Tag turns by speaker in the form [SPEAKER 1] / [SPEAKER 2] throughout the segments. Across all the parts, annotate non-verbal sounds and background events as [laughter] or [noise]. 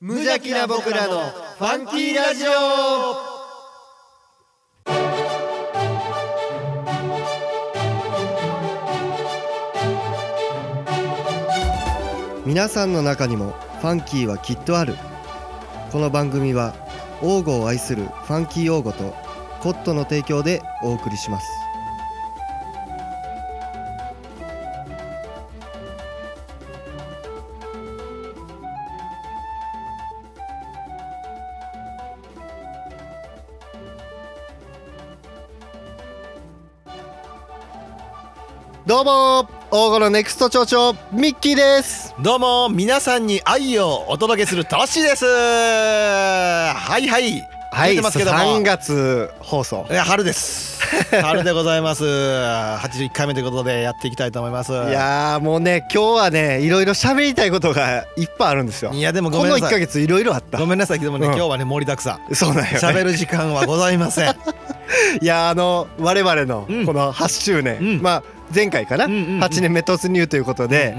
[SPEAKER 1] 無邪気な僕らのファンキーラジオ皆さんの中にもファンキーはきっとあるこの番組は王語を愛するファンキー王語とコットの提供でお送りしますどうも王語のネクスト町長ミッキーです
[SPEAKER 2] どうも皆さんに愛をお届けするトッシーですはいはい
[SPEAKER 1] はい
[SPEAKER 2] 出てますけども
[SPEAKER 1] 3月放送
[SPEAKER 2] え春です
[SPEAKER 1] [laughs]
[SPEAKER 2] 春でございます81回目ということでやっていきたいと思いますい
[SPEAKER 1] いやーもうね今日はねいろいろ喋りたいことがいっぱいあるんですよ
[SPEAKER 2] いやでもご
[SPEAKER 1] こ
[SPEAKER 2] め
[SPEAKER 1] の
[SPEAKER 2] ん
[SPEAKER 1] 1
[SPEAKER 2] な
[SPEAKER 1] ヶ
[SPEAKER 2] さい
[SPEAKER 1] 月いろいろあった
[SPEAKER 2] ごめんなさいでもね、
[SPEAKER 1] うん
[SPEAKER 2] 今日はね盛りだ
[SPEAKER 1] [laughs]
[SPEAKER 2] くさん
[SPEAKER 1] そうなんよ、ね、
[SPEAKER 2] 喋る時間はござい
[SPEAKER 1] [laughs]
[SPEAKER 2] ません
[SPEAKER 1] いやーあの我々の
[SPEAKER 2] うん
[SPEAKER 1] この8周年、
[SPEAKER 2] うん
[SPEAKER 1] まあ前回かな、
[SPEAKER 2] うんうんうん
[SPEAKER 1] 8年目突入ということで、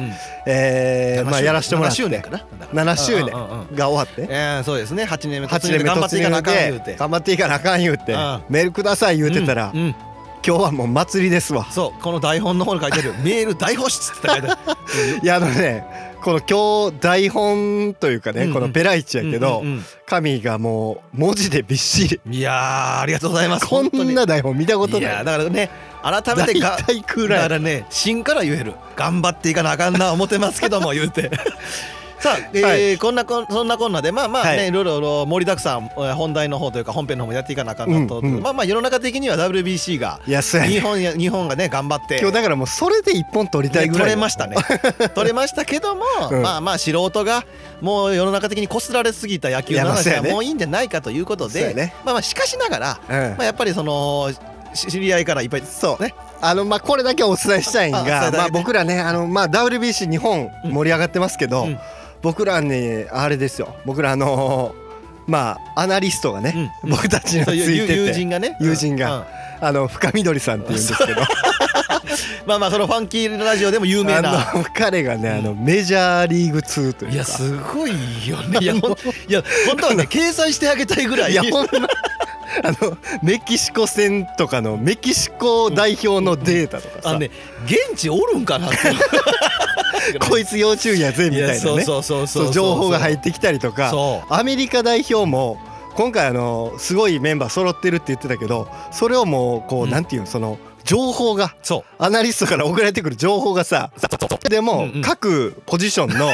[SPEAKER 1] えーまあやらしてもらって
[SPEAKER 2] 7周年かなだから
[SPEAKER 1] 7周年
[SPEAKER 2] うんうんうん
[SPEAKER 1] が終わって、
[SPEAKER 2] えーそうですね8年目
[SPEAKER 1] 8
[SPEAKER 2] 8
[SPEAKER 1] 年
[SPEAKER 2] 年
[SPEAKER 1] 目
[SPEAKER 2] 目頑張
[SPEAKER 1] 突
[SPEAKER 2] っていかな
[SPEAKER 1] 入
[SPEAKER 2] あかん言う
[SPEAKER 1] で
[SPEAKER 2] て
[SPEAKER 1] 頑張っていかなあかん言うて
[SPEAKER 2] うん
[SPEAKER 1] メールください言うてたら
[SPEAKER 2] うんうん
[SPEAKER 1] 今日はもう祭りですわ
[SPEAKER 2] そうこの台本の方に書い
[SPEAKER 1] [laughs]
[SPEAKER 2] てるメール大放出って書いてある
[SPEAKER 1] いやあのねこの今日台本というかね、
[SPEAKER 2] うんうん
[SPEAKER 1] このペライチやけど、
[SPEAKER 2] うんうんうん
[SPEAKER 1] 神がもう文字でびっしり
[SPEAKER 2] いやーありがとうございます
[SPEAKER 1] こ
[SPEAKER 2] 本当に
[SPEAKER 1] んな台本見たこと
[SPEAKER 2] い
[SPEAKER 1] な
[SPEAKER 2] や
[SPEAKER 1] い
[SPEAKER 2] だからね改めてが
[SPEAKER 1] 大体く
[SPEAKER 2] だ
[SPEAKER 1] ら
[SPEAKER 2] か
[SPEAKER 1] い
[SPEAKER 2] らね芯から言える頑張っていかなあかんな思ってますけど
[SPEAKER 1] [laughs]
[SPEAKER 2] も言うてさあ、えー
[SPEAKER 1] はい
[SPEAKER 2] こんなこんそんなこんなでまあまあね、
[SPEAKER 1] はい
[SPEAKER 2] い、ろいろ盛りだくさんえー本題の方というか本編の方もやっていかなあかんなと、
[SPEAKER 1] うんうん
[SPEAKER 2] まあまあ世の中的には WBC が
[SPEAKER 1] いやそうやね
[SPEAKER 2] 日本や日本がね頑張って
[SPEAKER 1] 今日だからもうそれで一本取りたい
[SPEAKER 2] ね
[SPEAKER 1] ぐ
[SPEAKER 2] 取
[SPEAKER 1] らい
[SPEAKER 2] れ
[SPEAKER 1] [laughs]
[SPEAKER 2] ましたね取れましたけども、
[SPEAKER 1] うん
[SPEAKER 2] まあまあ素人がもう世の中的にこすられすぎた野球の
[SPEAKER 1] いやまあそ
[SPEAKER 2] 話
[SPEAKER 1] う
[SPEAKER 2] は
[SPEAKER 1] やね
[SPEAKER 2] もういいんじゃないかということ
[SPEAKER 1] そうや
[SPEAKER 2] で、
[SPEAKER 1] ね
[SPEAKER 2] まあまあしかしながら、
[SPEAKER 1] うん
[SPEAKER 2] まあ、やっぱりそのし知り合いからいっぱい
[SPEAKER 1] そう、
[SPEAKER 2] ね
[SPEAKER 1] あのまあこれだけはお伝えしたいん
[SPEAKER 2] あ伝え
[SPEAKER 1] が
[SPEAKER 2] てあげて
[SPEAKER 1] まあ、僕らねあの、まあ、WBC 日本盛り上がってますけど、
[SPEAKER 2] うんうん
[SPEAKER 1] 僕らねあれですよ僕らあのーまあアナリストがね、
[SPEAKER 2] うん
[SPEAKER 1] 僕たちのつ
[SPEAKER 2] そう
[SPEAKER 1] い
[SPEAKER 2] いう
[SPEAKER 1] てて
[SPEAKER 2] 友人がね
[SPEAKER 1] [laughs] 友人
[SPEAKER 2] うん
[SPEAKER 1] が、あの深緑さんっていうんですけど
[SPEAKER 2] まあまあそのファンキーラジオでも [laughs] 有名な
[SPEAKER 1] あの彼がねあのメジャーリーグ2というか
[SPEAKER 2] いやすごいよねいやほんいや本当は
[SPEAKER 1] [laughs]
[SPEAKER 2] ね掲載してあげたいぐらい
[SPEAKER 1] いやほんま [laughs] あのメキシコ戦とかのメキシコ代表のデータとかさ、
[SPEAKER 2] あのね現地おるんかなって
[SPEAKER 1] こいつ要注意やぜみ
[SPEAKER 2] い
[SPEAKER 1] たいなね
[SPEAKER 2] やそうそうそうそう
[SPEAKER 1] そう情報が入
[SPEAKER 2] っ
[SPEAKER 1] ってきたりとか
[SPEAKER 2] そう
[SPEAKER 1] アメリカ代表も今回あのすごいメンバー揃ってるって言ってたけどそれをもうこう
[SPEAKER 2] うん
[SPEAKER 1] なんていうのその情報が
[SPEAKER 2] そ
[SPEAKER 1] アナリストから送られてくる情報がさでも
[SPEAKER 2] うんうん
[SPEAKER 1] 各ポジション
[SPEAKER 2] [laughs]
[SPEAKER 1] の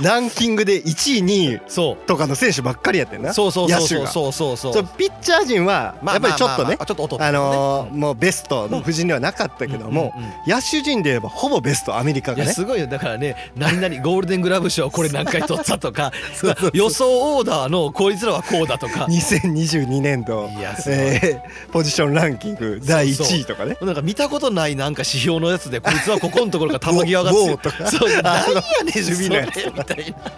[SPEAKER 1] ランキングで1位2位
[SPEAKER 2] うそ
[SPEAKER 1] とかの選手ばっかりやってん
[SPEAKER 2] う
[SPEAKER 1] な
[SPEAKER 2] そうそうそう
[SPEAKER 1] 野手
[SPEAKER 2] そう
[SPEAKER 1] が
[SPEAKER 2] そうそうそう
[SPEAKER 1] そうピッチャー陣はやっぱりちょっとね
[SPEAKER 2] ちょっと音
[SPEAKER 1] あのーもうベストの布陣ではなかったけども
[SPEAKER 2] うんうん
[SPEAKER 1] 野手陣で言えばほぼベストアメリカ
[SPEAKER 2] い
[SPEAKER 1] が
[SPEAKER 2] や
[SPEAKER 1] ね
[SPEAKER 2] すごいよだからね何々ゴールデングラブ賞これ何回取った
[SPEAKER 1] [laughs]
[SPEAKER 2] とか予想オーダーのこいつらはこうだとか
[SPEAKER 1] 2022年度
[SPEAKER 2] いやすごい
[SPEAKER 1] えーポジションランキング第1位とかね
[SPEAKER 2] なんか見たことないなんか指標のやつでこいつはここのところが球際
[SPEAKER 1] [laughs]
[SPEAKER 2] が強
[SPEAKER 1] ウォ
[SPEAKER 2] い
[SPEAKER 1] ーとか
[SPEAKER 2] そう
[SPEAKER 1] あの
[SPEAKER 2] 何やねんそ
[SPEAKER 1] 守備
[SPEAKER 2] れ
[SPEAKER 1] のや
[SPEAKER 2] み
[SPEAKER 1] つ
[SPEAKER 2] たいな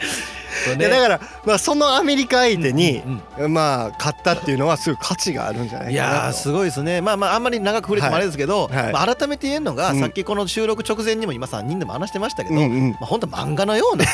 [SPEAKER 2] そう
[SPEAKER 1] いや
[SPEAKER 2] ね
[SPEAKER 1] だからまあそのアメリカ相手に
[SPEAKER 2] うん
[SPEAKER 1] まあ勝ったっていうのはすごい価値があるんじゃない
[SPEAKER 2] い
[SPEAKER 1] かなと
[SPEAKER 2] やーすごいですねまあまああんまり長く触れてもあれですけど、
[SPEAKER 1] はいはい
[SPEAKER 2] まあ、改めて言えるのが、
[SPEAKER 1] うん
[SPEAKER 2] さっきこの収録直前にも今3人でも話してましたけど、
[SPEAKER 1] うんうん
[SPEAKER 2] まあ、本当漫画のよ
[SPEAKER 1] [laughs]
[SPEAKER 2] うな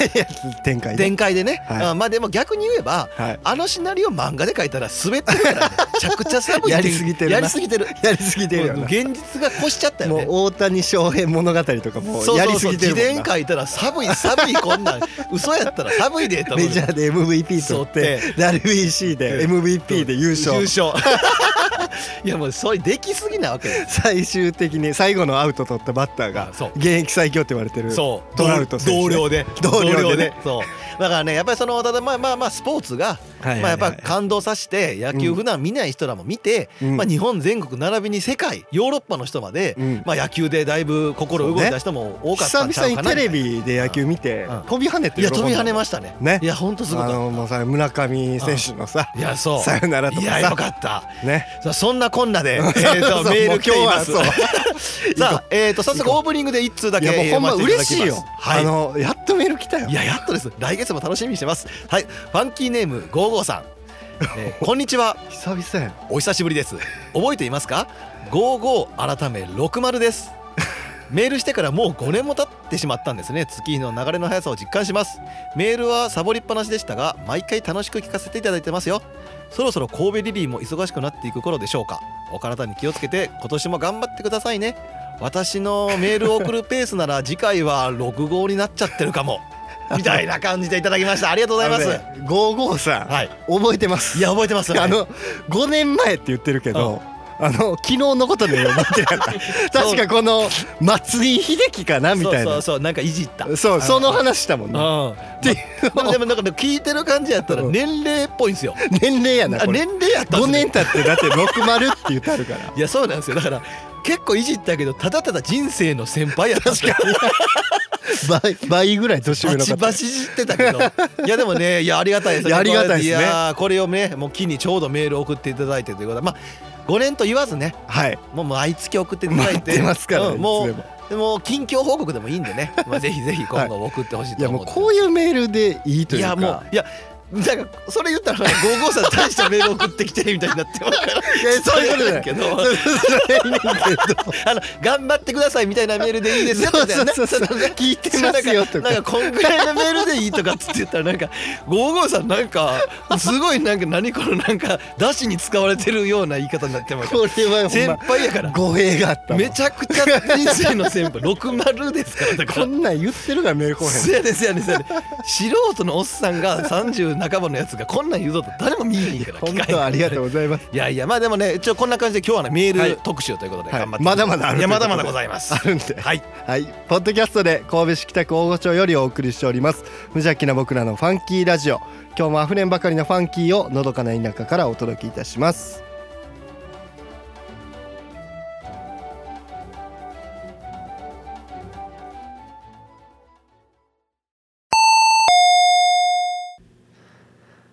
[SPEAKER 1] 展開で
[SPEAKER 2] 展開でね、
[SPEAKER 1] はい
[SPEAKER 2] あまあでも逆に言えば
[SPEAKER 1] はい
[SPEAKER 2] あのシナリオ漫画で書いたら滑ってるからねめちゃくちゃ寒い
[SPEAKER 1] やりすぎてるな
[SPEAKER 2] やりすぎてる
[SPEAKER 1] [laughs] やりすぎてるよ
[SPEAKER 2] もう
[SPEAKER 1] な
[SPEAKER 2] 現実が越しちゃったよ
[SPEAKER 1] も
[SPEAKER 2] ね
[SPEAKER 1] う大谷翔平物語とかも
[SPEAKER 2] そうそうそう
[SPEAKER 1] うやりすぎてる
[SPEAKER 2] 自
[SPEAKER 1] もん
[SPEAKER 2] 伝
[SPEAKER 1] な
[SPEAKER 2] 書いたら寒い寒いこんなん
[SPEAKER 1] [laughs]
[SPEAKER 2] 嘘やったら寒いでと思う
[SPEAKER 1] メジャーで MVP
[SPEAKER 2] そ
[SPEAKER 1] 取
[SPEAKER 2] う
[SPEAKER 1] って
[SPEAKER 2] 取
[SPEAKER 1] WBC で MVP で優勝
[SPEAKER 2] 優勝 [laughs] いやもうそれできすぎなわけです
[SPEAKER 1] 最終的に最後のアウト取ったバッターが
[SPEAKER 2] あそう
[SPEAKER 1] 現役最強って言われてる
[SPEAKER 2] そう
[SPEAKER 1] トラウト選手
[SPEAKER 2] 同僚で
[SPEAKER 1] 同僚でね
[SPEAKER 2] そうだからねやっぱりそのただまあまあまあスポーツが、
[SPEAKER 1] はいはいはい
[SPEAKER 2] まあ、やっぱ感動させて野球普段見ない人らも見て、
[SPEAKER 1] うん
[SPEAKER 2] まあ、日本全国並びに世界ヨーロッパの人まで、
[SPEAKER 1] うん
[SPEAKER 2] まあ、野球でだいぶ心動いた人も多かっ
[SPEAKER 1] 久
[SPEAKER 2] たんちゃう
[SPEAKER 1] 々
[SPEAKER 2] か
[SPEAKER 1] に
[SPEAKER 2] な
[SPEAKER 1] テレビで野球見て
[SPEAKER 2] うん
[SPEAKER 1] 飛び跳ねて
[SPEAKER 2] いや飛び跳ねま
[SPEAKER 1] し
[SPEAKER 2] したね
[SPEAKER 1] ね
[SPEAKER 2] いやほんとすご
[SPEAKER 1] あ
[SPEAKER 2] かっ
[SPEAKER 1] のもうさ村上選手のさ
[SPEAKER 2] たいやそう
[SPEAKER 1] さよならと
[SPEAKER 2] い
[SPEAKER 1] か
[SPEAKER 2] やよ
[SPEAKER 1] さ
[SPEAKER 2] かった
[SPEAKER 1] ね
[SPEAKER 2] さあそんなこんなで、え
[SPEAKER 1] そう
[SPEAKER 2] ー、
[SPEAKER 1] そ
[SPEAKER 2] と
[SPEAKER 1] う
[SPEAKER 2] メー
[SPEAKER 1] もう
[SPEAKER 2] ル来ています
[SPEAKER 1] 今日は
[SPEAKER 2] さあ、えー、と早速オープニングで一通だ
[SPEAKER 1] い
[SPEAKER 2] け
[SPEAKER 1] やもうほんま
[SPEAKER 2] 読
[SPEAKER 1] 嬉
[SPEAKER 2] せて
[SPEAKER 1] しい
[SPEAKER 2] ただき
[SPEAKER 1] よ
[SPEAKER 2] ますはい
[SPEAKER 1] あのやっとメール来たよ
[SPEAKER 2] いややっとです来月も楽しみにしてますはいファンキーネーム55さん、えーこんにちは
[SPEAKER 1] 久々や [laughs]
[SPEAKER 2] お久しぶりです覚えていますか55改め60ですメールしてからもう5年も経ってしまったんですね月日の流れの速さを実感しますメールはサボりっぱなしでしたが毎回楽しく聞かせていただいてますよそろそろ神戸リリーも忙しくなっていく頃でしょうかお体に気をつけて今年も頑張ってくださいね私のメールを送るペース
[SPEAKER 1] [laughs]
[SPEAKER 2] なら次回は6号になっちゃってるかもみたいな感じでいただきましたありがとうございます
[SPEAKER 1] あのね55さん、
[SPEAKER 2] はい
[SPEAKER 1] 覚えてます
[SPEAKER 2] いや覚えてます
[SPEAKER 1] あの5年前って言ってるけど、あの昨日のことね覚えて [laughs] なかった
[SPEAKER 2] そう
[SPEAKER 1] 確かこの松井秀喜かなみたい
[SPEAKER 2] そうそ
[SPEAKER 1] な
[SPEAKER 2] うそうなんかいじった
[SPEAKER 1] そうその話したもんね
[SPEAKER 2] うん
[SPEAKER 1] ていう
[SPEAKER 2] まあでもなんかね聞いてる感じやったら
[SPEAKER 1] うん
[SPEAKER 2] 年齢っぽいんですよ。
[SPEAKER 1] 年齢やな
[SPEAKER 2] あ
[SPEAKER 1] これ
[SPEAKER 2] 年齢やったん
[SPEAKER 1] 5
[SPEAKER 2] です
[SPEAKER 1] 年
[SPEAKER 2] ね
[SPEAKER 1] 経ってだって60って言ってあるから
[SPEAKER 2] いやそうなんですよだから結構いじったけどただただ人生の先輩やったんですよ
[SPEAKER 1] 倍倍ぐらい年上
[SPEAKER 2] [laughs] バ
[SPEAKER 1] の
[SPEAKER 2] チ
[SPEAKER 1] 方
[SPEAKER 2] バチいじってた [laughs] けどいやでもねいやありがたいです
[SPEAKER 1] いやありがたいですね
[SPEAKER 2] いやーこれをねもう機にちょうどメールを送っていただいてということはまあ5年と言わずね
[SPEAKER 1] はい
[SPEAKER 2] もうもう毎月送っていただ
[SPEAKER 1] 待
[SPEAKER 2] い
[SPEAKER 1] っててますから、
[SPEAKER 2] う
[SPEAKER 1] ね
[SPEAKER 2] んも
[SPEAKER 1] いつで
[SPEAKER 2] う
[SPEAKER 1] も
[SPEAKER 2] でも近況報告でもいいんでね、まあ、ぜひぜひ今後送ってほしい
[SPEAKER 1] い
[SPEAKER 2] と
[SPEAKER 1] や
[SPEAKER 2] 思
[SPEAKER 1] も
[SPEAKER 2] っ
[SPEAKER 1] う
[SPEAKER 2] てます
[SPEAKER 1] こういうメールでいいというか [laughs]
[SPEAKER 2] やもういやなんかそれ言ったらね55さん大したメール送ってきてるみたいになってますから
[SPEAKER 1] いや
[SPEAKER 2] そういうこと
[SPEAKER 1] じゃ
[SPEAKER 2] だ
[SPEAKER 1] な
[SPEAKER 2] けど
[SPEAKER 1] それそれはいいねんけど
[SPEAKER 2] あの頑張ってくださいみたいなメールでいいですよみたいなね
[SPEAKER 1] そうそうそう聞いてますよとか
[SPEAKER 2] なんかこんぐらいのメールでいいとかっつって言ったらなんか55さんなんかすごいなんか何このなんか出しに使われてるような言い方になって [laughs] ます
[SPEAKER 1] これは
[SPEAKER 2] 先
[SPEAKER 1] ほ
[SPEAKER 2] 輩やか
[SPEAKER 1] んま
[SPEAKER 2] ら
[SPEAKER 1] 語弊があったわ
[SPEAKER 2] めちゃくちゃ人生の先輩60ですからだか
[SPEAKER 1] こ
[SPEAKER 2] ら。
[SPEAKER 1] んなん言ってるからメール来へん
[SPEAKER 2] せやねんせやねんせやねん素人のおっさんが30半ばのやつがこんなん言うぞと誰も見えへんから
[SPEAKER 1] 本当ありがとうございます。
[SPEAKER 2] いやいやまあでもね一応こんな感じで今日はねメ
[SPEAKER 1] は
[SPEAKER 2] ール
[SPEAKER 1] い
[SPEAKER 2] 特集ということで
[SPEAKER 1] はい
[SPEAKER 2] 頑張って、
[SPEAKER 1] まだまだある
[SPEAKER 2] いや
[SPEAKER 1] とい
[SPEAKER 2] ま
[SPEAKER 1] うことで
[SPEAKER 2] だまだございます
[SPEAKER 1] あるんで。
[SPEAKER 2] はい
[SPEAKER 1] はい、ポッドキャストで神戸市北区大御町よりお送りしております。無邪気な僕らのファンキーラジオ。今日もあふれんばかりのファンキーをのどかな田舎からお届けいたします。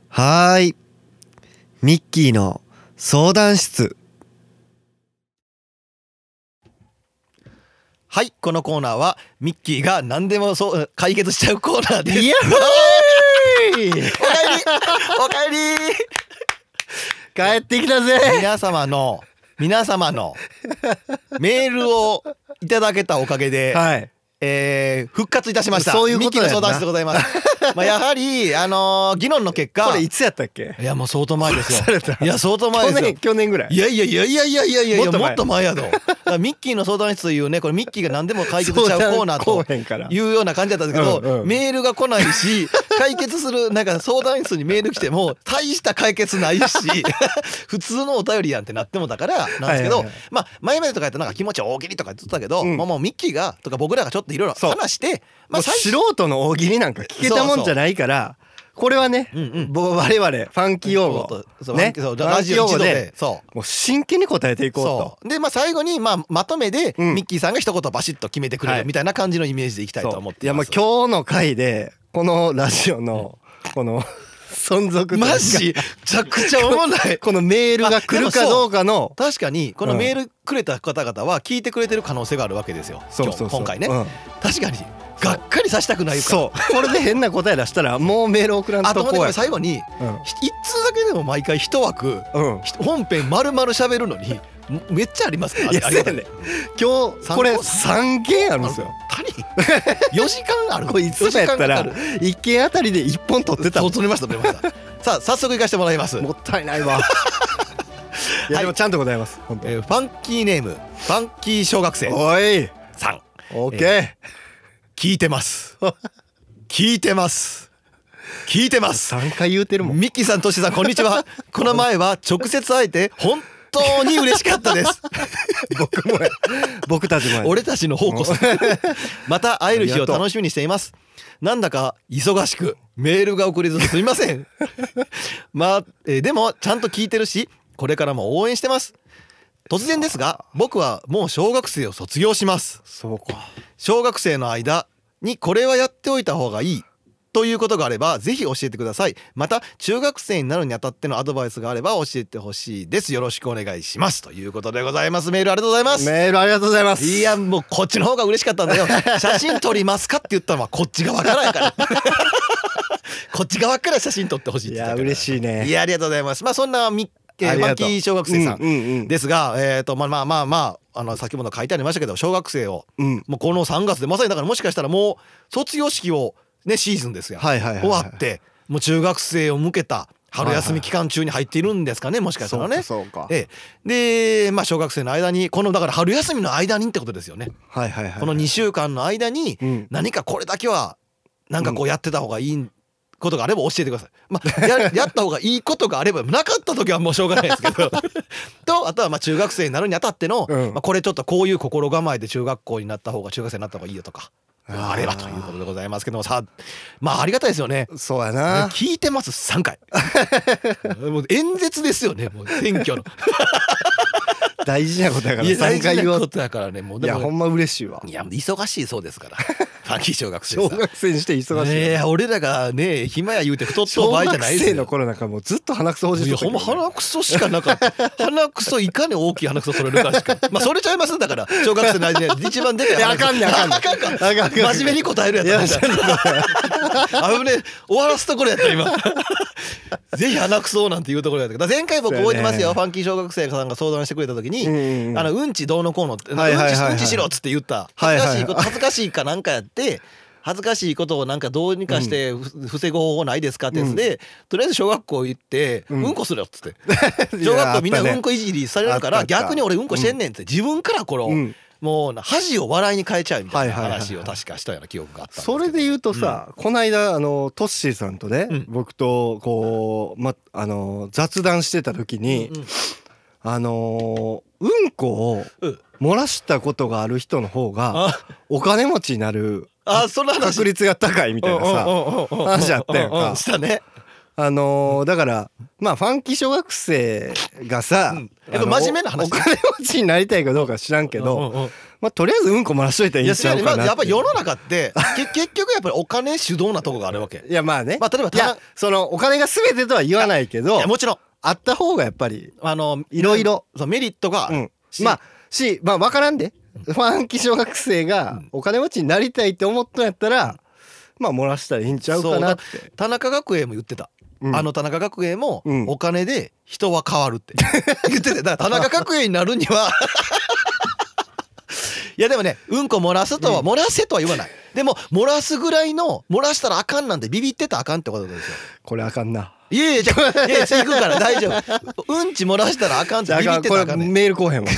[SPEAKER 1] はーい、ミッキーの相談室。
[SPEAKER 2] はいこのコーナーはミッキーが何でもそう解決しちゃうコーナーです
[SPEAKER 1] イエーイ
[SPEAKER 2] おかえりおかえ
[SPEAKER 1] 帰ってきた
[SPEAKER 2] り
[SPEAKER 1] ぜ
[SPEAKER 2] 皆様の皆様のメールをいただけたおかげで、
[SPEAKER 1] はい
[SPEAKER 2] えー復活いたしました
[SPEAKER 1] そういうこと
[SPEAKER 2] ミッキーの
[SPEAKER 1] だよ
[SPEAKER 2] 相
[SPEAKER 1] な
[SPEAKER 2] 談室でございますまあやはりあのー議論の結果
[SPEAKER 1] これいつやったっけ
[SPEAKER 2] いやもう相当前
[SPEAKER 1] [laughs]
[SPEAKER 2] ですよ
[SPEAKER 1] された
[SPEAKER 2] いや相当前
[SPEAKER 1] 去
[SPEAKER 2] ですよ
[SPEAKER 1] 年去年ぐらい
[SPEAKER 2] いやいやいやいやいやいやいや
[SPEAKER 1] もっと
[SPEAKER 2] も
[SPEAKER 1] 前
[SPEAKER 2] っと前やと。だからミッキーの相談室というね、これミッキーが何でも解決しちゃうコーナー
[SPEAKER 1] 相談
[SPEAKER 2] と
[SPEAKER 1] 来おへんから
[SPEAKER 2] いうような感じだったんですけど、
[SPEAKER 1] うんうん
[SPEAKER 2] メールが来ないし、解決する、なんか相談室にメール来ても、大した解決ないし、 [laughs] 普通のお便りやんってなってもだから、なんですけど、
[SPEAKER 1] はいはいはい
[SPEAKER 2] まあ、前々とかやったらなんか気持ち大喜利とか言ってたけど、
[SPEAKER 1] うん
[SPEAKER 2] まあもうミッキーが、とか僕らがちょっといろいろ
[SPEAKER 1] そう
[SPEAKER 2] 話して、
[SPEAKER 1] も
[SPEAKER 2] まあ
[SPEAKER 1] う
[SPEAKER 2] 最
[SPEAKER 1] 素人の大喜利なんか聞けたもんじゃないからこれはね
[SPEAKER 2] うんうん
[SPEAKER 1] ぼ我々ファンキー用語
[SPEAKER 2] そう
[SPEAKER 1] ね
[SPEAKER 2] そう
[SPEAKER 1] ファ
[SPEAKER 2] ラ
[SPEAKER 1] ンキー
[SPEAKER 2] ジオ
[SPEAKER 1] 用
[SPEAKER 2] 一
[SPEAKER 1] 語
[SPEAKER 2] 度
[SPEAKER 1] で
[SPEAKER 2] で、そう。
[SPEAKER 1] もう真剣に答えていこうと
[SPEAKER 2] そうでまあ最後に、まあ、まとめで、
[SPEAKER 1] うん
[SPEAKER 2] ミッキーさんが一言バシッと決めてくれ
[SPEAKER 1] は
[SPEAKER 2] る
[SPEAKER 1] い
[SPEAKER 2] みたいな感じのイメージでいきたいと
[SPEAKER 1] そう
[SPEAKER 2] 思って
[SPEAKER 1] い
[SPEAKER 2] い
[SPEAKER 1] やま
[SPEAKER 2] ま
[SPEAKER 1] あ
[SPEAKER 2] す。
[SPEAKER 1] 今日の回でこのラジオのこの存続というか
[SPEAKER 2] マジめちゃくちゃおもんな
[SPEAKER 1] [laughs]
[SPEAKER 2] い
[SPEAKER 1] このメールが来る
[SPEAKER 2] [laughs]
[SPEAKER 1] かどうかの
[SPEAKER 2] 確かにこの
[SPEAKER 1] うん
[SPEAKER 2] メールくれた方々は聞いてくれてる可能性があるわけですよ、
[SPEAKER 1] そうそうそう
[SPEAKER 2] 今日今回ね、
[SPEAKER 1] うん
[SPEAKER 2] 確かにがっかりさせたくないから
[SPEAKER 1] そうこれで変な答え出したらもうメール送らん
[SPEAKER 2] あ
[SPEAKER 1] と
[SPEAKER 2] と思っ
[SPEAKER 1] こ
[SPEAKER 2] てこ
[SPEAKER 1] うや
[SPEAKER 2] れ最後にひ一通だけでも毎回一枠
[SPEAKER 1] うんうん
[SPEAKER 2] ひ本編丸々喋るのにめめっちゃありますから
[SPEAKER 1] いや
[SPEAKER 2] あ
[SPEAKER 1] そう
[SPEAKER 2] り
[SPEAKER 1] や
[SPEAKER 2] がたい
[SPEAKER 1] ね今日これ3件あ
[SPEAKER 2] あ
[SPEAKER 1] るん
[SPEAKER 2] の
[SPEAKER 1] ですよ
[SPEAKER 2] 谷 [laughs] 4時間ある
[SPEAKER 1] これいつもやった
[SPEAKER 2] 四時間からかる
[SPEAKER 1] 1件あたりで1本取ってた
[SPEAKER 2] そう
[SPEAKER 1] も
[SPEAKER 2] 取れました取れました [laughs] さあ早速行かせてもらいます
[SPEAKER 1] ったい [laughs] ないわいやでもちゃんとございます本当
[SPEAKER 2] えーファンキーネームファンキー小学生
[SPEAKER 1] おい
[SPEAKER 2] さん
[SPEAKER 1] オッケ
[SPEAKER 2] 聞いてます [laughs] 聞いてます聞いてま
[SPEAKER 1] ー
[SPEAKER 2] す
[SPEAKER 1] 3回言うてるもん
[SPEAKER 2] ミッキーさんとしさんこんにち [laughs] はこの前は直接会えて本当に嬉しかったです
[SPEAKER 1] [laughs] 僕もや僕たちもや
[SPEAKER 2] 俺たちの方こそまた会える日を楽しみにしていますなんだか忙しくメールが送れずすみません [laughs] まあ、えーでもちゃんと聞いてるしこれからも応援してます突然ですが僕はもう小学生を卒業します
[SPEAKER 1] そうか
[SPEAKER 2] 小学生の間にこれはやっておいた方がいいということがあればぜひ教えてくださいまた中学生になるにあたってのアドバイスがあれば教えてほしいですよろしくお願いしますということでございますメールありがとうございます、
[SPEAKER 1] メールありがとうございます
[SPEAKER 2] いやもうこっちの方が嬉しかったんだよ
[SPEAKER 1] [laughs]
[SPEAKER 2] 写真撮りますかって言ったのはこっち側からやからこっち側から写真撮ってほしい
[SPEAKER 1] い
[SPEAKER 2] って言った
[SPEAKER 1] や
[SPEAKER 2] から
[SPEAKER 1] 嬉しい
[SPEAKER 2] い
[SPEAKER 1] ね
[SPEAKER 2] やありがとうございますまあそんなミッえ
[SPEAKER 1] あ
[SPEAKER 2] ー
[SPEAKER 1] り
[SPEAKER 2] ファ
[SPEAKER 1] が
[SPEAKER 2] ンキ
[SPEAKER 1] とう
[SPEAKER 2] ー小学生さん
[SPEAKER 1] うんうんうん、
[SPEAKER 2] ですが、えー、とまあまあまあまああの先ほど書いてありましたけど小学生を
[SPEAKER 1] うん、
[SPEAKER 2] もうこの3月でまさにだからもしかしたらもう卒業式をねシーズンですよ、
[SPEAKER 1] はいはいはい、はい、
[SPEAKER 2] 終わってもう中学生を向けた春休み期間中に入っているんですかねもしかしたらね。
[SPEAKER 1] そうかそうか
[SPEAKER 2] ええでまあ小学生の間にこのだから春休みの間にってことですよね。
[SPEAKER 1] はいはいはい
[SPEAKER 2] この2週間の間に
[SPEAKER 1] うん
[SPEAKER 2] 何かこれだけはなんかこうやってた方がいいことがあれば教えてください。まあや [laughs] やった方がいいことがあればなかった時はもうしょうがないですけど [laughs] とあとはまあ中学生になるにあたっての、
[SPEAKER 1] うん
[SPEAKER 2] まあ、これちょっとこういう心構えで中学校になった方が中学生になった方がいいよとかあればということでございますけどもさあまあありがたいですよね。
[SPEAKER 1] そうやな
[SPEAKER 2] 聞いてます3回
[SPEAKER 1] [laughs]
[SPEAKER 2] もう演説ですよねもう選挙の
[SPEAKER 1] 大事なことやから
[SPEAKER 2] いや大
[SPEAKER 1] 3
[SPEAKER 2] 事
[SPEAKER 1] 回言
[SPEAKER 2] な
[SPEAKER 1] わ
[SPEAKER 2] ことだからねもう
[SPEAKER 1] い
[SPEAKER 2] で
[SPEAKER 1] や
[SPEAKER 2] も
[SPEAKER 1] ほんま嬉しいわ
[SPEAKER 2] いや忙しいそうです
[SPEAKER 1] [laughs]
[SPEAKER 2] からファンキー小学生さん
[SPEAKER 1] 小学生にして忙しいよ
[SPEAKER 2] ねえ俺らがね暇や言うて太っとう
[SPEAKER 1] 小
[SPEAKER 2] 場合じゃ
[SPEAKER 1] 学
[SPEAKER 2] ないです
[SPEAKER 1] 生
[SPEAKER 2] よ
[SPEAKER 1] の頃なんかもうずっと鼻くそほじっ
[SPEAKER 2] い
[SPEAKER 1] と
[SPEAKER 2] や
[SPEAKER 1] った
[SPEAKER 2] ほ
[SPEAKER 1] け
[SPEAKER 2] ん
[SPEAKER 1] ど
[SPEAKER 2] ま鼻くそしかなかった鼻くそいかに大きい鼻くそそれるかしかまあそれちゃいますだから小学生の間に一番でかい
[SPEAKER 1] いや
[SPEAKER 2] 鼻
[SPEAKER 1] あ
[SPEAKER 2] く
[SPEAKER 1] か
[SPEAKER 2] そ
[SPEAKER 1] んねんあかんねん
[SPEAKER 2] あかんか
[SPEAKER 1] あかんあかん
[SPEAKER 2] 真面目に答えるやつだ危ねえ終わらすところやった今ぜひ鼻くそなんていうところやったけど前回僕覚えてます
[SPEAKER 1] そう
[SPEAKER 2] よ、
[SPEAKER 1] やね
[SPEAKER 2] ファンキー小学生さんが相談してくれた時に、
[SPEAKER 1] うんうんうん
[SPEAKER 2] あのうんちどうのこうのって、
[SPEAKER 1] はいはいはいはい
[SPEAKER 2] うんちうんちしろっつって言った
[SPEAKER 1] はいは
[SPEAKER 2] 恥
[SPEAKER 1] い
[SPEAKER 2] ず
[SPEAKER 1] はい
[SPEAKER 2] かしいこと恥ずかしいかなんかやって恥ずかしいことをなんかどうにかしてふ防ぐ方法ないですかってやつで、とりあえず小学校行って、う、
[SPEAKER 1] うんん
[SPEAKER 2] こするよっつって
[SPEAKER 1] [laughs] いや
[SPEAKER 2] 小学校みんな
[SPEAKER 1] あった
[SPEAKER 2] う
[SPEAKER 1] ね
[SPEAKER 2] んこいじりされるか
[SPEAKER 1] あ
[SPEAKER 2] ら
[SPEAKER 1] ったあった
[SPEAKER 2] 逆に俺うんこしてんねんって自分からこれを、
[SPEAKER 1] うん
[SPEAKER 2] もうな恥を笑いに変えちゃうみたいな
[SPEAKER 1] はいはいはいはい
[SPEAKER 2] 話を確かしたような記憶があったんすけ
[SPEAKER 1] そ
[SPEAKER 2] ど
[SPEAKER 1] れで言うとさ、こないだあのトッシーさんとね、
[SPEAKER 2] うん
[SPEAKER 1] 僕とこう、ま、あの雑談してた時に、
[SPEAKER 2] うんうん
[SPEAKER 1] あのうんこ
[SPEAKER 2] う
[SPEAKER 1] を
[SPEAKER 2] ん
[SPEAKER 1] 漏らしたことがある人の方が
[SPEAKER 2] あ
[SPEAKER 1] お金持ちになる
[SPEAKER 2] あその話
[SPEAKER 1] 確率が高いみたいなさ
[SPEAKER 2] 話
[SPEAKER 1] 話あったやんか
[SPEAKER 2] したね
[SPEAKER 1] あのだからまあファンキー小学生がさ、
[SPEAKER 2] うんやっぱ
[SPEAKER 1] あの
[SPEAKER 2] 真面目な話
[SPEAKER 1] おお金持ちになりたいかどうか知らんけど、
[SPEAKER 2] うんうんうん
[SPEAKER 1] まあ、とりあえずうんこ漏らしといたら
[SPEAKER 2] い
[SPEAKER 1] いいん
[SPEAKER 2] や
[SPEAKER 1] ちゃう
[SPEAKER 2] そう
[SPEAKER 1] か
[SPEAKER 2] や
[SPEAKER 1] な
[SPEAKER 2] ね
[SPEAKER 1] って
[SPEAKER 2] まあやっぱ世の中ってけ結局やっぱりお金主導なとこがあるわけ
[SPEAKER 1] いやまあね、
[SPEAKER 2] まあ例えば
[SPEAKER 1] いや
[SPEAKER 2] た
[SPEAKER 1] そのお金が全てとは言わないけ
[SPEAKER 2] い
[SPEAKER 1] ど
[SPEAKER 2] やもちろん
[SPEAKER 1] あった方がやっぱり
[SPEAKER 2] あの
[SPEAKER 1] いろいろ
[SPEAKER 2] そうメリットがあ
[SPEAKER 1] う
[SPEAKER 2] る
[SPEAKER 1] ん
[SPEAKER 2] し
[SPEAKER 1] まあしまあ分からんでファンキー小学生がお金持ちになりたいって思ったんやったらまあ漏らしたらいいんちゃうかなって
[SPEAKER 2] 田中学園も言ってた
[SPEAKER 1] うん
[SPEAKER 2] あの田中学園も
[SPEAKER 1] うん
[SPEAKER 2] お金で人は変わるって [laughs] 言っててだから田中学園になるには [laughs] いやでもねうんこ漏らすとは漏らせとは言わないでも漏らすぐらいの漏らしたらあかんなんてビビってたらあかんってことですよ
[SPEAKER 1] これあかんない
[SPEAKER 2] やいやじゃあいやいや行くから大丈夫うんち漏らしたらあかんって
[SPEAKER 1] あ
[SPEAKER 2] ビビ
[SPEAKER 1] か
[SPEAKER 2] っ
[SPEAKER 1] ん
[SPEAKER 2] て
[SPEAKER 1] こ
[SPEAKER 2] たら
[SPEAKER 1] れ
[SPEAKER 2] あかんねん
[SPEAKER 1] メールこうへんわ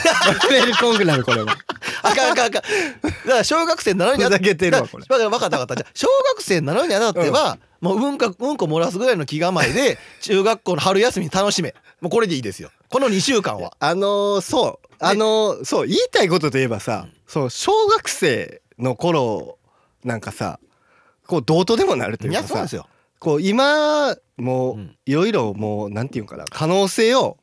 [SPEAKER 1] メールこんくなるこれも
[SPEAKER 2] あかんあかんあかん。だから小学生になるにあ
[SPEAKER 1] ふざけてるわこれ
[SPEAKER 2] だから分かった分かった。じゃあ小学生になるにあたっては、もううんかうんこ漏らすぐらいの気構えで中学校の春休み楽しめ。もうこれでいいですよ。この2週間は。
[SPEAKER 1] [laughs] あのーそうあのーそう言いたいことといえばさそう小学生の頃なんかさこうどうとでもなるとい
[SPEAKER 2] いうや
[SPEAKER 1] か
[SPEAKER 2] そうなん
[SPEAKER 1] さ
[SPEAKER 2] ですよ。
[SPEAKER 1] こう今も
[SPEAKER 2] うん
[SPEAKER 1] ういろいろもうなんていうんかな可能性を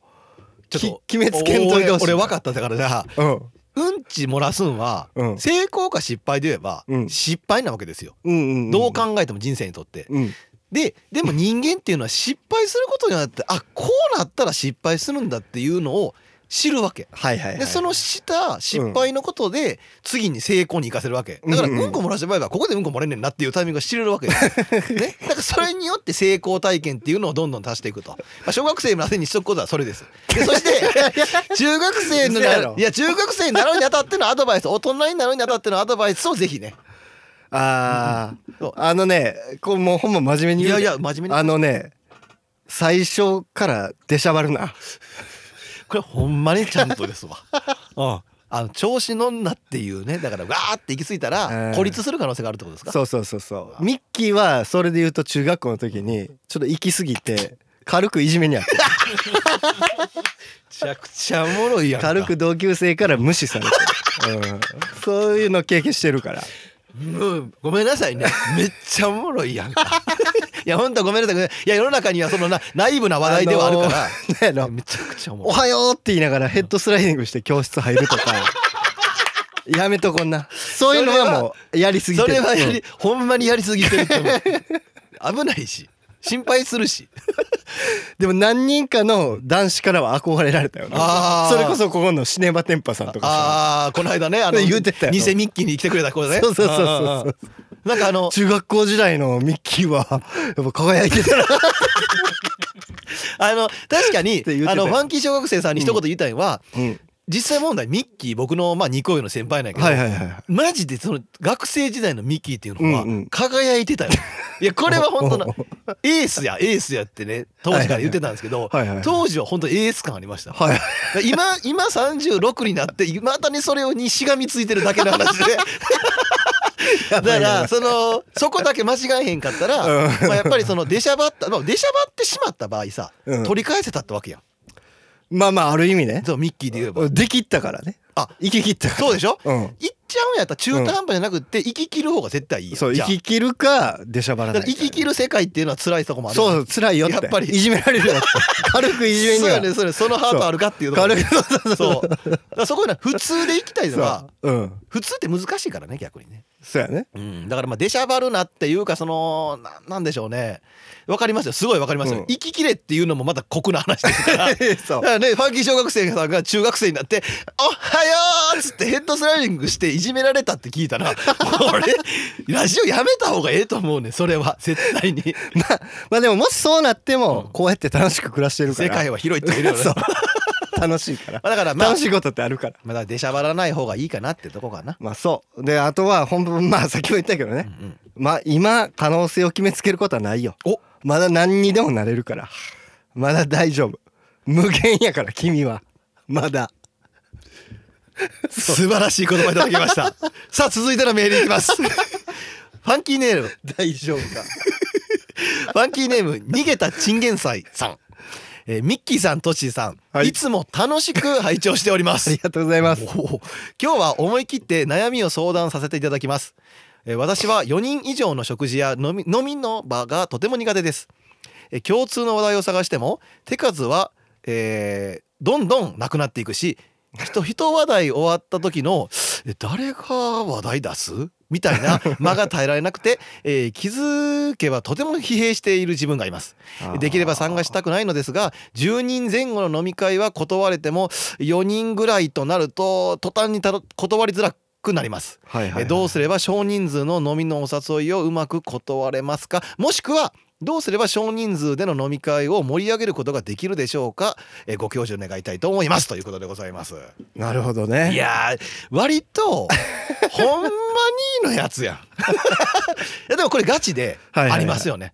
[SPEAKER 2] ちょっと
[SPEAKER 1] き決めつけんといてほしい
[SPEAKER 2] 俺俺分かっただからじゃあ
[SPEAKER 1] うん
[SPEAKER 2] うんち漏らすんは、
[SPEAKER 1] うん
[SPEAKER 2] 成功か失敗で言えば、
[SPEAKER 1] うん
[SPEAKER 2] 失敗なわけですよ。
[SPEAKER 1] うんうんん
[SPEAKER 2] どう考えても人生にとって。
[SPEAKER 1] うん
[SPEAKER 2] ででも人間っていうのは失敗することによってあこうなったら失敗するんだっていうのを知るわけ。
[SPEAKER 1] はいはいはい
[SPEAKER 2] でそのした失敗のことで、次に成功に生かせるわけだから
[SPEAKER 1] うんうん
[SPEAKER 2] うんこ漏らした場合はここでうんこ漏れんねんなっていうタイミングが知れるわけです、ね、だからそれによって成功体験っていうのをどんどん足していくと、まあ、小学生のせにしとくことはそれですでそして中学生の
[SPEAKER 1] 嘘やろ
[SPEAKER 2] いや中学生になるにあたってのアドバイス大人になるにあたってのアドバイスをぜひね
[SPEAKER 1] あ
[SPEAKER 2] そう
[SPEAKER 1] ああのねこうもうほんま真面目に
[SPEAKER 2] い
[SPEAKER 1] 言
[SPEAKER 2] や
[SPEAKER 1] う
[SPEAKER 2] い
[SPEAKER 1] い
[SPEAKER 2] や真面目に
[SPEAKER 1] あのね最初から出しゃばるな
[SPEAKER 2] これほんまにちゃんとですわうんあの調子乗んなっていうねだからわーって行き過ぎたら
[SPEAKER 1] うん
[SPEAKER 2] 孤立する可能性があるってことですか
[SPEAKER 1] そうそうそうそうミッキーはそれで言うと中学校の時にちょっと行き過ぎて軽くいじめにあって
[SPEAKER 2] [laughs] めちゃくちゃおもろいやんか
[SPEAKER 1] 軽く同級生から無視されて、うん、そういうの経験してるから
[SPEAKER 2] うん、ごめんなさいね。めっちゃおもろいやんか。いや、ほんとごめんなさいごめんなさい。いや、世の中にはそのな内部な話題ではあるから。
[SPEAKER 1] [laughs] ら、
[SPEAKER 2] いやめちゃくちゃおも
[SPEAKER 1] お
[SPEAKER 2] ろい。
[SPEAKER 1] はようって言いながらヘッドスライディングして教室入ると
[SPEAKER 2] [laughs]
[SPEAKER 1] かやめとこんなそういうのはもうやりすぎて
[SPEAKER 2] そ
[SPEAKER 1] る
[SPEAKER 2] れはや
[SPEAKER 1] う
[SPEAKER 2] り、ほんまにやりすぎてると思う。危ないし、心配するし。
[SPEAKER 1] んでも何人かの男子からは憧れられたよね
[SPEAKER 2] あー
[SPEAKER 1] それこそここのシネマテンパさんとかさ
[SPEAKER 2] ああ、この間ね、あの、
[SPEAKER 1] 言うてたよ
[SPEAKER 2] 偽ミッキーに来てくれた子ね。
[SPEAKER 1] そうそうそうそう
[SPEAKER 2] う。なんかあの、
[SPEAKER 1] [laughs] 中学校時代のミッキーはやっぱ輝いてたな
[SPEAKER 2] あの確かに
[SPEAKER 1] て言ってた
[SPEAKER 2] あ
[SPEAKER 1] よ
[SPEAKER 2] のファンキー小学生さんに一言言いたいのは、
[SPEAKER 1] うん
[SPEAKER 2] 実際問題ミッキー僕のまあ2個上の先輩なんやけど、
[SPEAKER 1] はいはいはい
[SPEAKER 2] マジでその学生時代のミッキーっていうのは
[SPEAKER 1] うんうん
[SPEAKER 2] 輝いてた
[SPEAKER 1] [laughs]
[SPEAKER 2] よ、いやこれは本当なエースやエースやってね当時から言ってたんですけど、
[SPEAKER 1] はいはい
[SPEAKER 2] 当時は本当エース感ありました、
[SPEAKER 1] はい
[SPEAKER 2] 今今36になっていまだにそれをにしがみついてるだけの話で
[SPEAKER 1] [laughs]
[SPEAKER 2] だからそのそこだけ間違えへんかったら、
[SPEAKER 1] うん
[SPEAKER 2] まあ、やっぱりその出しゃばった、まあ、出しゃばってしまった場合さ、
[SPEAKER 1] うん
[SPEAKER 2] 取り返せたってわけやん
[SPEAKER 1] [laughs] まあまあある意味ね
[SPEAKER 2] そうミッキーで言えば、
[SPEAKER 1] できったからね
[SPEAKER 2] あ
[SPEAKER 1] 生き切ったから
[SPEAKER 2] そうでしょ
[SPEAKER 1] うん
[SPEAKER 2] いっちゃうんやったら中途半端じゃなくって生き切る方が絶対いいやん
[SPEAKER 1] そう
[SPEAKER 2] じゃ
[SPEAKER 1] 生
[SPEAKER 2] あ
[SPEAKER 1] き切るか出しゃばら
[SPEAKER 2] だ
[SPEAKER 1] な
[SPEAKER 2] か
[SPEAKER 1] い
[SPEAKER 2] ら
[SPEAKER 1] か
[SPEAKER 2] 生き切る世界っていうのは辛いとこもある
[SPEAKER 1] そう辛いよって
[SPEAKER 2] やっぱり
[SPEAKER 1] いじめられるよって軽くいじめに
[SPEAKER 2] そうや
[SPEAKER 1] は
[SPEAKER 2] ねそれそのハートあるかっていうとこ
[SPEAKER 1] 軽
[SPEAKER 2] ろ
[SPEAKER 1] く
[SPEAKER 2] そうだからそこは普通で生きたいのは
[SPEAKER 1] そううん
[SPEAKER 2] 普通って難しいからね逆にね
[SPEAKER 1] そうやね
[SPEAKER 2] うん、だからまあ出しゃばるなっていうかそのななんでしょうねわかりますよすごいわかりますよ、
[SPEAKER 1] うん
[SPEAKER 2] 生ききれっていうのもまた酷な話ですからだ
[SPEAKER 1] [laughs] [laughs] そう
[SPEAKER 2] からねファンキー小学生さんが中学生になって「おはよう!」っつってヘッドスライディングしていじめられたって聞い
[SPEAKER 1] [laughs]
[SPEAKER 2] たら俺ラジオやめた方がええと思うねんそれは絶
[SPEAKER 1] [laughs]
[SPEAKER 2] 対に
[SPEAKER 1] まあまあでももしそうなって
[SPEAKER 2] うん
[SPEAKER 1] もこうやって楽しく暮らしてるか
[SPEAKER 2] 世
[SPEAKER 1] ら
[SPEAKER 2] 界は広いって言えるよね
[SPEAKER 1] そう [laughs] 楽しいから
[SPEAKER 2] まあだからまあ
[SPEAKER 1] 楽しいことってあるから
[SPEAKER 2] まあだから出しゃばらない方がいいかなってとこかな、
[SPEAKER 1] まあそうであとは本文まあ先も言ったけど
[SPEAKER 2] う
[SPEAKER 1] ね
[SPEAKER 2] んうん
[SPEAKER 1] まあ今可能性を決めつけることはないよ
[SPEAKER 2] お
[SPEAKER 1] まだ何にでもなれるからまだ大丈夫無限やから君はまだ
[SPEAKER 2] 素晴らしい言葉いただきました [laughs] さあ続いてのメールいきます [laughs] ファンキーネーム
[SPEAKER 1] 大丈夫 [laughs] か
[SPEAKER 2] ファンキーネーム逃げたチンゲンサイさん、えーミッキーさんトッシーさん、
[SPEAKER 1] はい
[SPEAKER 2] い、つも楽しく拝聴しており
[SPEAKER 1] あ
[SPEAKER 2] ま [laughs]
[SPEAKER 1] り
[SPEAKER 2] す
[SPEAKER 1] がとうございま
[SPEAKER 2] お
[SPEAKER 1] す
[SPEAKER 2] ー今日は思い切って悩みを相談させていただきます、えー私は4人以上の食事や飲み飲みの場がとても苦手です、えー共通の話題を探しても手数は、えーどんどんなくなっていくし人人話題終わった時のえ誰が話題出すみたいな間が耐えられなくて、えー気づけばとても疲弊している自分がいますできれば参加したくないのですが10人前後の飲み会は断れても4人ぐらいとなると途端にたど断りづらくなります、
[SPEAKER 1] はい
[SPEAKER 2] えどうすれば少人数の飲みのお誘いをうまく断れますかもしくはどうすれば少人数での飲み会を盛り上げることができるでしょうか、えご教授願いたいと思いますということでございます
[SPEAKER 1] なるほど
[SPEAKER 2] い
[SPEAKER 1] ね
[SPEAKER 2] やー割とほんまにのやつやん
[SPEAKER 1] [laughs]
[SPEAKER 2] いやでもこれガチでありますよね、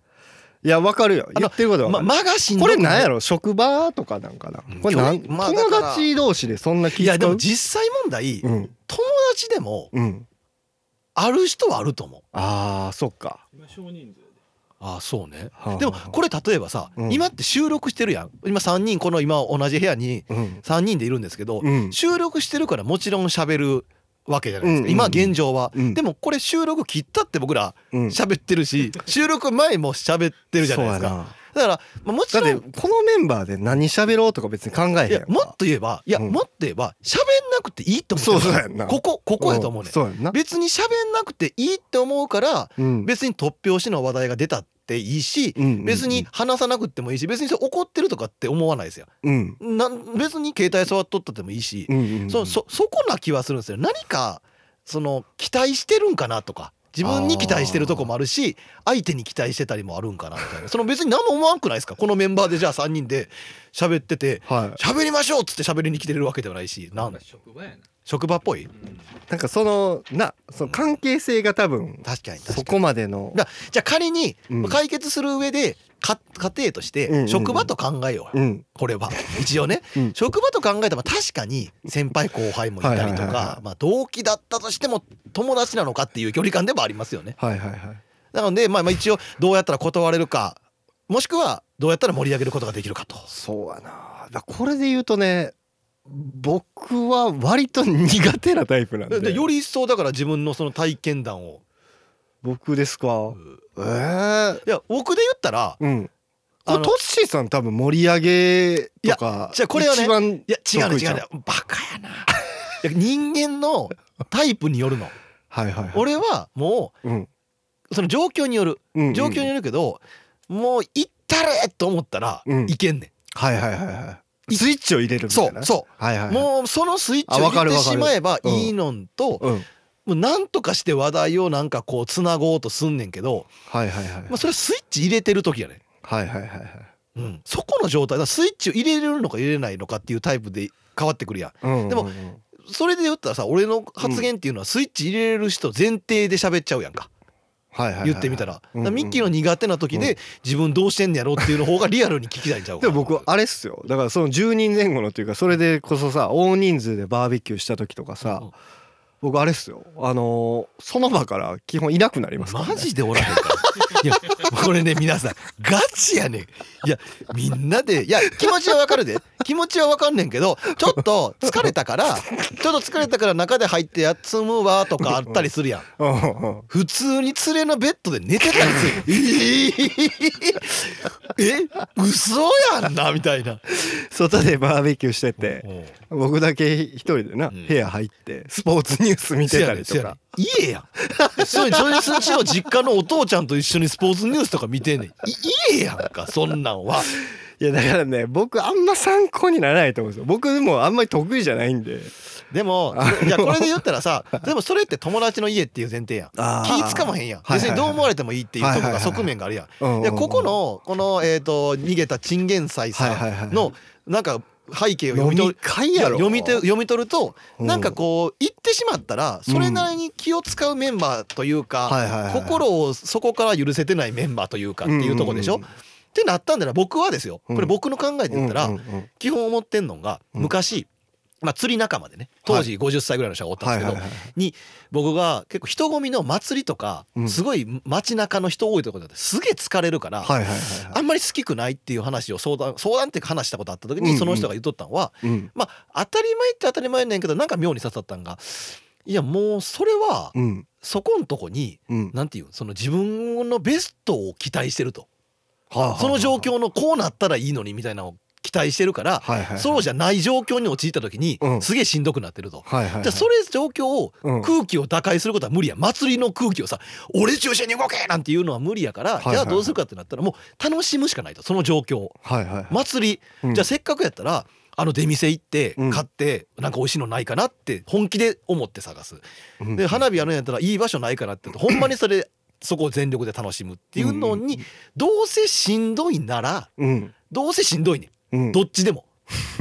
[SPEAKER 1] いやわかるよ
[SPEAKER 2] あの
[SPEAKER 1] 言ってることはわか
[SPEAKER 2] ま
[SPEAKER 1] る
[SPEAKER 2] 間がしんど
[SPEAKER 1] こ
[SPEAKER 2] く
[SPEAKER 1] れなんやろ職場とかなんかな
[SPEAKER 2] うん
[SPEAKER 1] これなん
[SPEAKER 2] 教育まあ
[SPEAKER 1] 友
[SPEAKER 2] だから
[SPEAKER 1] 達同士でそんな気
[SPEAKER 2] いやでも
[SPEAKER 1] 使
[SPEAKER 2] 実際問題、
[SPEAKER 1] ううん
[SPEAKER 2] 友達でも
[SPEAKER 1] うん
[SPEAKER 2] ある人はあると思う
[SPEAKER 1] ああそっか
[SPEAKER 2] ああそうね
[SPEAKER 1] はあ
[SPEAKER 2] でもこれ例えばさ、
[SPEAKER 1] うん
[SPEAKER 2] 今って収録してるやん今3人この今同じ部屋に
[SPEAKER 1] うん
[SPEAKER 2] 3人でいるんですけど、
[SPEAKER 1] うん
[SPEAKER 2] 収録してるからもちろん喋るわけじゃないですか、
[SPEAKER 1] うん
[SPEAKER 2] 今現状は、
[SPEAKER 1] うん
[SPEAKER 2] でもこれ収録切ったって僕ら
[SPEAKER 1] うん
[SPEAKER 2] 喋ってるし、収録前も喋ってるじゃないで
[SPEAKER 1] そ
[SPEAKER 2] す
[SPEAKER 1] うや
[SPEAKER 2] か
[SPEAKER 1] な
[SPEAKER 2] だから、まあもち
[SPEAKER 1] だっ
[SPEAKER 2] ろ
[SPEAKER 1] て
[SPEAKER 2] ん
[SPEAKER 1] このメンバーで何喋ろうとか別に考えへんやん
[SPEAKER 2] いやもっと言えばいや、
[SPEAKER 1] うん
[SPEAKER 2] もっと言えば喋んなくていいと思って
[SPEAKER 1] そうそ
[SPEAKER 2] る
[SPEAKER 1] うやんな
[SPEAKER 2] ここここやと思うねん
[SPEAKER 1] そうやんな
[SPEAKER 2] 別に喋んなくていいって思うから
[SPEAKER 1] うん
[SPEAKER 2] 別に突拍子の話題が出たっていいし
[SPEAKER 1] うん
[SPEAKER 2] 別に話さなくってもいいし別にそれ怒ってるとかって思わないですよ
[SPEAKER 1] うん
[SPEAKER 2] なん別に携帯触っとったってもいいし
[SPEAKER 1] うんうんうん
[SPEAKER 2] そそそこな気はするんですよ何かその期待してるんかなとか自分に期待してるとこもあるし相手に期待してたりもあるんかなみたいなその別に何も思わんくないですかこのメンバーでじゃあ3人で喋ってて
[SPEAKER 1] は
[SPEAKER 2] 喋りましょうっつって喋りに来てるわけではないしなん
[SPEAKER 3] 職場やな、
[SPEAKER 2] 職場っぽい
[SPEAKER 1] いなんかそのなその関係性が多分
[SPEAKER 2] 確かに確か
[SPEAKER 1] そ
[SPEAKER 2] に
[SPEAKER 1] こまでの
[SPEAKER 2] だじゃあ仮に
[SPEAKER 1] うん
[SPEAKER 2] 解決する上でか家庭とし
[SPEAKER 1] うんうんう
[SPEAKER 2] て
[SPEAKER 1] ん
[SPEAKER 2] 職場と考えよう
[SPEAKER 1] う
[SPEAKER 2] よ
[SPEAKER 1] ん
[SPEAKER 2] これは一応ね
[SPEAKER 1] うん
[SPEAKER 2] 職場と考えても確かに先輩後輩もいたりと
[SPEAKER 1] はいはいはい
[SPEAKER 2] か
[SPEAKER 1] は
[SPEAKER 2] まあ同期だったとしても友達なのかっていう距離感でもありますよね
[SPEAKER 1] はいはいはい
[SPEAKER 2] なのでまあまあ一応どうやったら断れるかもしくはどうやったら盛り上げることができるかと
[SPEAKER 1] そうやなだこれで言うとね僕は割と苦手なタイプなんで
[SPEAKER 2] でより一層だから自分のその体験談を
[SPEAKER 1] 僕です
[SPEAKER 2] う
[SPEAKER 1] か
[SPEAKER 2] ん
[SPEAKER 1] えー、
[SPEAKER 2] いや僕で言ったら
[SPEAKER 1] うんこ
[SPEAKER 2] あ
[SPEAKER 1] れ
[SPEAKER 2] の
[SPEAKER 1] トッシーさん多分盛り上げとか
[SPEAKER 2] じゃあこれはね
[SPEAKER 1] 一番
[SPEAKER 2] いや違うね
[SPEAKER 1] 得意
[SPEAKER 2] 違
[SPEAKER 1] じゃ
[SPEAKER 2] うんねバカやないや人間のタイプによるの
[SPEAKER 1] はいはいはい
[SPEAKER 2] 俺はも
[SPEAKER 1] うん
[SPEAKER 2] うその状況による
[SPEAKER 1] うんうん
[SPEAKER 2] 状況によるけど、もう行ったれと思ったら
[SPEAKER 1] うん
[SPEAKER 2] いけんね
[SPEAKER 1] はいはいはいはいいスイッチを入れるみ
[SPEAKER 2] ん、
[SPEAKER 1] た
[SPEAKER 2] そ
[SPEAKER 1] いな
[SPEAKER 2] うそう
[SPEAKER 1] はいはいはい
[SPEAKER 2] もうそのスイッチを
[SPEAKER 1] あわか
[SPEAKER 2] 入
[SPEAKER 1] る
[SPEAKER 2] れて
[SPEAKER 1] わかる
[SPEAKER 2] しまえばいいのんと、
[SPEAKER 1] うん
[SPEAKER 2] もうなんとかして話題をなんかこうつなごうとすんねんけど、
[SPEAKER 1] はいはいはい
[SPEAKER 2] まあ、それはスイッチ入れてる時やね
[SPEAKER 1] はいはいはいはい
[SPEAKER 2] ん、うん、そこの状態だからスイッチを入れれるのか入れないのかっていうタイプで変わってくるやん
[SPEAKER 4] うん
[SPEAKER 2] でも
[SPEAKER 4] うんうん
[SPEAKER 2] それで言ったらさ俺の発言っていうのはスイッチ入れれる人前提で喋っちゃうやんか
[SPEAKER 4] はいはいはいはい
[SPEAKER 2] 言ってみたらだか
[SPEAKER 4] うんうん
[SPEAKER 2] らミッキーの苦手な時
[SPEAKER 4] う
[SPEAKER 2] で自分どうしてんねやろうっていうの方がリアルに聞きたいんちゃうか
[SPEAKER 1] で
[SPEAKER 2] な
[SPEAKER 1] も僕あれっすよだからその10人前後のっていうかそれでこそさ大人数でバーベキューした時とかさ、
[SPEAKER 2] うん
[SPEAKER 1] 僕あれっすよあのーその場から基本いなくなりますから、ね、
[SPEAKER 2] マジでおらへんから。いやこれね皆さんガチやねんいやみんなでいや気持ちはわかるで気持ちはわかんねんけどちょっと疲れたからちょっと疲れたから中で入って休むわとかあったりするやん
[SPEAKER 1] うんうんうん
[SPEAKER 2] 普通に連れのベッドで寝てたり [laughs] するえー、え嘘やんなみたいな
[SPEAKER 1] 外でバーベキューしてて
[SPEAKER 2] うん
[SPEAKER 1] 僕だけ一人でな、
[SPEAKER 2] うん
[SPEAKER 1] 部屋入ってスポーツニュース見てたりとか
[SPEAKER 2] せやねんせやねん家やんそれそれそっちの実家のお父ちゃんと一緒にスポーツニュースとか見てんねんい家やんかそんなんはい
[SPEAKER 1] やだからね僕あんま参考にならないと思うんですよ僕もあんまり得意じゃないんで
[SPEAKER 2] でもいやこれで言ったらさでもそれって友達の家っていう前提やん
[SPEAKER 1] あ
[SPEAKER 2] 気つかまへんやん
[SPEAKER 1] はいはいはい
[SPEAKER 2] 別にどう思われてもいいっていうとこ
[SPEAKER 1] はい
[SPEAKER 2] が
[SPEAKER 1] はいはい
[SPEAKER 2] 側面があるやん
[SPEAKER 1] へん
[SPEAKER 2] いやここのこのえっと逃げたチンゲンサイ
[SPEAKER 1] はいは
[SPEAKER 2] さ
[SPEAKER 1] いはい
[SPEAKER 2] んのなんか背景を
[SPEAKER 1] 飲
[SPEAKER 2] 読み取
[SPEAKER 1] み
[SPEAKER 2] る
[SPEAKER 1] 会
[SPEAKER 2] いや
[SPEAKER 1] やろ
[SPEAKER 2] 読みて読み取ると
[SPEAKER 1] うん
[SPEAKER 2] なんかこう言ってしまったらそれなりに気を使うメンバーというか、
[SPEAKER 1] はいはいはい
[SPEAKER 2] 心をそこから許せてないメンバーというかっていうとこでしょ、
[SPEAKER 1] うんうん
[SPEAKER 2] ってなったんだら僕はですよこれ僕の考えで言ったら
[SPEAKER 1] うんうんうん
[SPEAKER 2] 基本思ってんのが
[SPEAKER 1] うん
[SPEAKER 2] 昔、まあ、釣り仲間でね当時50歳ぐらいの人がおったん
[SPEAKER 1] はい
[SPEAKER 2] です
[SPEAKER 1] は
[SPEAKER 2] け
[SPEAKER 1] い
[SPEAKER 2] ど
[SPEAKER 1] はい
[SPEAKER 2] に僕が結構人混みの祭りとか
[SPEAKER 1] うん
[SPEAKER 2] すごい街中の人多いところですげえ疲れるから、
[SPEAKER 1] はいはいはいは
[SPEAKER 2] あんまり好きくないっていう話を相談相談っていうか話したことあった時
[SPEAKER 1] うんう
[SPEAKER 2] に
[SPEAKER 1] ん
[SPEAKER 2] その人が言っとったのは、
[SPEAKER 1] いうん
[SPEAKER 2] まあ当たり前って当たり前やねんけどなんか妙に刺さったんがいやもうそれは
[SPEAKER 1] うん
[SPEAKER 2] そこんとこに
[SPEAKER 1] うん
[SPEAKER 2] なんていうその自分のベストを期待してると
[SPEAKER 1] はあはあ
[SPEAKER 2] その状況のこうなったらいいのにみたいなのを期待してるから
[SPEAKER 1] はいはいはい
[SPEAKER 2] そうじゃない状況に陥った時に
[SPEAKER 1] うん
[SPEAKER 2] すげえしんどくなってると。
[SPEAKER 1] はいはいはい
[SPEAKER 2] じゃあそれ状況を
[SPEAKER 1] うん
[SPEAKER 2] 空気を打開することは無理や祭りの空気をさ「俺中心に動け!」なんていうのは無理やから
[SPEAKER 1] はいはい
[SPEAKER 2] じゃあどうするかってなったらもう楽しむしかないとその状況を
[SPEAKER 1] はいはいはい
[SPEAKER 2] 祭り
[SPEAKER 1] うん
[SPEAKER 2] じゃあせっかくやったらあの出店行って
[SPEAKER 1] うん
[SPEAKER 2] 買ってなんか美味しいのないかなって本気で思って探す
[SPEAKER 1] うん
[SPEAKER 2] で花火やるんやったらいい場所ないかなって言うとほんまにそれそこを全力で楽しむっていうのにどうせしんどいなら
[SPEAKER 1] うん
[SPEAKER 2] どうせしんどいね
[SPEAKER 1] うん
[SPEAKER 2] んどっち
[SPEAKER 1] [laughs]
[SPEAKER 2] でも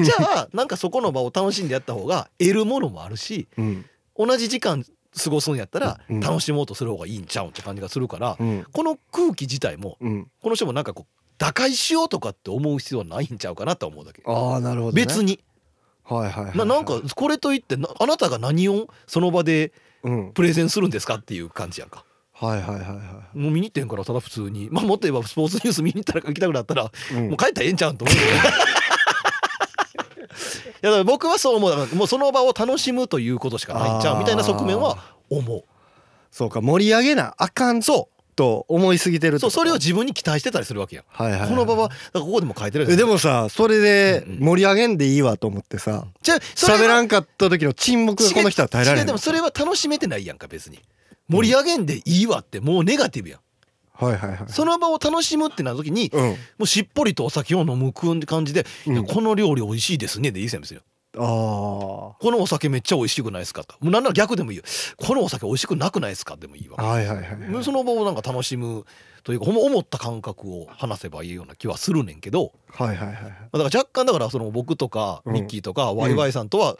[SPEAKER 2] じゃあなんかそこの場を楽しんでやった方が得るものもあるし
[SPEAKER 1] うん
[SPEAKER 2] 同じ時間過ごすんやったら
[SPEAKER 1] うん
[SPEAKER 2] 楽しもうとする方がいいんちゃうんって感じがするから
[SPEAKER 1] うん
[SPEAKER 2] この空気自体も
[SPEAKER 1] うん
[SPEAKER 2] この人もなんかこう打開しようとかって思う必要はないんちゃうかなと思うだけ
[SPEAKER 1] ああなるほどね
[SPEAKER 2] 別に
[SPEAKER 1] はいはいはい
[SPEAKER 2] ななんかこれといってなあなたが何をその場で
[SPEAKER 1] うん
[SPEAKER 2] プレゼンするんですかっていう感じやんか
[SPEAKER 1] はいはいはいは
[SPEAKER 2] もう見に行ってんからただ普通にまあもっと言えばスポーツニュース見に行ったら行きたくなったら
[SPEAKER 1] いうん
[SPEAKER 2] もう帰ったらええんちゃうんと思うけど [laughs] いやだから僕はそう思うだからもうその場を楽しむということしかないんちゃ
[SPEAKER 1] あ
[SPEAKER 2] う
[SPEAKER 1] ー
[SPEAKER 2] みたいな側面は思う
[SPEAKER 1] そうか盛り上げなあかん
[SPEAKER 2] そ
[SPEAKER 1] と思いすぎてるっ
[SPEAKER 2] う
[SPEAKER 1] て
[SPEAKER 2] そう
[SPEAKER 1] こと
[SPEAKER 2] それを自分に期待してたりするわけやん
[SPEAKER 1] はいはいはい
[SPEAKER 2] この場はだからここでも書いてる
[SPEAKER 1] えで
[SPEAKER 2] も
[SPEAKER 1] もさそれで
[SPEAKER 2] うんうん
[SPEAKER 1] 盛り上げんでいいわと思ってさ
[SPEAKER 2] じゃあそれは
[SPEAKER 1] 喋らんかった時の沈黙がこの人は耐えられ
[SPEAKER 2] 違う
[SPEAKER 1] へん
[SPEAKER 2] でもそれは楽しめてないやんか別に盛り上げんでいいわってもうネガティブやん
[SPEAKER 1] はいはいはい
[SPEAKER 2] その場を楽しむってなる時に、
[SPEAKER 1] うん
[SPEAKER 2] もうしっぽりとお酒を飲むくんって感じで、
[SPEAKER 1] うん
[SPEAKER 2] いやこの料理美味しいですねでいいですよ。
[SPEAKER 1] あ
[SPEAKER 2] このお酒めっちゃ美味しくないですかと。もうなんなら逆でもいいよ。このお酒美味しくなくないですかでもいい
[SPEAKER 1] あ
[SPEAKER 2] わ。
[SPEAKER 1] はいはいはい
[SPEAKER 2] その場をなんか楽しむというか、ほんま思った感覚を話せばいいような気はするねんけど、
[SPEAKER 1] はいはいはい
[SPEAKER 2] まあだから若干だからその僕とか
[SPEAKER 1] うん
[SPEAKER 2] ミッキーとかワイワイさんとは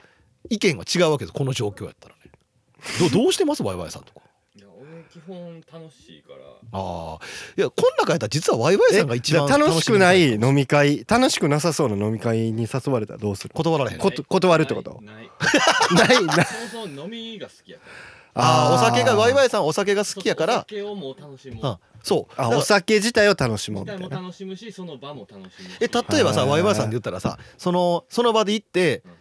[SPEAKER 2] 意見が違うわけです。この状況やったらね。
[SPEAKER 1] [laughs]
[SPEAKER 2] どどうしてますワイワイさんとか。
[SPEAKER 5] いや俺基本楽しいから
[SPEAKER 2] ああ、いやこん中やったら実はワイワイさんが
[SPEAKER 1] え
[SPEAKER 2] 一
[SPEAKER 1] じゃ
[SPEAKER 2] 番
[SPEAKER 1] あ楽しくな
[SPEAKER 2] み
[SPEAKER 1] い飲み会楽しくなさそうな飲み会に誘われたらどうする
[SPEAKER 2] 断られへん。
[SPEAKER 1] こ断るってこと
[SPEAKER 2] [laughs]
[SPEAKER 5] ないない
[SPEAKER 1] ないな
[SPEAKER 5] そもそも飲みが好きやから
[SPEAKER 2] ああお酒がワイ
[SPEAKER 1] イ
[SPEAKER 2] ワイさんお酒が好きやか
[SPEAKER 5] お
[SPEAKER 2] ら、
[SPEAKER 5] 酒をもう楽しむ
[SPEAKER 2] うん、そうだ
[SPEAKER 1] あ
[SPEAKER 2] から
[SPEAKER 1] お酒自体を楽しもう
[SPEAKER 5] 自
[SPEAKER 1] みたい
[SPEAKER 5] 体も
[SPEAKER 1] な
[SPEAKER 5] 楽しむしその場も楽しむし
[SPEAKER 2] え例えばさ
[SPEAKER 1] はい
[SPEAKER 2] ワイワイさんで言ったらさそのその場で行って
[SPEAKER 5] うん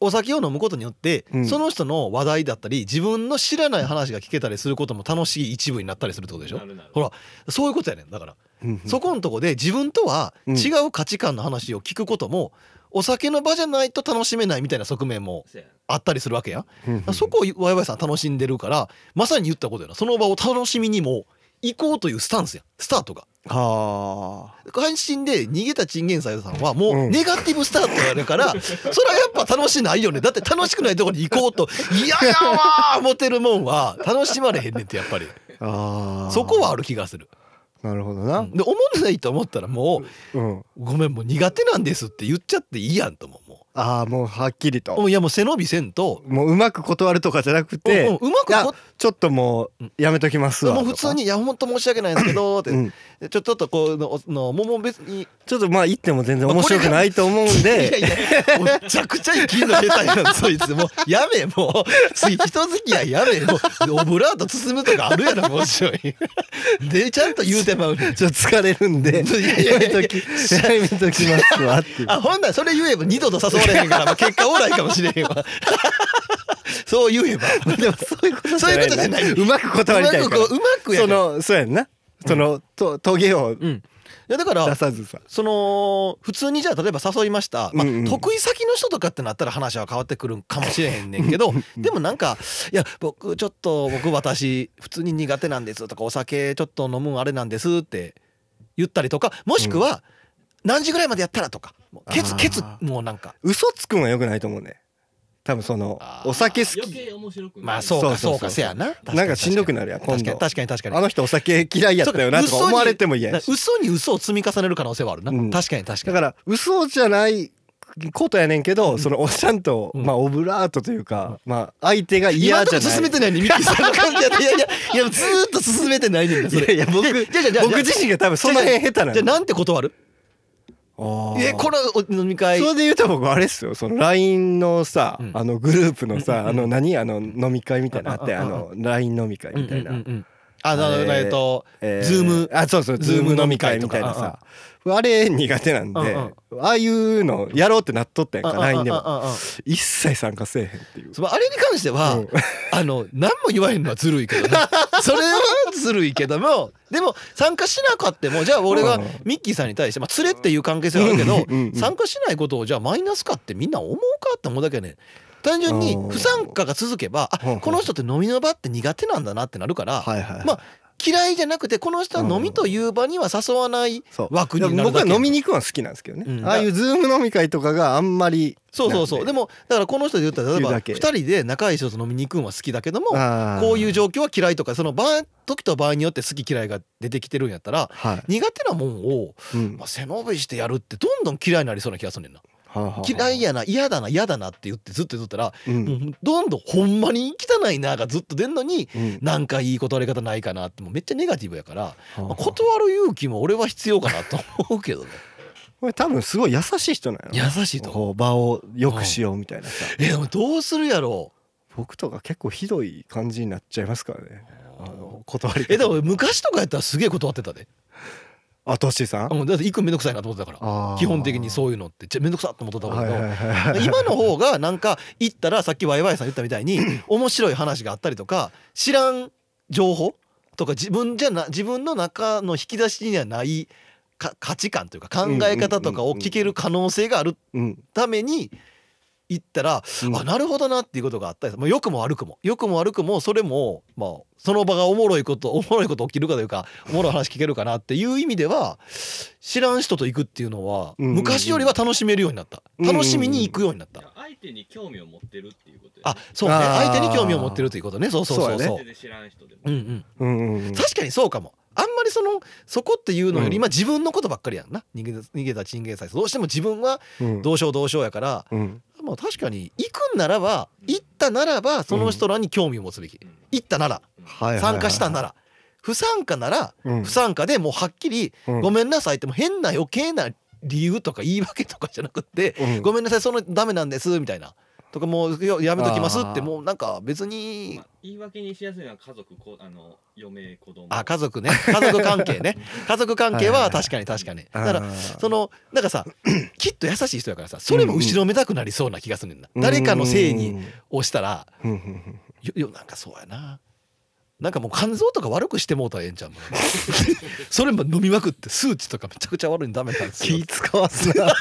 [SPEAKER 2] お酒を飲むことによって、
[SPEAKER 1] うん
[SPEAKER 2] その人の話題だったり自分の知らない話が聞けたりすることも楽しい一部になったりするってことでしょ
[SPEAKER 5] なるなる
[SPEAKER 2] ほらそういうことやねんだから、
[SPEAKER 1] うんうん
[SPEAKER 2] そこのとこで自分とは違う価値観の話を聞くことも、お酒の場じゃないと楽しめないみたいな側面も
[SPEAKER 5] せやな
[SPEAKER 2] あったりするわけやん
[SPEAKER 1] うんうん
[SPEAKER 2] そこをワイワイさん楽しんでるからまさに言ったことやなその場を楽しみにも行こうというスタンスやんスタートが
[SPEAKER 1] は
[SPEAKER 2] 配信で逃げたチンゲンサイさんはも
[SPEAKER 1] う
[SPEAKER 2] うんネガティブスタートやるから、それはやっぱ楽しないよねだって楽しくないところに行こうといやいやわー思ってるもんは楽しまれへんねんってやっぱり
[SPEAKER 1] ああー
[SPEAKER 2] そこはある気がする
[SPEAKER 1] うなるほどな
[SPEAKER 2] で思んないと思ったらも
[SPEAKER 1] うん
[SPEAKER 2] う「ごめんもう苦手なんです」って言っちゃっていいやんと思うも
[SPEAKER 1] ああもうはっきり
[SPEAKER 2] うも
[SPEAKER 1] と
[SPEAKER 2] ういやもう背伸びせんと
[SPEAKER 1] もううまく断るとかじゃなくて
[SPEAKER 2] うんうんうまくこ
[SPEAKER 1] ちょっともうやめときますわ
[SPEAKER 2] もう普通に「いや本当申し訳ないですけど」って、
[SPEAKER 1] とかうん
[SPEAKER 2] でちょちょっとこうののもうもう別に
[SPEAKER 1] ちょっとまあ言っても全然面白くないと思うん
[SPEAKER 2] いや
[SPEAKER 1] で
[SPEAKER 2] いやめちゃくちゃ生きるの下手やんそいつもうやめもう次人付き合いやめもうオブラート包むとかあるやろ面白いでちゃんと言うてまうねん
[SPEAKER 1] ちょっと疲れるんで
[SPEAKER 2] いやい
[SPEAKER 1] や
[SPEAKER 2] や
[SPEAKER 1] め
[SPEAKER 2] いや
[SPEAKER 1] ときやめときますわっていう
[SPEAKER 2] あほんならそれ言えば二度と誘われへんからもう結果オーライかもしれへんわそう言えば
[SPEAKER 1] [laughs] でもそういうこと
[SPEAKER 2] そういうことじゃないう
[SPEAKER 1] まく断りたいから
[SPEAKER 2] うまくこううまくや
[SPEAKER 1] そ
[SPEAKER 2] から
[SPEAKER 1] のそうやんなそのとトゲを
[SPEAKER 2] うんいやだか
[SPEAKER 1] 出
[SPEAKER 2] ら
[SPEAKER 1] さずさ
[SPEAKER 2] その普通にじゃあ例えば誘いました、まあ
[SPEAKER 1] うんうん
[SPEAKER 2] 得意先の人とかってなったら話は変わってくるんかもしれへんねんけどでもなんかいや僕ちょっと僕私普通に苦手なんですとかお酒ちょっと飲むんあれなんですって言ったりとかもしくは何時ぐらいまでやったらとかもうケツ
[SPEAKER 1] あー
[SPEAKER 2] ケツもうなんか
[SPEAKER 1] 嘘つくんは良くないと思うね多分その
[SPEAKER 2] あー
[SPEAKER 1] お酒好
[SPEAKER 5] 余
[SPEAKER 1] き
[SPEAKER 5] 計面白くない
[SPEAKER 2] まあそうか
[SPEAKER 1] そう
[SPEAKER 2] そ
[SPEAKER 1] そううそう
[SPEAKER 2] かせやな確に
[SPEAKER 1] なんかしんどくなるやん今
[SPEAKER 2] 確か
[SPEAKER 1] 度
[SPEAKER 2] に確かに確かに
[SPEAKER 1] あの人お酒嫌いやったよなとか
[SPEAKER 2] そうか嘘に
[SPEAKER 1] 思われても嫌やし
[SPEAKER 2] 嘘に嘘を積み重ねる可能性はあるな、
[SPEAKER 1] うん
[SPEAKER 2] 確かに確か
[SPEAKER 1] だ
[SPEAKER 2] に
[SPEAKER 1] から嘘じゃないことやねんけど、そのおっちゃんと、
[SPEAKER 2] うん
[SPEAKER 1] まあオブラートというか、まあ相手が
[SPEAKER 2] 今
[SPEAKER 1] 嫌
[SPEAKER 2] ん
[SPEAKER 1] じ
[SPEAKER 2] と
[SPEAKER 1] ゃ
[SPEAKER 2] こ進
[SPEAKER 1] な
[SPEAKER 2] め
[SPEAKER 1] い
[SPEAKER 2] てないのにミッキーさんの感じやったいやいやいやずーっと進めてないねんだそれ
[SPEAKER 1] いやいや僕
[SPEAKER 2] でじゃあじゃあじゃあ
[SPEAKER 1] 僕自身が多分その辺下手な
[SPEAKER 2] じゃあ
[SPEAKER 1] の
[SPEAKER 2] なんて断る
[SPEAKER 1] あー
[SPEAKER 2] えこのお飲み会
[SPEAKER 1] それで言うと僕あれっすよその LINE のさ、
[SPEAKER 2] うん
[SPEAKER 1] あのグループのさ、
[SPEAKER 2] うん
[SPEAKER 1] あの何あの飲み会みたいなのあって
[SPEAKER 2] ああ
[SPEAKER 1] あ
[SPEAKER 2] あ
[SPEAKER 1] の LINE 飲み会みたいな、
[SPEAKER 2] うんうんうんあなるほど
[SPEAKER 1] あれ
[SPEAKER 2] えっと
[SPEAKER 1] え
[SPEAKER 2] Zoom
[SPEAKER 1] あそうそう
[SPEAKER 2] Zoom
[SPEAKER 1] Zoom 飲み会みたいな
[SPEAKER 2] 飲み会
[SPEAKER 1] さあれ苦手なんで、
[SPEAKER 2] う
[SPEAKER 1] ああいうのやろうってなっとったやんか LINE でも
[SPEAKER 2] も
[SPEAKER 1] 一切参加せえへんっていう。
[SPEAKER 2] あれに関しては、
[SPEAKER 1] うん
[SPEAKER 2] あの何も言わへんのはずるいけどね [laughs] それはずるいけどもでも参加しなかってもじゃあ俺が
[SPEAKER 1] うん
[SPEAKER 2] ミッキーさんに対して、まあ、連れっていう関係性はあるけど
[SPEAKER 1] うんうんうん
[SPEAKER 2] 参加しないことをじゃあマイナスかってみんな思うかって思うだけやねん単純に
[SPEAKER 1] うん
[SPEAKER 2] 不参加が続けばあ
[SPEAKER 1] うん
[SPEAKER 2] この人って飲みの場って苦手なんだなってなるから
[SPEAKER 1] はいはいはい
[SPEAKER 2] まあ嫌いじゃなくてこの人は飲みという場には誘わない
[SPEAKER 1] そう
[SPEAKER 2] 枠になる
[SPEAKER 1] 僕
[SPEAKER 2] だ
[SPEAKER 1] は
[SPEAKER 2] け
[SPEAKER 1] 飲みに行くのは好きなんですけどね、
[SPEAKER 2] うん
[SPEAKER 1] ああいうズーム飲み会とかがあんまり
[SPEAKER 2] そうそうそう
[SPEAKER 1] なん
[SPEAKER 2] でもだからこの人で言ったら例え
[SPEAKER 1] 言う
[SPEAKER 2] ば
[SPEAKER 1] だけ
[SPEAKER 2] 2人で仲いい人と飲みに行くんは好きだけども
[SPEAKER 1] あー
[SPEAKER 2] こういう状況は嫌いとかその場時と場合によって好き嫌いが出てきてるんやったら
[SPEAKER 1] はい、
[SPEAKER 2] 苦手なもんを、
[SPEAKER 1] うん
[SPEAKER 2] まあ、背伸びしてやるってどんどん嫌いになりそうな気がするねんな
[SPEAKER 1] はあはあはあ
[SPEAKER 2] 嫌いやな嫌だな嫌だなって言ってずっと言っとったら
[SPEAKER 1] うん
[SPEAKER 2] もうどんどんほんまに汚いながずっと出んのに
[SPEAKER 1] うん
[SPEAKER 2] なんかいい断り方ないかなってもうめっちゃネガティブやから、
[SPEAKER 1] はあ
[SPEAKER 2] まあ断る勇気も俺は必要かなと思うけどね
[SPEAKER 1] これ多分すごい [laughs] 優しい人なんやろ
[SPEAKER 2] 優しいと思う
[SPEAKER 1] こう場を良くしようみたいなさ
[SPEAKER 2] えでもどうするやろう
[SPEAKER 1] 僕とか結構ひどい感じになっちゃいますからねあの断り
[SPEAKER 2] えでも昔とかやったらすげえ断ってたで
[SPEAKER 1] あトッシーさん
[SPEAKER 2] うんだって行くんめんどくさいなと思ってたから
[SPEAKER 1] あー
[SPEAKER 2] 基本的にそういうのってじゃめんどくさって思ってたんだ
[SPEAKER 1] はい
[SPEAKER 2] け
[SPEAKER 1] は
[SPEAKER 2] ど、
[SPEAKER 1] いはい
[SPEAKER 2] [laughs] 今の方がなんか行ったらさっきワイワイさん言ったみたいに面白い話があったりとか知らん情報とか自分じゃな自分の中の引き出しにはないか価値観というか考え方とかを聞ける可能性がある
[SPEAKER 1] うん
[SPEAKER 2] ために行ったら、
[SPEAKER 1] うん
[SPEAKER 2] あなるほどなっていうことがあったりまあ、良くも悪くも良くも悪くもそれも、まあ、その場がおもろいこと [laughs] おもろいこと起きるかというかおもろい話聞けるかなっていう意味では知らん人と行くっていうのは
[SPEAKER 1] うんうんうん
[SPEAKER 2] 昔よりは楽しめるようになった
[SPEAKER 1] うんうんうん
[SPEAKER 2] 楽しみに行くようになった
[SPEAKER 5] いや相手に興味を持ってるっていうことや
[SPEAKER 2] あ
[SPEAKER 5] ね
[SPEAKER 2] そうね
[SPEAKER 1] あー
[SPEAKER 2] 相手に興味を持ってるということねそうそうそうそう
[SPEAKER 1] そう
[SPEAKER 5] 全然知らん人でも、
[SPEAKER 2] んうん
[SPEAKER 1] うんうんうん
[SPEAKER 2] 確かにそうかもあんまりそのそこっていうのより
[SPEAKER 1] うん
[SPEAKER 2] 今自分のことばっかりやんな逃げ逃げたチンゲンサイどうしても自分は
[SPEAKER 1] うん
[SPEAKER 2] どうしようどうしようやから
[SPEAKER 1] うん
[SPEAKER 2] まあ確かに行くんならば行ったならばその人らに興味を持つべき
[SPEAKER 5] うん
[SPEAKER 2] 行ったなら
[SPEAKER 1] はいはいはい
[SPEAKER 2] 参加したなら不参加なら
[SPEAKER 1] うん
[SPEAKER 2] 不参加でもうはっきり
[SPEAKER 1] う
[SPEAKER 2] 「
[SPEAKER 1] ん
[SPEAKER 2] ごめんなさい」ってもう変な余計な理由とか言い訳とかじゃなくって
[SPEAKER 1] う
[SPEAKER 2] 「
[SPEAKER 1] ん
[SPEAKER 2] ごめんなさいそのダメなんです」みたいなとかもうよやめときますって
[SPEAKER 1] あー
[SPEAKER 2] もうなんか別に
[SPEAKER 5] まあ、言い訳にしやすいのは家族こあの嫁子供
[SPEAKER 2] あ家族ね家族関
[SPEAKER 1] [laughs]
[SPEAKER 2] 係ね家族関係
[SPEAKER 1] はいは
[SPEAKER 2] はい
[SPEAKER 1] はい
[SPEAKER 2] 確かに確かにだ
[SPEAKER 1] あー
[SPEAKER 2] からそのなん
[SPEAKER 1] [clears throat]
[SPEAKER 2] かさきっと優しい人やからさそれも後ろめたくなりそうな気がするんだ誰かのせいに押したら
[SPEAKER 1] うんうんうん
[SPEAKER 2] よよなんかそうやななんかもう肝臓とか悪くしてもうたらええんちゃうもん [laughs] それも飲みまくって数値とかめちゃくちゃ悪いのダメなんですよ
[SPEAKER 1] 気使わ
[SPEAKER 2] [laughs]
[SPEAKER 1] すな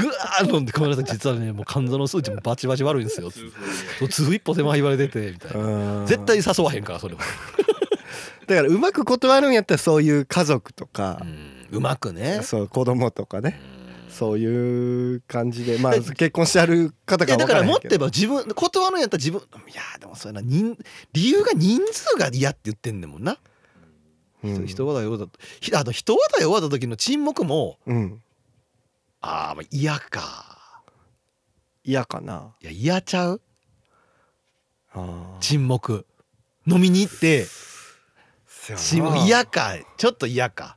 [SPEAKER 2] ぐわー飲んでごめんなさい実はねもう肝臓の数値もバチバチ悪いんですよ
[SPEAKER 5] 通風
[SPEAKER 2] そう通一歩手前言われててみたいな
[SPEAKER 1] うん
[SPEAKER 2] 絶対誘わへんからそれも
[SPEAKER 1] だからうまく断るんやったらそういう家族とか
[SPEAKER 2] う、んうまくね
[SPEAKER 1] そう子供とかね、そういう感じでまあ
[SPEAKER 2] え
[SPEAKER 1] 結婚してある方
[SPEAKER 2] い
[SPEAKER 1] か
[SPEAKER 2] や
[SPEAKER 1] は分
[SPEAKER 2] だか
[SPEAKER 1] かららへ
[SPEAKER 2] 持
[SPEAKER 1] ん
[SPEAKER 2] っ
[SPEAKER 1] け
[SPEAKER 2] て
[SPEAKER 1] ど
[SPEAKER 2] ば自分断るんやったら自分いやでもそうやな人理由が人数が嫌って言ってんねんもんな
[SPEAKER 1] うん
[SPEAKER 2] 人人話題をだひあと人話題を終わった時の沈黙も
[SPEAKER 1] うん
[SPEAKER 2] ああまあ嫌か
[SPEAKER 1] 嫌かない
[SPEAKER 2] や嫌ちゃう
[SPEAKER 1] あー
[SPEAKER 2] 沈黙飲みに行って
[SPEAKER 1] せやな
[SPEAKER 2] 沈黙嫌かちょっと嫌か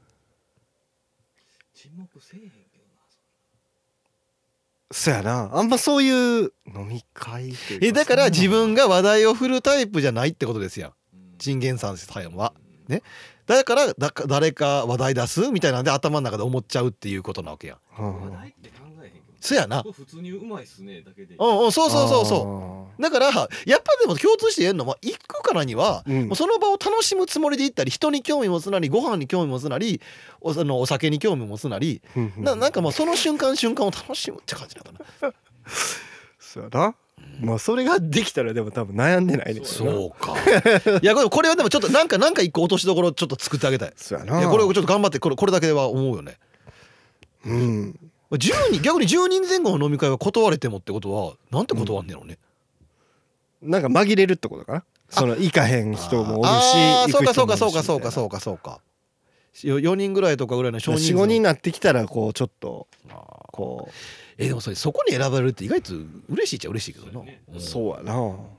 [SPEAKER 5] 沈黙せえへんけどな
[SPEAKER 1] そやなあんまそういう飲み会という
[SPEAKER 2] えだから自分
[SPEAKER 1] が
[SPEAKER 2] が話題を振るタイプじゃないってことですやん
[SPEAKER 5] うん
[SPEAKER 2] チンゲンさんさんは
[SPEAKER 5] うん
[SPEAKER 2] ねだからだ誰か話題出すみたいなんで頭の中で思っちゃうっていうことなわけやん
[SPEAKER 5] 話題って考えへんけど
[SPEAKER 2] そやな
[SPEAKER 5] これ普通にうまいっすねだけで
[SPEAKER 2] うんうんそうそうそうそう
[SPEAKER 1] そ
[SPEAKER 2] だからやっぱりでも共通して言えるのは行くからには
[SPEAKER 1] ううん
[SPEAKER 2] もうその場を楽しむつもりで行ったり人に興味持つなりご飯に興味持つなりおあのお酒に興味持つなり
[SPEAKER 1] うんうん
[SPEAKER 2] ななんかもうその瞬間瞬間を楽しむって感じなんだな
[SPEAKER 1] そやなまあそれができたらでも多分悩んでないですよな
[SPEAKER 2] そうか [laughs] いやでもこれはでもちょっとなんかなんか一個落としどころちょっと作ってあげたい
[SPEAKER 1] そや
[SPEAKER 2] い
[SPEAKER 1] な
[SPEAKER 2] やこれをちょっと頑張ってこれこれだけは思うよね
[SPEAKER 1] うん
[SPEAKER 2] 10人逆に10人前後の飲み会は断れてもってことはなんて断んねやろね、
[SPEAKER 1] なんか紛れるってことかなその行かへん人もおる
[SPEAKER 2] あ
[SPEAKER 1] し
[SPEAKER 2] ー
[SPEAKER 1] 行
[SPEAKER 2] そう
[SPEAKER 1] く
[SPEAKER 2] かそ
[SPEAKER 1] 人もお
[SPEAKER 2] うか
[SPEAKER 1] るし
[SPEAKER 2] そうかそうかそうかそうか4人ぐらいとかぐらいの少人数
[SPEAKER 1] 45人になってきたらこうちょっとこ
[SPEAKER 2] えでもそれそこに選ばれるって意外と嬉しいっちゃ嬉しいけどな、う
[SPEAKER 1] うんそうやな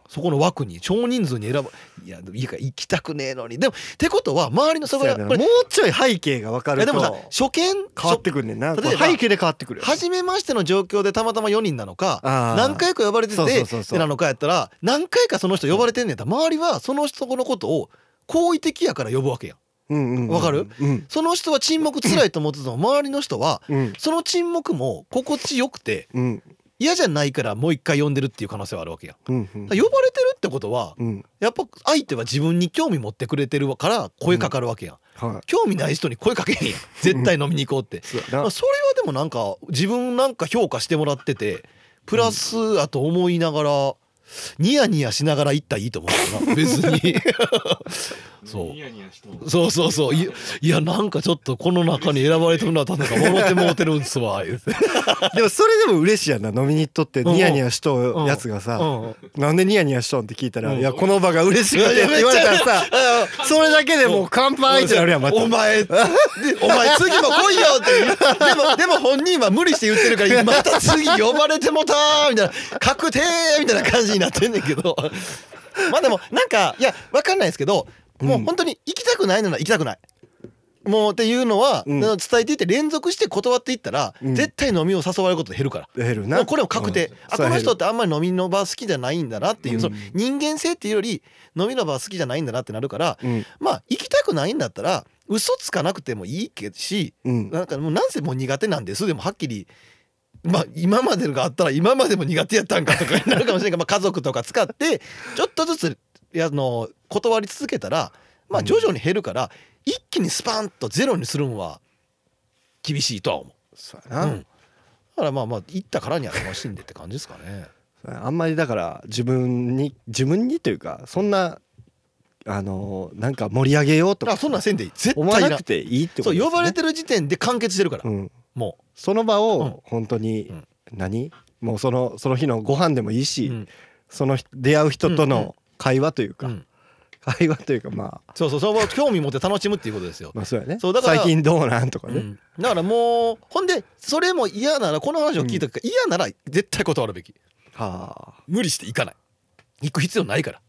[SPEAKER 2] そこの枠に少人数に選ばいやでもいいか行きたくねえのにでもってことは周りのそ
[SPEAKER 1] そ
[SPEAKER 2] こ
[SPEAKER 1] う
[SPEAKER 2] が
[SPEAKER 1] や
[SPEAKER 2] や
[SPEAKER 1] な
[SPEAKER 2] っ
[SPEAKER 1] も
[SPEAKER 2] ぱ
[SPEAKER 1] う
[SPEAKER 2] り
[SPEAKER 1] ちょい背景が分か
[SPEAKER 2] い
[SPEAKER 1] る
[SPEAKER 2] や
[SPEAKER 1] と
[SPEAKER 2] でもさ初見
[SPEAKER 1] 変わってくんねんな
[SPEAKER 2] 例え
[SPEAKER 1] こ
[SPEAKER 2] ば
[SPEAKER 1] う背景で変わってくるよ
[SPEAKER 2] 初めましての状況でたまたま4人なのか
[SPEAKER 1] あー
[SPEAKER 2] 何回か呼ばれてて
[SPEAKER 1] そうそうそうそう
[SPEAKER 2] ってなのかやったら何回かその人呼ばれてんねんやったら周りはその人のことを好意的やから呼ぶわけやん
[SPEAKER 1] うんうんうん
[SPEAKER 2] わかる
[SPEAKER 1] うん
[SPEAKER 2] その人は沈黙つらいと思ってたの周りの人は
[SPEAKER 1] うん
[SPEAKER 2] その沈黙も心地よくて
[SPEAKER 1] うん
[SPEAKER 2] 嫌じゃないからもう一回呼んでるっていう可能性はあるわけやん
[SPEAKER 1] うんうん
[SPEAKER 2] だから呼ばれてるってことは
[SPEAKER 1] うん
[SPEAKER 2] やっぱ相手は自分に興味持ってくれてるから声かかるわけやん
[SPEAKER 1] はい
[SPEAKER 2] 興味ない人に声かけへんやん絶対飲みに行こうって
[SPEAKER 1] そうや
[SPEAKER 2] ま
[SPEAKER 1] な
[SPEAKER 2] あそれはでもなんか自分なんか評価してもらっててプラスあと思いながらニヤニヤしながら行ったらいいと思うけどな [laughs] 別にそう
[SPEAKER 5] ニヤニヤしとん
[SPEAKER 2] そうそうそういいやなんかちょっとこの中に選ばれてるなたなんかもろてもうてるんすわ言うて
[SPEAKER 1] でもそれでも嬉しいやんな飲みに行っとってニヤニヤしとうやつが
[SPEAKER 2] う
[SPEAKER 1] さ
[SPEAKER 2] ん
[SPEAKER 1] 「なんでニヤニヤしとん?」って聞いたら「
[SPEAKER 2] うん
[SPEAKER 1] いやこの場が嬉しくて」って言われたらさ
[SPEAKER 2] [laughs]
[SPEAKER 1] それだけでもう乾杯ってなるやんまた [laughs]
[SPEAKER 2] お前でお前次も来いよってでもでも本人は無理して言ってるからまた次呼ばれてもた
[SPEAKER 1] [laughs]
[SPEAKER 2] ーみたいな確定みたいな感じになってんねんけど [laughs] まあでもなんかいやわかんないですけどもう本当に行きたくないなら行きたくないもうっていうのは、
[SPEAKER 1] うん
[SPEAKER 2] 伝えていって連続して断っていったら、
[SPEAKER 1] うん
[SPEAKER 2] 絶対飲みを誘われること減るから。
[SPEAKER 1] 減る
[SPEAKER 2] も
[SPEAKER 1] な
[SPEAKER 2] うこれも確定、あ
[SPEAKER 1] そう
[SPEAKER 2] こ
[SPEAKER 1] や
[SPEAKER 2] の
[SPEAKER 1] 減る
[SPEAKER 2] 人ってあんまり飲みの場好きじゃないんだなっていう、
[SPEAKER 1] うん
[SPEAKER 2] その人間性っていうより飲みの場好きじゃないんだなってなるから
[SPEAKER 1] うん
[SPEAKER 2] まあ行きたくないんだったら嘘つかなくてもいいけどし
[SPEAKER 1] うん
[SPEAKER 2] なんかもうなんせもう苦手なんですでもはっきり。まあ、今までのがあったら今までも苦手やったんかとかになるかもしれんけど、まあ、家族とか使ってちょっとずついやあの断り続けたら、まあ、徐々に減るから一気にスパンとゼロにするんは厳しいとは思う。
[SPEAKER 1] そうやな、
[SPEAKER 2] うん、だからまあまあ行ったからには楽しんでって感じですかね。
[SPEAKER 1] あんまりだから自分に自分にというかそんなあのなんか盛り上げようと
[SPEAKER 2] あ
[SPEAKER 1] か
[SPEAKER 2] そんなんせんでいい絶
[SPEAKER 1] 思わ
[SPEAKER 2] 対い
[SPEAKER 1] な
[SPEAKER 2] らん
[SPEAKER 1] くていいってこと
[SPEAKER 2] そ
[SPEAKER 1] です、
[SPEAKER 2] う
[SPEAKER 1] ね、
[SPEAKER 2] 呼ばれてる時点で完結してるから、
[SPEAKER 1] うん、
[SPEAKER 2] も
[SPEAKER 1] その場
[SPEAKER 2] うん
[SPEAKER 1] を本当に、
[SPEAKER 2] うん、
[SPEAKER 1] 何もうそのその日のご飯でもいいうし、
[SPEAKER 2] うん
[SPEAKER 1] その人出会う人と
[SPEAKER 2] うんうん
[SPEAKER 1] の会話というか、
[SPEAKER 2] うん
[SPEAKER 1] 会話というかまあ
[SPEAKER 2] そうそうその興味持って楽しむっていうことですよ。
[SPEAKER 1] まあそうやね
[SPEAKER 2] そうだから
[SPEAKER 1] 最近どうなんとか
[SPEAKER 2] う
[SPEAKER 1] ね、
[SPEAKER 2] ん、だからもうほんでそれも嫌ならこの話を聞いたから、嫌なら絶対断るべき
[SPEAKER 1] はあ
[SPEAKER 2] 無理して行かない行く必要ないから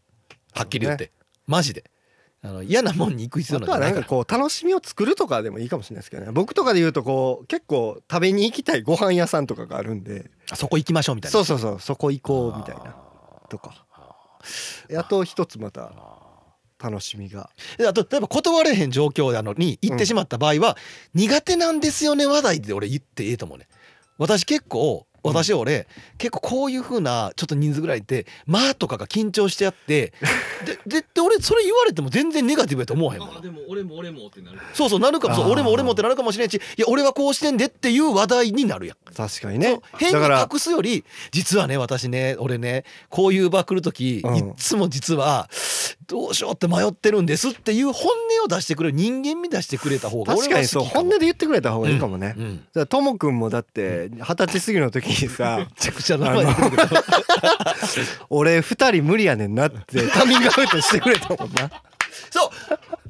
[SPEAKER 2] はっきり言って、マジであの嫌なもんに行く必要
[SPEAKER 1] あと
[SPEAKER 2] なんて
[SPEAKER 1] は
[SPEAKER 2] な
[SPEAKER 1] ないん
[SPEAKER 2] か
[SPEAKER 1] からこう楽しみを作るとかでもいいかもしれないですけどね僕とかで言うとこう結構食べに行きたいご飯屋さんとかがあるんで
[SPEAKER 2] あそこ行きましょうみたいな
[SPEAKER 1] そうそうそうそこ行こうみたいな
[SPEAKER 2] あ
[SPEAKER 1] とか
[SPEAKER 2] あ
[SPEAKER 1] あと一つまた
[SPEAKER 2] あ
[SPEAKER 1] 楽しみが
[SPEAKER 2] であと例えば断れへん状況なのに行ってしまった場合は、苦手なんですよね話題で俺言っていいと思うね私結構私俺、結構こういう風なちょっと人数ぐらいいて「まあ」とかが緊張してやってで絶対俺それ言われても全然ネガティブやと思わへんもん
[SPEAKER 5] あでも俺も俺もってなる
[SPEAKER 2] そうそうなるかもそう
[SPEAKER 1] あー
[SPEAKER 2] 俺も俺もってなるかもしれんしいや俺はこうしてんでっていう話題になるやん
[SPEAKER 1] 確かにね
[SPEAKER 2] そう変に
[SPEAKER 1] だから
[SPEAKER 2] 隠すより実はね私ね俺ねこういう場来る時、
[SPEAKER 1] うん
[SPEAKER 2] いっつも実はどうしようって迷ってるんですっていう本音を出してくれる人間味出してくれた方が
[SPEAKER 1] 確
[SPEAKER 2] 俺
[SPEAKER 1] か
[SPEAKER 2] は
[SPEAKER 1] にそう
[SPEAKER 2] 好きか
[SPEAKER 1] 本音
[SPEAKER 2] も
[SPEAKER 1] で言ってくれた方がいいかもね、
[SPEAKER 2] うん、
[SPEAKER 1] だからともくんもだって二十歳過ぎの時に
[SPEAKER 2] [laughs]
[SPEAKER 1] さ
[SPEAKER 2] めちゃくちゃ名前
[SPEAKER 1] [laughs]
[SPEAKER 2] 出てくるけど [laughs]
[SPEAKER 1] 「俺二人無理やねんな」ってカミングアウトしてくれたもんな
[SPEAKER 2] そう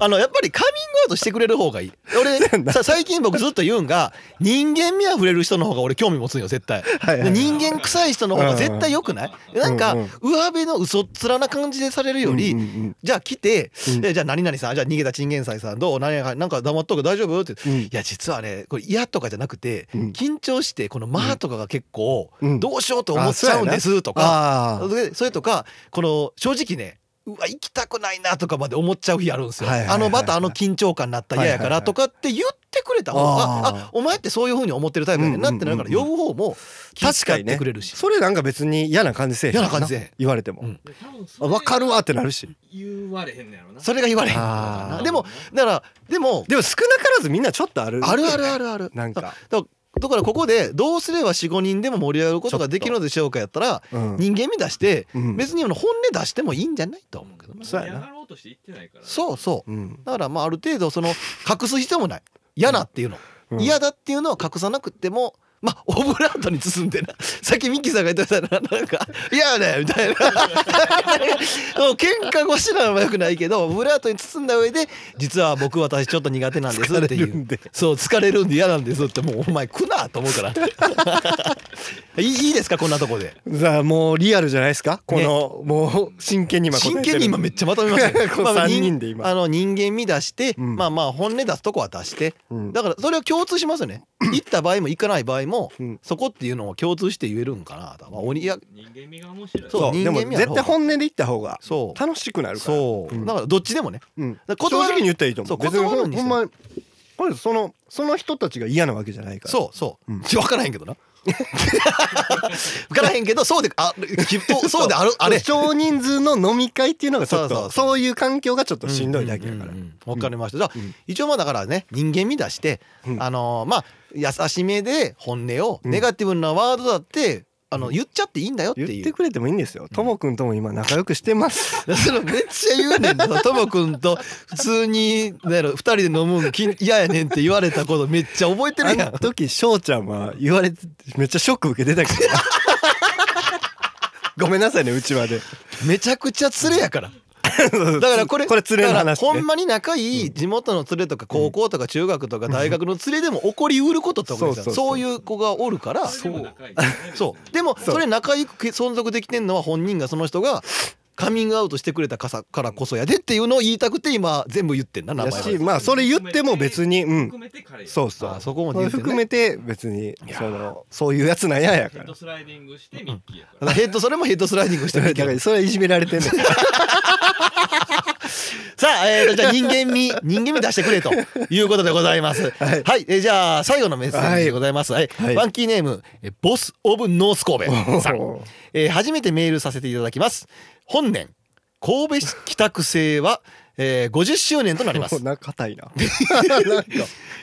[SPEAKER 2] あのやっぱりカミングアウトしてくれる方がいい
[SPEAKER 1] [laughs]
[SPEAKER 2] 俺さ最近僕ずっと言うんが人間味あふれる人の方が俺興味持つんよ絶対
[SPEAKER 1] はいは
[SPEAKER 2] で
[SPEAKER 1] い
[SPEAKER 2] 人間臭い人の方が絶対良くないなんか
[SPEAKER 1] うんうん
[SPEAKER 2] 上辺の嘘っ面な感じでされるより、
[SPEAKER 1] うんうん
[SPEAKER 2] じゃあ来て、
[SPEAKER 1] うん
[SPEAKER 2] えじゃあ何々さんじゃあ逃げたチンゲンサイさんどう何々なんか黙っとく大丈夫って
[SPEAKER 1] うん
[SPEAKER 2] いや実はねこれ嫌とかじゃなくて
[SPEAKER 1] うん
[SPEAKER 2] 緊張してこの「間」とかが結構
[SPEAKER 1] うん
[SPEAKER 2] どうしようと思っちゃうんですとか
[SPEAKER 1] ああ
[SPEAKER 2] でそれとかこの正直ねうわ行きたくないなとかまで思っちゃう日あるんですよ。
[SPEAKER 1] はいはいはい
[SPEAKER 2] あのまたあの緊張感になったら嫌やか
[SPEAKER 1] はいはいは
[SPEAKER 2] ら
[SPEAKER 1] い
[SPEAKER 2] とかって言ってくれた方が、
[SPEAKER 1] あー
[SPEAKER 2] あお前ってそういう風に思ってるタイプやねんなってなるから
[SPEAKER 1] うんうん
[SPEAKER 2] 呼
[SPEAKER 1] うん
[SPEAKER 2] ぶ方も気
[SPEAKER 1] 確か
[SPEAKER 2] 遣っ
[SPEAKER 1] に
[SPEAKER 2] て
[SPEAKER 1] ね
[SPEAKER 2] くれるし。
[SPEAKER 1] それなんか別に嫌な感じせえへん
[SPEAKER 2] 嫌な感じせえへん
[SPEAKER 1] 言われても、
[SPEAKER 2] うん
[SPEAKER 5] 多分そ
[SPEAKER 1] あ
[SPEAKER 5] れ
[SPEAKER 1] 分かるわってなるし
[SPEAKER 5] 言われへんのやろな
[SPEAKER 2] それが言われへんの
[SPEAKER 1] あ
[SPEAKER 2] か
[SPEAKER 1] ー
[SPEAKER 2] な。でもだからでも
[SPEAKER 1] でも少なからずみんなちょっとある
[SPEAKER 2] あるあるあるある。
[SPEAKER 1] なんか、
[SPEAKER 2] だからここでどうすれば45人でも盛り上がることができるのでしょうかやったら
[SPEAKER 1] うん
[SPEAKER 2] 人間味出して
[SPEAKER 1] うん
[SPEAKER 2] 別にあの本音出してもいいんじゃないとは思うけどね
[SPEAKER 1] そうやな
[SPEAKER 5] 嫌がろうとして言ってないから
[SPEAKER 2] そうそう
[SPEAKER 1] うん
[SPEAKER 2] だからまあある程度その隠す必要もない嫌なっていうの
[SPEAKER 1] うん
[SPEAKER 2] 嫌だっていうのは隠さなくってもまあオブラートに包んでな [laughs] さっきミッキーさんが言ってたらなんか [laughs] 「嫌だよ」みたいな [laughs] もう喧嘩越しなのはよくないけどオブラートに包んだ上で「実は僕私ちょっと苦手なんです」って
[SPEAKER 1] 疲れ
[SPEAKER 2] い
[SPEAKER 1] る
[SPEAKER 2] うん
[SPEAKER 1] で
[SPEAKER 2] そう疲れるんで嫌なんですってもうお前来なと思
[SPEAKER 1] [laughs]
[SPEAKER 2] うからいいいいですかこんなとこで
[SPEAKER 1] じゃあもうリアルじゃないですかこの、もう真剣に今答えて
[SPEAKER 2] 真
[SPEAKER 1] る
[SPEAKER 2] 剣に今めっちゃまとめました
[SPEAKER 1] [laughs]
[SPEAKER 2] ね
[SPEAKER 1] この
[SPEAKER 2] まあ
[SPEAKER 1] 三人で今
[SPEAKER 2] あの人間味出して、
[SPEAKER 1] うん
[SPEAKER 2] まあまあ本音出すとこは出して
[SPEAKER 1] うん
[SPEAKER 2] だからそれは共通しますよね行った場合も行かない場合も、
[SPEAKER 1] うん
[SPEAKER 2] そこっていうのを共通して言えるんかなと、まあ、鬼や
[SPEAKER 5] 人間味が面白い
[SPEAKER 2] そう
[SPEAKER 1] そう
[SPEAKER 2] 人
[SPEAKER 1] で
[SPEAKER 2] 間
[SPEAKER 1] も
[SPEAKER 2] 味ある
[SPEAKER 1] 絶対本音で言った方が
[SPEAKER 2] そう
[SPEAKER 1] 楽しくなるから
[SPEAKER 2] そう、
[SPEAKER 1] ん
[SPEAKER 2] だからどっちでもね
[SPEAKER 1] うん
[SPEAKER 2] だから
[SPEAKER 1] 正
[SPEAKER 2] 断ら
[SPEAKER 1] 直に言ったらいいと思
[SPEAKER 2] そうう
[SPEAKER 1] 別に
[SPEAKER 2] 断
[SPEAKER 1] ほ
[SPEAKER 2] る
[SPEAKER 1] ん
[SPEAKER 2] に
[SPEAKER 1] ほ
[SPEAKER 2] して
[SPEAKER 1] ん
[SPEAKER 2] も
[SPEAKER 1] まにこれそのその人たちが嫌なわけじゃないから
[SPEAKER 2] そうそう、
[SPEAKER 1] うん
[SPEAKER 2] 分からへ
[SPEAKER 1] [laughs]
[SPEAKER 2] んけどな分からへんけどそうであきっとそうであるあれ
[SPEAKER 1] 少人数の飲み会っていうのがちょっと
[SPEAKER 2] そう
[SPEAKER 1] そ
[SPEAKER 2] そううそう
[SPEAKER 1] いう環境がちょっとしんどいだけだから、
[SPEAKER 2] うんうんうんうんわかりましたじゃあ、
[SPEAKER 1] うん
[SPEAKER 2] 一応まあだからね人間味出して、
[SPEAKER 1] うん
[SPEAKER 2] あのーまあ優しめで本音を
[SPEAKER 1] うん
[SPEAKER 2] ネガティブなワードだって、あの言っちゃっていいんだよっ
[SPEAKER 1] 言
[SPEAKER 2] て
[SPEAKER 1] っ
[SPEAKER 2] い
[SPEAKER 1] て
[SPEAKER 2] う。
[SPEAKER 1] くれてもいいんですよともくんとも今仲良くしてます
[SPEAKER 2] そのめっちゃ言うねん
[SPEAKER 1] [laughs]
[SPEAKER 2] なともくんと普通になんやろ二人で飲むんきん嫌やねんって言われたことめっちゃ覚えて
[SPEAKER 1] あ
[SPEAKER 2] るや
[SPEAKER 1] の
[SPEAKER 2] ん
[SPEAKER 1] 時翔ちゃんは言われてめっちゃショック受けてたけ
[SPEAKER 2] [laughs]
[SPEAKER 1] どごめんなさいねうちわで
[SPEAKER 2] めちゃくちゃ連れやからだからこれ
[SPEAKER 1] これ連れの話ね
[SPEAKER 2] だからほんまに仲いい地元の連れとか高校とか中学とか大学の連れでも起こりうることってこと
[SPEAKER 1] そ
[SPEAKER 2] ですよ
[SPEAKER 1] うそうそう
[SPEAKER 2] そういう子がおるから
[SPEAKER 5] それでも仲いい
[SPEAKER 2] そうでも
[SPEAKER 1] そう
[SPEAKER 2] それ仲良く存続できてんのは本人がその人がカミングアウトしてくれたかさからこそやでっていうのを言いたくて今全部言ってんな名
[SPEAKER 1] や
[SPEAKER 2] 前
[SPEAKER 1] し
[SPEAKER 2] は
[SPEAKER 1] まあそれ言っても別にう
[SPEAKER 5] うん含めて彼や
[SPEAKER 1] そうそう
[SPEAKER 2] あそこまで言ってね
[SPEAKER 1] 含めて別にそのそういうやつなんややか
[SPEAKER 5] ヘッ
[SPEAKER 1] ら
[SPEAKER 5] ドスライディングしてミッキーやか
[SPEAKER 2] だ
[SPEAKER 5] ら
[SPEAKER 2] からヘッドそれもヘッドスライディングしてる
[SPEAKER 1] だ
[SPEAKER 2] け [laughs]
[SPEAKER 1] か
[SPEAKER 2] ど
[SPEAKER 1] らそれはいじめられてんねん
[SPEAKER 2] さあ、えーと、 [laughs] じゃあ人間味人間味出してくれ [laughs] ということでございますはい、えーじゃあ最後のメッセージでございますはい、
[SPEAKER 1] はい
[SPEAKER 2] ファンキーネームえーボス・オブ・ノース神戸さん
[SPEAKER 1] おー
[SPEAKER 2] えー初めてメールさせていただきます本年神戸市北区制は、えー50周年となります
[SPEAKER 1] なんか
[SPEAKER 2] [laughs]
[SPEAKER 1] 硬いななんか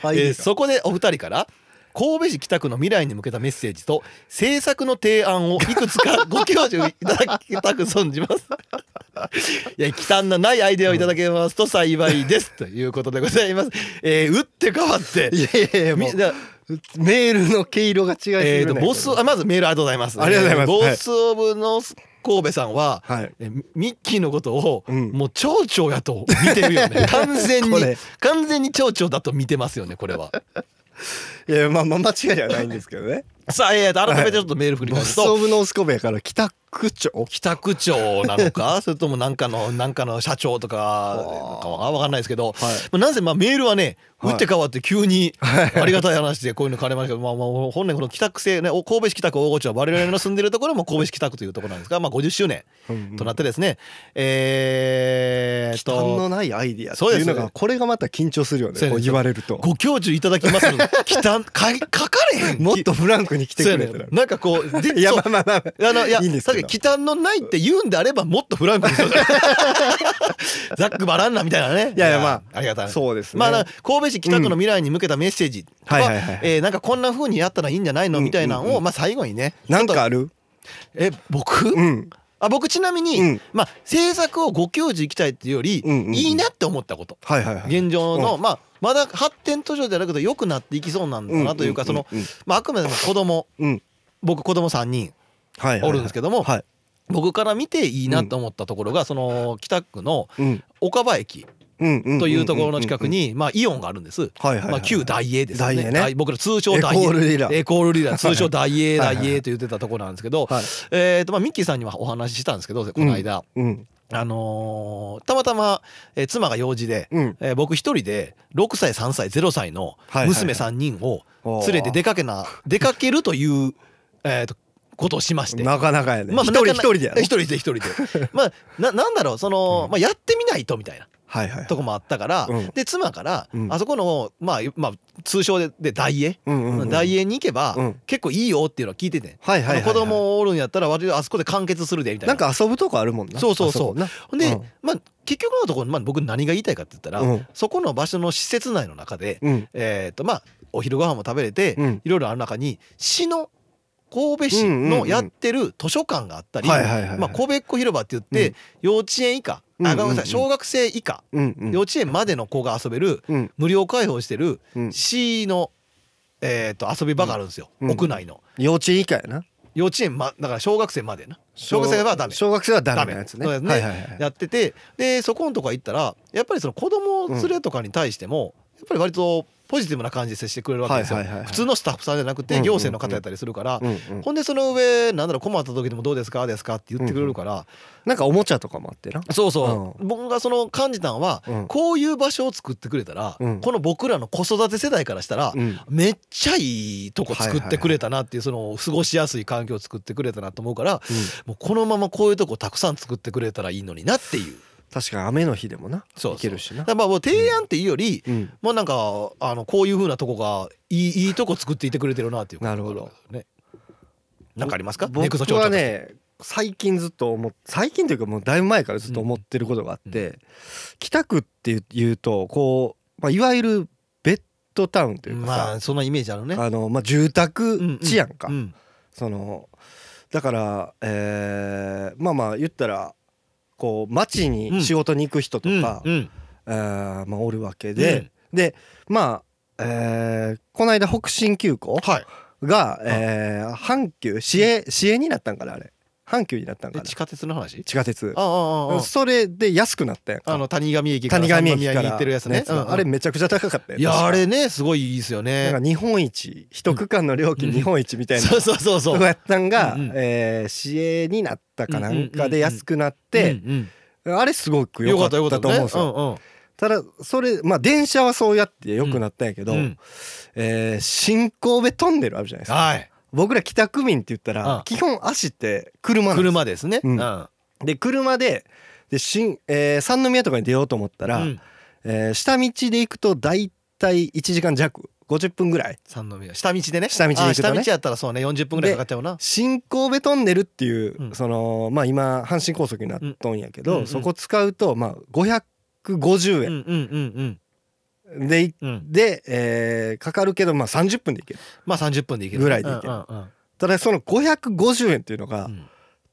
[SPEAKER 1] はい
[SPEAKER 2] えーそこでお二人から神戸市北区の未来に向けたメッセージと政策の提案をいくつ
[SPEAKER 1] [laughs]
[SPEAKER 2] かご教授いただきたく存じます。いや忌憚のないアイデアをいただけますと幸いですということでございます。えー打って変わって
[SPEAKER 1] いやいやいやもう
[SPEAKER 2] みだ
[SPEAKER 1] メールの毛色が違いすぎるね
[SPEAKER 2] えーとボスあまずメールありがとうございます。
[SPEAKER 1] ありがとうございます
[SPEAKER 2] えーボスオブノース神戸さんは、
[SPEAKER 1] はい
[SPEAKER 2] えーミッキーのことを、
[SPEAKER 1] うん
[SPEAKER 2] もう蝶々やと見てるよ
[SPEAKER 1] [laughs]
[SPEAKER 2] ね。完全に
[SPEAKER 1] これ
[SPEAKER 2] 完全に蝶々だと見てますよねこれは。
[SPEAKER 1] いやまあまあ間違いではないんですけ
[SPEAKER 2] [laughs]
[SPEAKER 1] どね
[SPEAKER 2] さあ、えーと、改めてちょっとメール振り
[SPEAKER 1] ボ
[SPEAKER 2] 返る
[SPEAKER 1] ス
[SPEAKER 2] と、
[SPEAKER 1] オブノースコベやから北区長
[SPEAKER 2] 北区長な
[SPEAKER 1] [laughs]
[SPEAKER 2] のかそれともなんかのなんかの社長とかかわかんないですけど、
[SPEAKER 1] はい
[SPEAKER 2] まあなぜまあメールはね
[SPEAKER 1] はい
[SPEAKER 2] 打って変わって急にありがたい話でこういうの変わりましたけど、まあ、まあ本年この北区制ねお神戸市北区大御町は我々の住んでるところも神戸市北区というところなんですが、まあ、50周年となってですね、えー、っ
[SPEAKER 1] 忌憚の
[SPEAKER 2] と。
[SPEAKER 1] ないアイディアっていうの
[SPEAKER 2] そうで
[SPEAKER 1] が
[SPEAKER 2] す
[SPEAKER 1] これがまた緊張するよ
[SPEAKER 2] そう
[SPEAKER 1] ね
[SPEAKER 2] です
[SPEAKER 1] こう言われると
[SPEAKER 2] ご教授いただきますので、きたかい書かれへん。
[SPEAKER 1] もっとフランクに来て
[SPEAKER 2] そう
[SPEAKER 1] く
[SPEAKER 2] や
[SPEAKER 1] れ
[SPEAKER 2] ね
[SPEAKER 1] たら
[SPEAKER 2] なんかこう、で
[SPEAKER 1] いや
[SPEAKER 2] そう
[SPEAKER 1] まあまあまあ
[SPEAKER 2] あのいや
[SPEAKER 1] いいんですけど
[SPEAKER 2] 確かに忌憚のないって言うんであればもっとフランクにしよう
[SPEAKER 1] [laughs]
[SPEAKER 2] ザックバランナみたいなね
[SPEAKER 1] いやいやま
[SPEAKER 2] ありがたい
[SPEAKER 1] そうですね
[SPEAKER 2] まあな神戸市北区の未来に向けたメッセージとか、
[SPEAKER 1] はいはいはい
[SPEAKER 2] えーなんかこんな風にやったらいいんじゃないのみたいなのを、
[SPEAKER 1] うんうんう
[SPEAKER 2] まあ最後にね
[SPEAKER 1] なんかある
[SPEAKER 2] え僕、
[SPEAKER 1] うん
[SPEAKER 2] あ僕ちなみに、
[SPEAKER 1] うん
[SPEAKER 2] まあ制作をご教授いきたいっていうより、
[SPEAKER 1] うんうんうん
[SPEAKER 2] いいなって思ったこと
[SPEAKER 1] はいはいはい
[SPEAKER 2] 現状の、まあまだ発展途上じゃなくて良くなっていきそうなんだなというか、
[SPEAKER 1] んん
[SPEAKER 2] その、まあ、あくまでも子供
[SPEAKER 1] うんうん
[SPEAKER 2] 僕子供3人
[SPEAKER 1] はいはいはい
[SPEAKER 2] おるんですけども、
[SPEAKER 1] はい
[SPEAKER 2] 僕から見ていいなと思ったところが、その北区の
[SPEAKER 1] うん
[SPEAKER 2] 岡場駅
[SPEAKER 1] うんうん
[SPEAKER 2] というところの近くに、まあ、イオンがあるんです。
[SPEAKER 1] はいはいはい
[SPEAKER 2] まあ、旧大英ですよ
[SPEAKER 1] ダイエ
[SPEAKER 2] ね
[SPEAKER 1] ーね
[SPEAKER 2] 大僕ら通称
[SPEAKER 1] エコ
[SPEAKER 2] 大
[SPEAKER 1] ール
[SPEAKER 2] 英
[SPEAKER 1] リラ
[SPEAKER 2] エコールリーダー通称大英
[SPEAKER 1] はい
[SPEAKER 2] 大
[SPEAKER 1] はい
[SPEAKER 2] 英と言ってたところなんですけど、
[SPEAKER 1] はい
[SPEAKER 2] えーとまあ、ミッキーさんにはお話ししたんですけどこの間、
[SPEAKER 1] うん
[SPEAKER 2] あのーたまたま、えー妻が用事で、
[SPEAKER 1] うん
[SPEAKER 2] えー僕一人で6歳3歳0歳の娘3人を連れて出
[SPEAKER 1] か
[SPEAKER 2] かけな出かけるという、えーとことをしまして。
[SPEAKER 1] なかなかやね
[SPEAKER 2] まあ
[SPEAKER 1] 一人
[SPEAKER 2] な
[SPEAKER 1] 一
[SPEAKER 2] かな
[SPEAKER 1] 人でやろ
[SPEAKER 2] 一人で一人でまあな [laughs] なんだろうその、
[SPEAKER 1] うん
[SPEAKER 2] まあ、やってみないとみたいな
[SPEAKER 1] はいはい
[SPEAKER 2] とこもあったから、
[SPEAKER 1] うん
[SPEAKER 2] で妻から、
[SPEAKER 1] うん
[SPEAKER 2] あそこの、まあまあ、通称でで大英、
[SPEAKER 1] うんうんうん
[SPEAKER 2] 大英に行けば、
[SPEAKER 1] うん
[SPEAKER 2] 結構いいよっていうのは聞いてて、
[SPEAKER 1] はいはいはいはい
[SPEAKER 2] あの子供おるんやったら割とあそこで完結するでみたい
[SPEAKER 1] な
[SPEAKER 2] な
[SPEAKER 1] んか遊ぶとこあるもんな
[SPEAKER 2] そうそうそう
[SPEAKER 1] あこな
[SPEAKER 2] ほんで、
[SPEAKER 1] うん
[SPEAKER 2] まあ、結局のところ、まあ、僕何が言いたいかって言ったら、
[SPEAKER 1] うん
[SPEAKER 2] そこの場所の施設内の中で、
[SPEAKER 1] うん
[SPEAKER 2] えーとまあ、お昼ご飯も食べれて、
[SPEAKER 1] うん
[SPEAKER 2] いろいろある中に市の神戸
[SPEAKER 1] う
[SPEAKER 2] 市
[SPEAKER 1] んうんう
[SPEAKER 2] の
[SPEAKER 1] ん
[SPEAKER 2] やってる図書館があったり、
[SPEAKER 1] はいはいはい
[SPEAKER 2] まあ、神戸っ子広場って言って、
[SPEAKER 1] うん
[SPEAKER 2] 幼稚園以下、
[SPEAKER 1] うんうん
[SPEAKER 2] あ
[SPEAKER 1] うん
[SPEAKER 2] ごめんなさい小学生以下、
[SPEAKER 1] うんうん
[SPEAKER 2] 幼稚園までの子が遊べる
[SPEAKER 1] うん
[SPEAKER 2] 無料開放してる
[SPEAKER 1] うん
[SPEAKER 2] 市の、えー、と遊び場があるんですよ、
[SPEAKER 1] うん
[SPEAKER 2] 屋内の
[SPEAKER 1] 幼稚園以下やな
[SPEAKER 2] 幼稚園、ま、だから小学生までな小学生はダメ
[SPEAKER 1] 小学生はダメなやつね
[SPEAKER 2] ダメそ
[SPEAKER 1] は
[SPEAKER 2] うで
[SPEAKER 1] い
[SPEAKER 2] すね
[SPEAKER 1] はいはい
[SPEAKER 2] やっててでそこのとこ行ったらやっぱりその子供連れとかに対しても、やっぱり割とポジティブな感じで接してくれるわけですよ、
[SPEAKER 1] はいはいはいはい
[SPEAKER 2] 普通のスタッフさんじゃなく
[SPEAKER 1] うん
[SPEAKER 2] て
[SPEAKER 1] うんうん
[SPEAKER 2] 行政の方やったりするから、
[SPEAKER 1] うんうん
[SPEAKER 2] ほんでその上なんだろう困った時でもどうですかですかって言ってくれるから、
[SPEAKER 1] なんかおもちゃとかもあってな
[SPEAKER 2] そうそう、僕がその感じたのは、
[SPEAKER 1] うん
[SPEAKER 2] こういう場所を作ってくれたら、
[SPEAKER 1] うん
[SPEAKER 2] この僕らの子育て世代からしたら、
[SPEAKER 1] うん
[SPEAKER 2] めっちゃいいとこ作ってくれたなっていうその過ごしやすい環境を作ってくれたなと思うからもうこのままこういうとこたくさん作ってくれたらいいのになっていう
[SPEAKER 1] 確かに雨の日でもな
[SPEAKER 2] そうそう
[SPEAKER 1] 行けるしな
[SPEAKER 2] だからまあもう提案っていうより、
[SPEAKER 1] うん
[SPEAKER 2] もうなんかあのこういう風なとこがいいいいとこ作っていてくれてるなっていう
[SPEAKER 1] なるほど
[SPEAKER 2] ねなんかありますかネ
[SPEAKER 1] 僕
[SPEAKER 2] クスト調査
[SPEAKER 1] はね最近ずっと思っ最近というかもうだいぶ前からずっと思ってることがあって、北区っていういうとこう、まあ、いわゆるベッドタウンというか
[SPEAKER 2] まあ
[SPEAKER 1] さ、
[SPEAKER 2] そんなイメージあるね
[SPEAKER 1] あのまあ、住宅地やんか、
[SPEAKER 2] うんうん
[SPEAKER 1] そのだから、えーまあまあ言ったらこう町に仕事に行く人と
[SPEAKER 2] うん
[SPEAKER 1] か、
[SPEAKER 2] うんうん
[SPEAKER 1] えーまあ、おるわけで、でまあ、えーこの間北進急行、
[SPEAKER 2] はい
[SPEAKER 1] が、えー、阪急市営市営になったんかなあれ阪急になったんか
[SPEAKER 2] え
[SPEAKER 1] な
[SPEAKER 2] 地下鉄の話
[SPEAKER 1] 地下鉄
[SPEAKER 2] ああああ
[SPEAKER 1] それで安くなったやん
[SPEAKER 2] ああ
[SPEAKER 1] か
[SPEAKER 2] の谷上駅から
[SPEAKER 1] 谷上駅か
[SPEAKER 2] 三宮
[SPEAKER 1] ら
[SPEAKER 2] に行ってるやつね
[SPEAKER 1] の
[SPEAKER 2] うんうん
[SPEAKER 1] あれめちゃくちゃ高かったやん
[SPEAKER 2] いやあ
[SPEAKER 1] 確
[SPEAKER 2] れねすごいいいですよ
[SPEAKER 1] かな
[SPEAKER 2] ね
[SPEAKER 1] んか日本一一区間の料金
[SPEAKER 2] うん
[SPEAKER 1] 日本一みたいな
[SPEAKER 2] そうそうそう
[SPEAKER 1] と
[SPEAKER 2] そ
[SPEAKER 1] こ
[SPEAKER 2] う
[SPEAKER 1] やったんが、
[SPEAKER 2] うんうん
[SPEAKER 1] えー市営になったかなんかで
[SPEAKER 2] うんうんうんうん
[SPEAKER 1] 安くなっ
[SPEAKER 2] う
[SPEAKER 1] て、
[SPEAKER 2] ん
[SPEAKER 1] あれすご
[SPEAKER 2] う
[SPEAKER 1] く
[SPEAKER 2] ん
[SPEAKER 1] 良
[SPEAKER 2] よか
[SPEAKER 1] か
[SPEAKER 2] っ
[SPEAKER 1] ったた
[SPEAKER 2] よかった
[SPEAKER 1] と思うん
[SPEAKER 2] ね
[SPEAKER 1] ですよただそれまあ電車はそうやって良くなったんやけど、
[SPEAKER 2] うんうん
[SPEAKER 1] えー新神戸トンネルあるじゃないですか
[SPEAKER 2] はい
[SPEAKER 1] 僕ら北区民って言った
[SPEAKER 2] う
[SPEAKER 1] ら
[SPEAKER 2] ん
[SPEAKER 1] 基本足って車なんですよ
[SPEAKER 2] 車ですね
[SPEAKER 1] うん
[SPEAKER 2] うんうん
[SPEAKER 1] で車でで新、えー三宮とかに出ようと思ったら、えー下道で行くと大体1時間弱50分ぐらい
[SPEAKER 2] 三宮下道でね
[SPEAKER 1] 下道で行くとね
[SPEAKER 2] あ下道やったらそうね40分ぐらいかかっちゃうな
[SPEAKER 1] 新神戸トンネルっていう、
[SPEAKER 2] うん
[SPEAKER 1] そのまあ今阪神高速になっとんやけ
[SPEAKER 2] うん
[SPEAKER 1] ど、
[SPEAKER 2] うんうん
[SPEAKER 1] そこ使うとまあ550
[SPEAKER 2] うん
[SPEAKER 1] 円
[SPEAKER 2] うんうん
[SPEAKER 1] で,、
[SPEAKER 2] うんうん
[SPEAKER 1] でえーかかるけどまあ30分で行ける
[SPEAKER 2] まあ30分で行ける
[SPEAKER 1] ぐらいで行ける
[SPEAKER 2] うんうんうん
[SPEAKER 1] ただその550円っていうのが
[SPEAKER 2] うん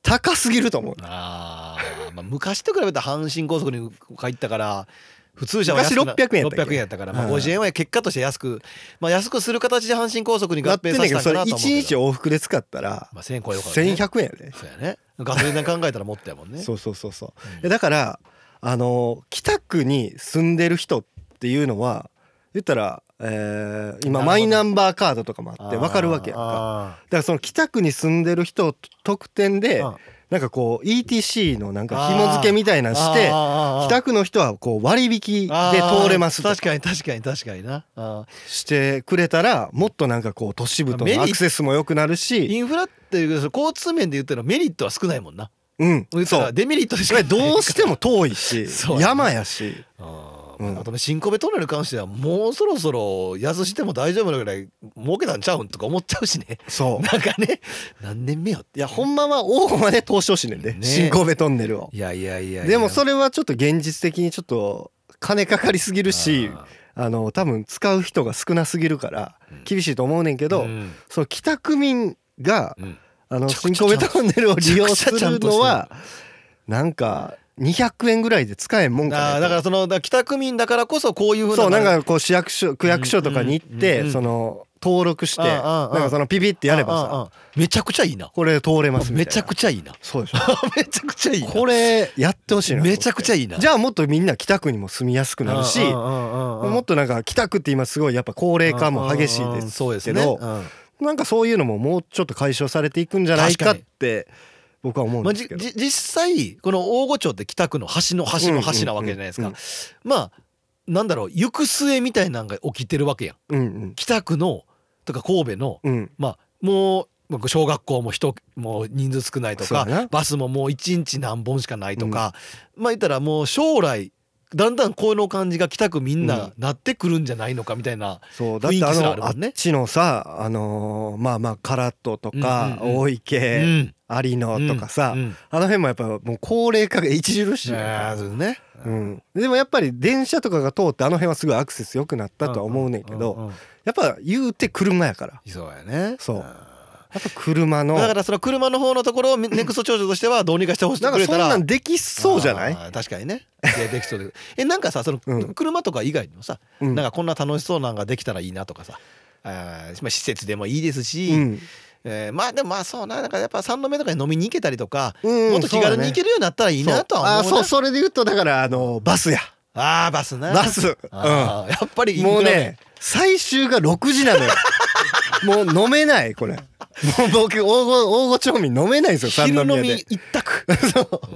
[SPEAKER 1] 高すぎると思う
[SPEAKER 2] あーまあ昔と比べたら阪神高速に入ったから普通車は
[SPEAKER 1] 昔
[SPEAKER 2] 安くな
[SPEAKER 1] 600円やったっけ
[SPEAKER 2] 600円やったから、まあ、
[SPEAKER 1] うん
[SPEAKER 2] 50円は結果として安く、まあ、安くする形で阪神高速に
[SPEAKER 1] な
[SPEAKER 2] 合
[SPEAKER 1] ってん
[SPEAKER 2] 併
[SPEAKER 1] ねん
[SPEAKER 2] さ
[SPEAKER 1] け
[SPEAKER 2] せ
[SPEAKER 1] ど
[SPEAKER 2] た
[SPEAKER 1] それ
[SPEAKER 2] ん
[SPEAKER 1] 1
[SPEAKER 2] かなと思うけ
[SPEAKER 1] 日
[SPEAKER 2] ど、
[SPEAKER 1] 往復で使ったら
[SPEAKER 2] まあ、1000円超えようから、ね、
[SPEAKER 1] 1100円やで、
[SPEAKER 2] そうやねガソリン代考えたらもっとやもんね
[SPEAKER 1] そうそうそうそう
[SPEAKER 2] う
[SPEAKER 1] え
[SPEAKER 2] ん
[SPEAKER 1] だからあの北区に住んでる人っていうのは言ったら、えー
[SPEAKER 2] なるほ
[SPEAKER 1] 今
[SPEAKER 2] ど
[SPEAKER 1] マイナンバーカードとかもあってわかるわけやんかだか
[SPEAKER 2] あー
[SPEAKER 1] らその北区に住んでる人特典で
[SPEAKER 2] うん
[SPEAKER 1] なんかこう ETC のなんか紐付けみたいな
[SPEAKER 2] あ
[SPEAKER 1] んして
[SPEAKER 2] ー
[SPEAKER 1] 北区の人はこう割引で通れます
[SPEAKER 2] あ
[SPEAKER 1] と
[SPEAKER 2] ー確かに確かに確かになあ
[SPEAKER 1] してくれたらもっとなんかこう都市部と
[SPEAKER 2] メリッ
[SPEAKER 1] の
[SPEAKER 2] ト
[SPEAKER 1] アクセスも良くなる
[SPEAKER 2] ーイ
[SPEAKER 1] し
[SPEAKER 2] ンフラっていうその交通面で言ったらメリットは少ないもんな
[SPEAKER 1] うん
[SPEAKER 2] 言った
[SPEAKER 1] そ
[SPEAKER 2] ら
[SPEAKER 1] う
[SPEAKER 2] デメリットでし
[SPEAKER 1] そ
[SPEAKER 2] かな
[SPEAKER 1] れ
[SPEAKER 2] いから
[SPEAKER 1] どうしても遠いし
[SPEAKER 2] [laughs] そうやね
[SPEAKER 1] 山やし
[SPEAKER 2] あ
[SPEAKER 1] うん
[SPEAKER 2] ーあとね新神戸トンネルに関してはもうそろそろ安しても大丈夫なぐらい儲けたんちゃうんとか思っちゃうしね [laughs]
[SPEAKER 1] そう
[SPEAKER 2] なんかね何年目よっ
[SPEAKER 1] い
[SPEAKER 2] て
[SPEAKER 1] やほんまは大間まで通してほしいねんで
[SPEAKER 2] ね
[SPEAKER 1] [laughs] 新神戸トンネルを
[SPEAKER 2] いやいやいやいや
[SPEAKER 1] でもそ
[SPEAKER 2] れ
[SPEAKER 1] れはちょっと現実的にちょっと金かかりすぎるしあの多分使う人が少なすぎるから
[SPEAKER 2] うん
[SPEAKER 1] 厳しいと思うねんけど、
[SPEAKER 2] うん
[SPEAKER 1] その北区民が
[SPEAKER 2] うん
[SPEAKER 1] あの
[SPEAKER 2] めちゃく
[SPEAKER 1] 新
[SPEAKER 2] ちゃ
[SPEAKER 1] 神戸トンネルを利用するのは
[SPEAKER 2] あ
[SPEAKER 1] なんか200円ぐらいで使えんもんかな
[SPEAKER 2] ー
[SPEAKER 1] と
[SPEAKER 2] だからそのだから北区民だからこそこういうふうな
[SPEAKER 1] そうなんかこう市役所区役所とかに行っ
[SPEAKER 2] うんうんうんう
[SPEAKER 1] て
[SPEAKER 2] ん
[SPEAKER 1] その登録して
[SPEAKER 2] あああ
[SPEAKER 1] な
[SPEAKER 2] あ
[SPEAKER 1] んかそのピピってやれば
[SPEAKER 2] ああ
[SPEAKER 1] さ
[SPEAKER 2] ああめちゃくちゃいいな
[SPEAKER 1] これ通れますみたい
[SPEAKER 2] め
[SPEAKER 1] な
[SPEAKER 2] ちゃくちゃいいな
[SPEAKER 1] そうで
[SPEAKER 2] [laughs]
[SPEAKER 1] しょ
[SPEAKER 2] めちゃくちゃいいな
[SPEAKER 1] これやってほしいな
[SPEAKER 2] めちゃくちゃ
[SPEAKER 1] いい
[SPEAKER 2] いいな
[SPEAKER 1] じゃあもっとみんな北区にも住みやすくなるし
[SPEAKER 2] うんうんうんうん
[SPEAKER 1] もっとなんか北区って今すごいやっぱ高齢化も激し
[SPEAKER 2] うん
[SPEAKER 1] い
[SPEAKER 2] うんう
[SPEAKER 1] で
[SPEAKER 2] ん
[SPEAKER 1] す
[SPEAKER 2] そうです
[SPEAKER 1] け
[SPEAKER 2] ね
[SPEAKER 1] ど
[SPEAKER 2] うん
[SPEAKER 1] なんかそういうのももうちょっと解消されていくんじゃないかって僕は思うん
[SPEAKER 2] まあ、
[SPEAKER 1] で
[SPEAKER 2] じ
[SPEAKER 1] すけど
[SPEAKER 2] じ実際この大御町って北区の橋の橋の橋なわけじゃないです
[SPEAKER 1] う
[SPEAKER 2] か
[SPEAKER 1] ん
[SPEAKER 2] まあなんだろう行く末みたいなのが起きてるわけやん
[SPEAKER 1] うん
[SPEAKER 2] 北区のとか神戸の
[SPEAKER 1] うんうん
[SPEAKER 2] まあもう僕小学校も人もう人数少ないと
[SPEAKER 1] そうや
[SPEAKER 2] か
[SPEAKER 1] な
[SPEAKER 2] バスももう1日何本しかないとか、まあ言ったらもう将来だんだんこの感じが北区みん
[SPEAKER 1] う
[SPEAKER 2] ななってくるんじゃないのかみたいな、
[SPEAKER 1] そうだってあ
[SPEAKER 2] 雰囲気すら
[SPEAKER 1] の
[SPEAKER 2] ある
[SPEAKER 1] あ
[SPEAKER 2] もんね
[SPEAKER 1] っちのさあのーまあまあカラットとか
[SPEAKER 2] うんうんうん
[SPEAKER 1] 大
[SPEAKER 2] う
[SPEAKER 1] 池
[SPEAKER 2] ん
[SPEAKER 1] 有野とかさ
[SPEAKER 2] うん
[SPEAKER 1] あの辺もやっぱもう高齢化が [laughs] 著しいよね
[SPEAKER 2] ああそうね
[SPEAKER 1] うん、でもやっぱり電車とかが通ってあの辺はすごいアクセス良くなったとは思うねんけ
[SPEAKER 2] う
[SPEAKER 1] ど
[SPEAKER 2] んうん
[SPEAKER 1] やっぱ言うて車やから
[SPEAKER 2] そうやね
[SPEAKER 1] そうんやっぱ車の
[SPEAKER 2] だ
[SPEAKER 1] な
[SPEAKER 2] か
[SPEAKER 1] んから
[SPEAKER 2] その車の方のところをネクスト長女としてはどうにかしてほしいくれ
[SPEAKER 1] そ
[SPEAKER 2] た
[SPEAKER 1] ん
[SPEAKER 2] ら
[SPEAKER 1] なんできそうじゃない
[SPEAKER 2] あー確かにねいやできそ
[SPEAKER 1] [laughs]
[SPEAKER 2] うでえなんかさその
[SPEAKER 1] うん
[SPEAKER 2] 車とか以外にもさ、
[SPEAKER 1] うん
[SPEAKER 2] なんかこんな楽しそうなのができたらいいなとかさあーまあ施設でもいいですし、
[SPEAKER 1] うん
[SPEAKER 2] えーまあでもまあそうななんかやっぱ三度目とかに飲みに行けたりとか、
[SPEAKER 1] うん
[SPEAKER 2] もっと気軽に行けるようになったらいいなとは思
[SPEAKER 1] そうあ
[SPEAKER 2] う
[SPEAKER 1] ーそ
[SPEAKER 2] な
[SPEAKER 1] うそれで言うとだからあのバスや
[SPEAKER 2] あーバスな
[SPEAKER 1] バス、う
[SPEAKER 2] あーやっぱり
[SPEAKER 1] ん、もうね最終が6時な
[SPEAKER 2] [laughs]
[SPEAKER 1] のよもう飲めないこれもう僕大御大御町民飲めないんですよ三
[SPEAKER 2] 昼
[SPEAKER 1] 宮
[SPEAKER 2] 飲み
[SPEAKER 1] で
[SPEAKER 2] 一
[SPEAKER 1] [laughs]
[SPEAKER 2] 択
[SPEAKER 5] うん
[SPEAKER 1] だか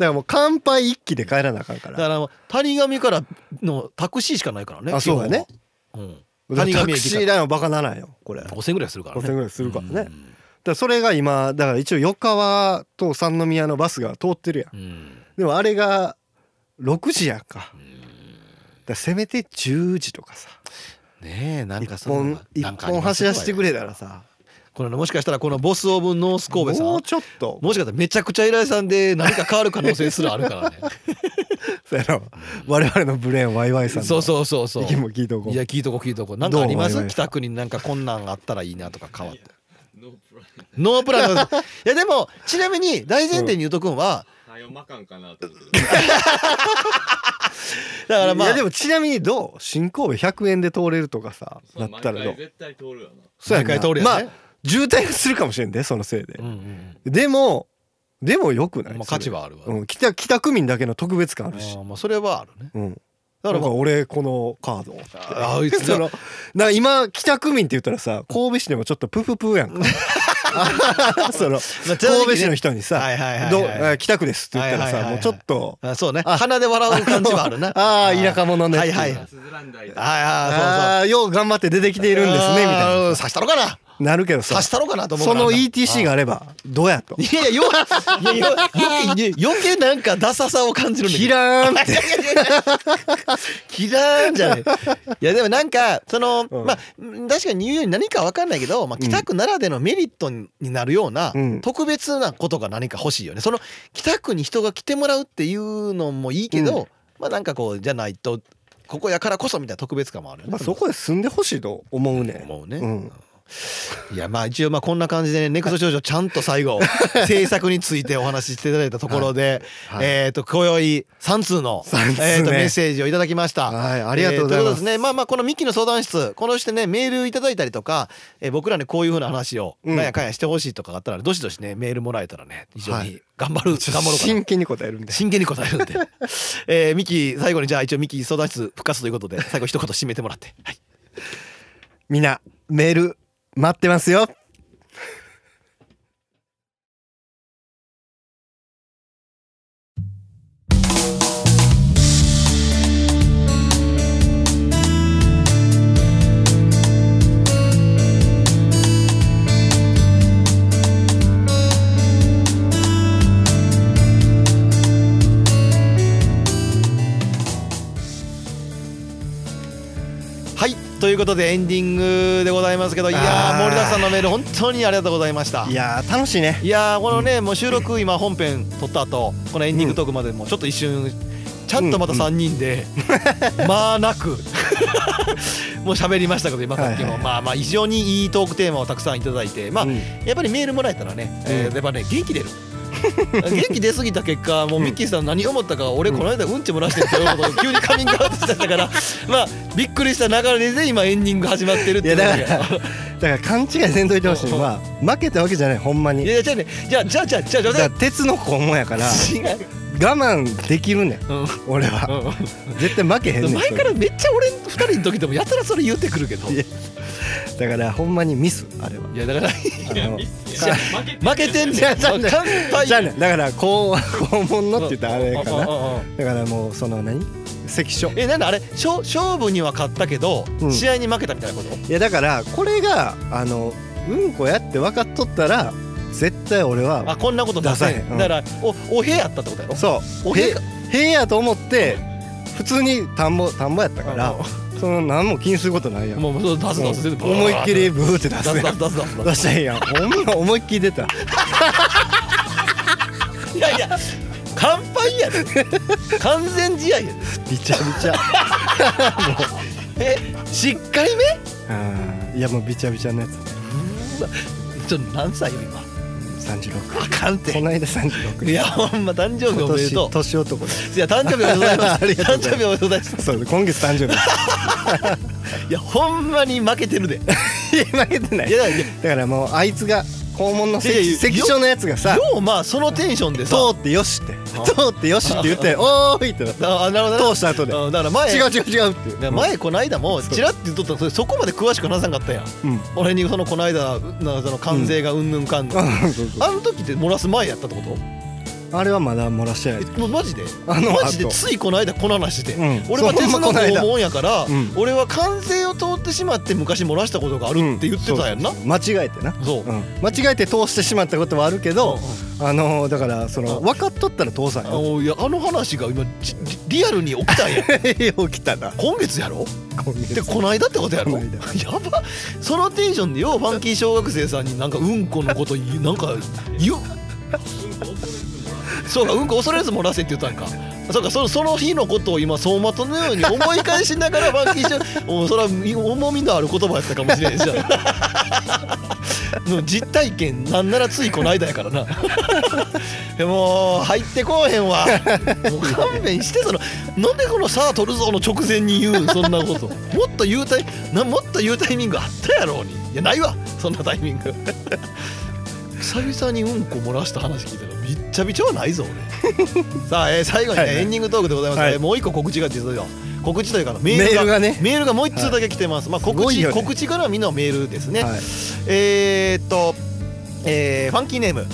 [SPEAKER 1] らもう乾杯一気で帰らなあかんか
[SPEAKER 2] だ
[SPEAKER 1] ら
[SPEAKER 2] からもう谷上からのタクシーしかないからね
[SPEAKER 1] あそうだね
[SPEAKER 2] 基本はうん
[SPEAKER 1] タ
[SPEAKER 2] 谷上
[SPEAKER 1] ク
[SPEAKER 2] 駅
[SPEAKER 1] シー代もバカならんよこれ
[SPEAKER 2] 5000円ぐらいするからね
[SPEAKER 1] 5000ぐらいするからね
[SPEAKER 2] うん
[SPEAKER 1] だからそれが今だから一応横川と三宮のバスが通ってるやん
[SPEAKER 2] うん
[SPEAKER 1] でもあれが6時やんかだからせめて10時とかさ
[SPEAKER 2] ねえなんか
[SPEAKER 1] 一
[SPEAKER 2] その
[SPEAKER 1] 本一本走らせてくれたらさ
[SPEAKER 2] このもしかしたらこのボス・オブ・ノース神戸さん
[SPEAKER 1] も
[SPEAKER 2] も
[SPEAKER 1] うちょっと
[SPEAKER 2] しかしたらめちゃくちゃ偉いさんで何か変わる可能性すらあるからね
[SPEAKER 1] そうやろ我々のブレーンワイワイさん
[SPEAKER 2] そう
[SPEAKER 1] の
[SPEAKER 2] そうそうそう
[SPEAKER 1] 意見も聞いとこう
[SPEAKER 2] いや聞いとこ聞いとこなんかありま
[SPEAKER 1] どう
[SPEAKER 2] す
[SPEAKER 1] 思います
[SPEAKER 2] 北区になんかこんなんあったらいいなとか変わって
[SPEAKER 5] ノープラン。
[SPEAKER 2] ノープランだいやでもちなみに大前提にゆうとくんは
[SPEAKER 5] はよまかんかなと思って。
[SPEAKER 2] だからまあ
[SPEAKER 1] いやでもちなみにどう新神戸100円で通れるとかさ
[SPEAKER 5] そ
[SPEAKER 1] な
[SPEAKER 5] う
[SPEAKER 1] っ
[SPEAKER 5] 毎
[SPEAKER 1] たらど
[SPEAKER 5] 回
[SPEAKER 1] う
[SPEAKER 5] 絶対通るよな。
[SPEAKER 1] そうや
[SPEAKER 2] 毎回通る
[SPEAKER 1] な
[SPEAKER 2] やつ
[SPEAKER 1] まあ
[SPEAKER 2] ね
[SPEAKER 1] 渋滞するかもしれんでそのせいで
[SPEAKER 2] うんうん
[SPEAKER 1] でもでもよく
[SPEAKER 2] う
[SPEAKER 1] なんい
[SPEAKER 2] まあ
[SPEAKER 1] それ
[SPEAKER 2] 価値はあるわ
[SPEAKER 1] うん北北区民だけの特別感あるし
[SPEAKER 2] ああまあそれはあるね
[SPEAKER 1] うんだ
[SPEAKER 2] だか
[SPEAKER 1] からら
[SPEAKER 2] まあ
[SPEAKER 1] 俺このカード
[SPEAKER 2] ああいつね
[SPEAKER 1] [laughs] そのな今北区民って言ったらさ神戸市でもちょっとプププやんか [laughs] その
[SPEAKER 2] まあ [laughs] 正直ね
[SPEAKER 1] 神戸市の人にさ
[SPEAKER 2] はいはいはい
[SPEAKER 1] ど
[SPEAKER 2] はい
[SPEAKER 1] あ北区です」って言ったら
[SPEAKER 2] はい
[SPEAKER 1] さ
[SPEAKER 2] はいはい
[SPEAKER 1] もう
[SPEAKER 2] はい
[SPEAKER 1] ちょっと
[SPEAKER 2] あそうね鼻で笑う感じはあるな
[SPEAKER 1] [laughs] ああ田舎者ね
[SPEAKER 2] はいはい
[SPEAKER 1] ってう
[SPEAKER 5] つづらんだい。
[SPEAKER 2] ああそうそう
[SPEAKER 1] ああよう頑張って出てきているんですねみ
[SPEAKER 2] あ
[SPEAKER 1] たい
[SPEAKER 2] ー刺したろかな
[SPEAKER 1] ななるけどさ
[SPEAKER 2] 刺したろかなと思うか
[SPEAKER 1] そ
[SPEAKER 2] ら
[SPEAKER 1] の
[SPEAKER 2] な
[SPEAKER 1] ETC があればどうやと
[SPEAKER 2] いやいやよいやよよ余計なんかダサさを感じるんだけど
[SPEAKER 1] キラ
[SPEAKER 2] [laughs]
[SPEAKER 1] ーンって
[SPEAKER 2] いやいやいや [laughs] キラーンじゃないいやでもなんかその、
[SPEAKER 1] うん
[SPEAKER 2] まあ確かに言うように何か分かんないけど、まあ、北区ならでのメリットになるような
[SPEAKER 1] うん
[SPEAKER 2] 特別なことが何か欲しいよねその北区に人が来てもらうっていうのもいいけど、
[SPEAKER 1] う
[SPEAKER 2] まあなんかこうじゃないとここやからこそみたいな特別感もあるよね
[SPEAKER 1] まあそこで住んでほしいと思うね
[SPEAKER 2] 思うね、
[SPEAKER 1] うん
[SPEAKER 2] いやまあ一応まあこんな感じでね「ネクスト少女」ちゃんと
[SPEAKER 1] [laughs]
[SPEAKER 2] 最後制作についてお話ししていただいたところで、
[SPEAKER 1] はい
[SPEAKER 2] えっ、と今宵3通の
[SPEAKER 1] 三通ね
[SPEAKER 2] えーとメッセージをいただきました。
[SPEAKER 1] はいありがとうござい
[SPEAKER 2] え
[SPEAKER 1] ま
[SPEAKER 2] ーということ
[SPEAKER 1] す
[SPEAKER 2] ですねまあまあこのミキの相談室このしてねメールいただいたりとか、えー僕らにこういうふうな話を
[SPEAKER 1] うん
[SPEAKER 2] なんやかんやしてほしいとかがあったらどしどしねメールもらえたらね非常
[SPEAKER 1] は
[SPEAKER 2] に頑張る、頑張ろうかな
[SPEAKER 1] 真剣に答えるんで
[SPEAKER 2] 真剣に答えるんで、 [laughs] えー、ミキ最後にじゃあ一応ミキ相談室復活ということで最後一言締めてもらって、はい
[SPEAKER 1] みんなメール待ってますよ
[SPEAKER 2] はいということでエンディングでございますけどいや
[SPEAKER 1] あ
[SPEAKER 2] ー
[SPEAKER 1] ー
[SPEAKER 2] 森田さんのメール本当にありがとうございました
[SPEAKER 1] いやー楽しいね
[SPEAKER 2] いやーこのねもう収録今本編撮った後このエンディングトークまでもちょっと一瞬ちゃんとまた3人で、まあなくもう喋りましたけど今さっき
[SPEAKER 1] はい
[SPEAKER 2] も、
[SPEAKER 1] はい
[SPEAKER 2] まあまあ非常にいいトークテーマをたくさんいただいてまあ、
[SPEAKER 1] うん
[SPEAKER 2] やっぱりメールもらえたらね、えー
[SPEAKER 1] うん
[SPEAKER 2] やっぱね元気出る [laughs] 元気出すぎた結果もうミッキーさん何思ったか俺この間うんち漏らしてっていうことを急にカミングアウトしちゃったから [laughs] まあびっくりした流れで今エンディング始まってるっていう
[SPEAKER 1] いやだ
[SPEAKER 2] だから
[SPEAKER 1] だから勘違いせんといてほしいまあ負けたわけじゃないほんま
[SPEAKER 2] い
[SPEAKER 1] に
[SPEAKER 2] やいやじゃあねじゃあじゃあじゃあじゃあじゃ
[SPEAKER 1] だか
[SPEAKER 2] あ
[SPEAKER 1] ら鉄の子もやから我
[SPEAKER 2] 違う
[SPEAKER 1] 慢できるねん
[SPEAKER 2] うん
[SPEAKER 1] 俺は絶対負けへんねん
[SPEAKER 2] 前からめっちゃ俺二人の時でもやたらそれ言うてくるけど
[SPEAKER 1] いやそれだからほんまにミスあれはい
[SPEAKER 2] やだから [laughs]
[SPEAKER 1] あ
[SPEAKER 5] いや
[SPEAKER 1] の
[SPEAKER 5] ミ
[SPEAKER 1] [laughs]
[SPEAKER 5] ス
[SPEAKER 1] じゃ
[SPEAKER 2] 負けてん
[SPEAKER 5] じ
[SPEAKER 2] じゃん
[SPEAKER 1] じゃあ
[SPEAKER 2] 乾
[SPEAKER 1] じゃ
[SPEAKER 2] 杯
[SPEAKER 1] じゃあねだからこう肛門のって言ったらあれか
[SPEAKER 2] うん
[SPEAKER 1] な
[SPEAKER 2] うんうんうん
[SPEAKER 1] だからもうその何関所
[SPEAKER 2] えなんだあれ勝勝負には勝ったけど、
[SPEAKER 1] うん
[SPEAKER 2] 試合に負けたみたいなこと
[SPEAKER 1] いやだからこれがあのうんこやって分かっとったら絶対俺は
[SPEAKER 2] あこんなこと出せ
[SPEAKER 1] 出さへんうん
[SPEAKER 2] だからおお部屋やったってことやろ
[SPEAKER 1] そう
[SPEAKER 2] お部
[SPEAKER 1] へ
[SPEAKER 2] 屋
[SPEAKER 1] へやと思って普通に田んぼ田んぼやったからその何も気にすることないやん
[SPEAKER 2] もうそう出す出す
[SPEAKER 1] う
[SPEAKER 2] 出
[SPEAKER 1] ん
[SPEAKER 2] す
[SPEAKER 1] 思いっきりブーって出
[SPEAKER 2] 出
[SPEAKER 1] す
[SPEAKER 2] す出
[SPEAKER 1] や
[SPEAKER 2] す
[SPEAKER 1] ん
[SPEAKER 2] 出す出す
[SPEAKER 1] 出したらいいやんほんま思いっきり出た
[SPEAKER 2] 出すいやいや乾杯やで完全試合やで
[SPEAKER 1] びちゃびちゃ
[SPEAKER 2] えしっかりめ
[SPEAKER 1] あーいやもうびちゃびちゃのや
[SPEAKER 2] ちょっと何歳よ今
[SPEAKER 1] つ36
[SPEAKER 2] あかんて
[SPEAKER 1] こないだ36
[SPEAKER 2] いやほんま誕生日お
[SPEAKER 1] 今
[SPEAKER 2] めで
[SPEAKER 1] 年
[SPEAKER 2] と
[SPEAKER 1] 年男で
[SPEAKER 2] ういや誕生日おめでとうござい [laughs] ます
[SPEAKER 1] ありがとうご
[SPEAKER 2] 誕生
[SPEAKER 1] ざいます
[SPEAKER 2] 日おめでとうございます
[SPEAKER 1] そう今月誕生
[SPEAKER 2] [laughs]
[SPEAKER 1] 日
[SPEAKER 2] いやほんまに負けてるで
[SPEAKER 1] 負けてないい
[SPEAKER 2] やいや
[SPEAKER 1] だからもうあいつが肛門の
[SPEAKER 2] いやいや
[SPEAKER 1] 関関所のやつがさ
[SPEAKER 2] ようまあそのテンションでさ
[SPEAKER 1] 通ってよしって通ってよしって言って「おーい!」ってなって
[SPEAKER 2] ああなるほどね
[SPEAKER 1] 通した後で
[SPEAKER 2] うんだから前
[SPEAKER 1] 違う違う違うっていう
[SPEAKER 2] ね前この間もちらっと言っとったのそれそこまで詳しく話さんかったやん
[SPEAKER 1] うん
[SPEAKER 2] 俺にそのこの間なその関税がうんぬんかんぬん、あ
[SPEAKER 1] あそうそう
[SPEAKER 2] の時って漏らす前やったってこと
[SPEAKER 1] あれはまだ漏らしてない
[SPEAKER 2] えもうマジで
[SPEAKER 1] あの
[SPEAKER 2] マジで
[SPEAKER 1] 後
[SPEAKER 2] ついこの間この話してて、
[SPEAKER 1] うん
[SPEAKER 2] 俺は
[SPEAKER 1] そ
[SPEAKER 2] 鉄
[SPEAKER 1] うほん
[SPEAKER 2] の
[SPEAKER 1] まこの間
[SPEAKER 2] 肛門やから、
[SPEAKER 1] うん
[SPEAKER 2] 俺は関税を通ってしまって昔漏らしたことがあるって言ってたやんな、
[SPEAKER 1] うそうそう間違えてな
[SPEAKER 2] そう
[SPEAKER 1] うん間違えて通してしまったことはあるけどあのーだからその
[SPEAKER 2] うん
[SPEAKER 1] 分かっとったら通さん
[SPEAKER 2] あ
[SPEAKER 1] よ
[SPEAKER 2] のいやあの話が今じリリアルに起きた
[SPEAKER 1] [laughs]
[SPEAKER 2] んや
[SPEAKER 1] 起きたな
[SPEAKER 2] 今月やろ
[SPEAKER 1] 今
[SPEAKER 2] で
[SPEAKER 1] 月
[SPEAKER 2] この間ってことやろ
[SPEAKER 1] こ
[SPEAKER 2] や
[SPEAKER 1] の間
[SPEAKER 2] ばそのテンションでようファンキー小学生さんになんかうんこのこと言うなんか言うそうかうんこ恐れず漏らせって言ったんかそうかそのその日のことを今走馬灯のように思い返しながらファンキー小 [laughs] おそれは重みのある言葉やったかもしれんじゃんの実体験なんならついこの間やか
[SPEAKER 1] [laughs]
[SPEAKER 2] らなでも入ってこうへんわもう勘弁してそのなんでこの「さあ取るぞ」の直前に言うそんなこともっと言うタイなもっと言うタイミングあったやろうにいやないわそんなタイミング久々にうんこ漏らした話聞いたらびっちゃびちゃはないぞ
[SPEAKER 1] [laughs]
[SPEAKER 2] 俺さあ、えー最後にね、
[SPEAKER 1] はいはい
[SPEAKER 2] エンディングトークでございます、
[SPEAKER 1] はい
[SPEAKER 2] えーもう一個告知が出てるよ告知というかメ
[SPEAKER 1] メ
[SPEAKER 2] ール
[SPEAKER 1] ー
[SPEAKER 2] が
[SPEAKER 1] ルがね
[SPEAKER 2] メールがもう1通だけ来てます、まあ、告
[SPEAKER 1] すごい
[SPEAKER 2] 知
[SPEAKER 1] よね
[SPEAKER 2] 告知絡みのメールですね、
[SPEAKER 1] はい
[SPEAKER 2] えー、っと、えーファンキーネーム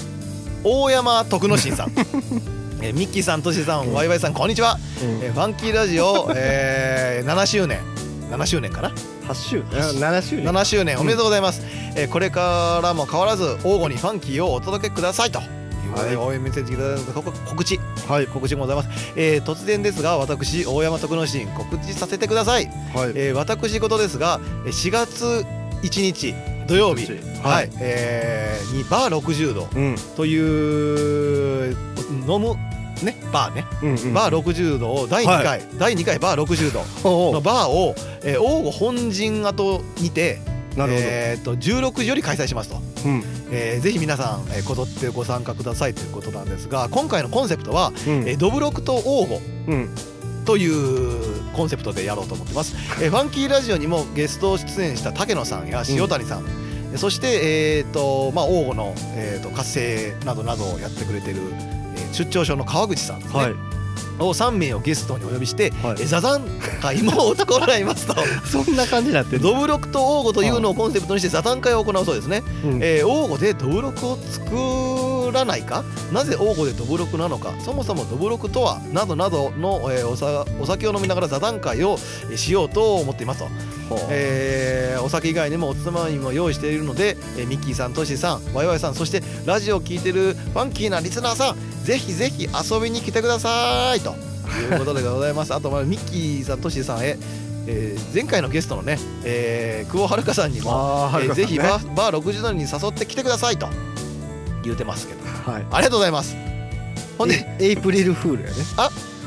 [SPEAKER 2] 大山徳之進 [laughs] さんえーミッキーさん、としさん、ワイワイさん、こんにちは。
[SPEAKER 1] うん
[SPEAKER 2] えーファンキーラジオ、えー7周年、7周年かな、
[SPEAKER 1] 8周7周年
[SPEAKER 2] 7周年おめでとうございます。えーこれからも変わらず、交互にファンキーをお届けくださいと。はい、応援メッセージいただいたこ告知、はい、告知もございます、えー突然ですが私大山徳之進告知させてください
[SPEAKER 1] はい
[SPEAKER 2] えー私事ですがえー4月1日土曜日、は
[SPEAKER 1] はいい
[SPEAKER 2] えーにバー60度
[SPEAKER 1] うん
[SPEAKER 2] という飲む、ね、バーね、
[SPEAKER 1] うんうん
[SPEAKER 2] バー60度を第2回、
[SPEAKER 1] は
[SPEAKER 2] 第2回バー60度
[SPEAKER 1] おうお
[SPEAKER 2] の
[SPEAKER 1] う
[SPEAKER 2] バーを、えー、王吾本陣跡にて、
[SPEAKER 1] なるほど
[SPEAKER 2] えー、と16時より開催しますと、
[SPEAKER 1] うん
[SPEAKER 2] えーぜひ皆さん、えーこぞってご参加くださいということなんですが今回のコンセプトは、
[SPEAKER 1] うん
[SPEAKER 2] えー、ドブロクと王吾
[SPEAKER 1] うん
[SPEAKER 2] というコンセプトでやろうと思ってます。えーファンキーラジオにもゲスト出演した竹野さんや塩谷さん、そして、えーとまあ、王吾の、えー、と活性などなどをやってくれてる、えー出張所の川口さんですね、
[SPEAKER 1] はい
[SPEAKER 2] を3名をゲストにお呼びして、
[SPEAKER 1] はい
[SPEAKER 2] えー座談会も行いますと
[SPEAKER 1] そんな感じになってんの
[SPEAKER 2] ドブロクと王吾というのをコンセプトにして座談会を行うそうですね。
[SPEAKER 1] うん
[SPEAKER 2] えー、王語でドブロクを作らないかなぜ王語でドブロクなのかそもそもドブロクとはなどなどの、えーおさお酒を飲みながら座談会をえーしようと思っていますと、えーお酒以外にもおつまみも用意しているので、えーミッキーさんトシさんワイワイさんそしてラジオを聴いてるファンキーなリスナーさんぜひぜひ遊びに来てくださいということでございますあとまあミッキーさんトシさんへ、えー前回のゲストのね、えー久保遥さんにも
[SPEAKER 1] あーは
[SPEAKER 2] え
[SPEAKER 1] るか
[SPEAKER 2] ー
[SPEAKER 1] さんね
[SPEAKER 2] ぜひバーバー60度に誘ってきてくださいと言うてますけど
[SPEAKER 1] はい
[SPEAKER 2] ありがとうございますほんで
[SPEAKER 1] エイプリルフールやね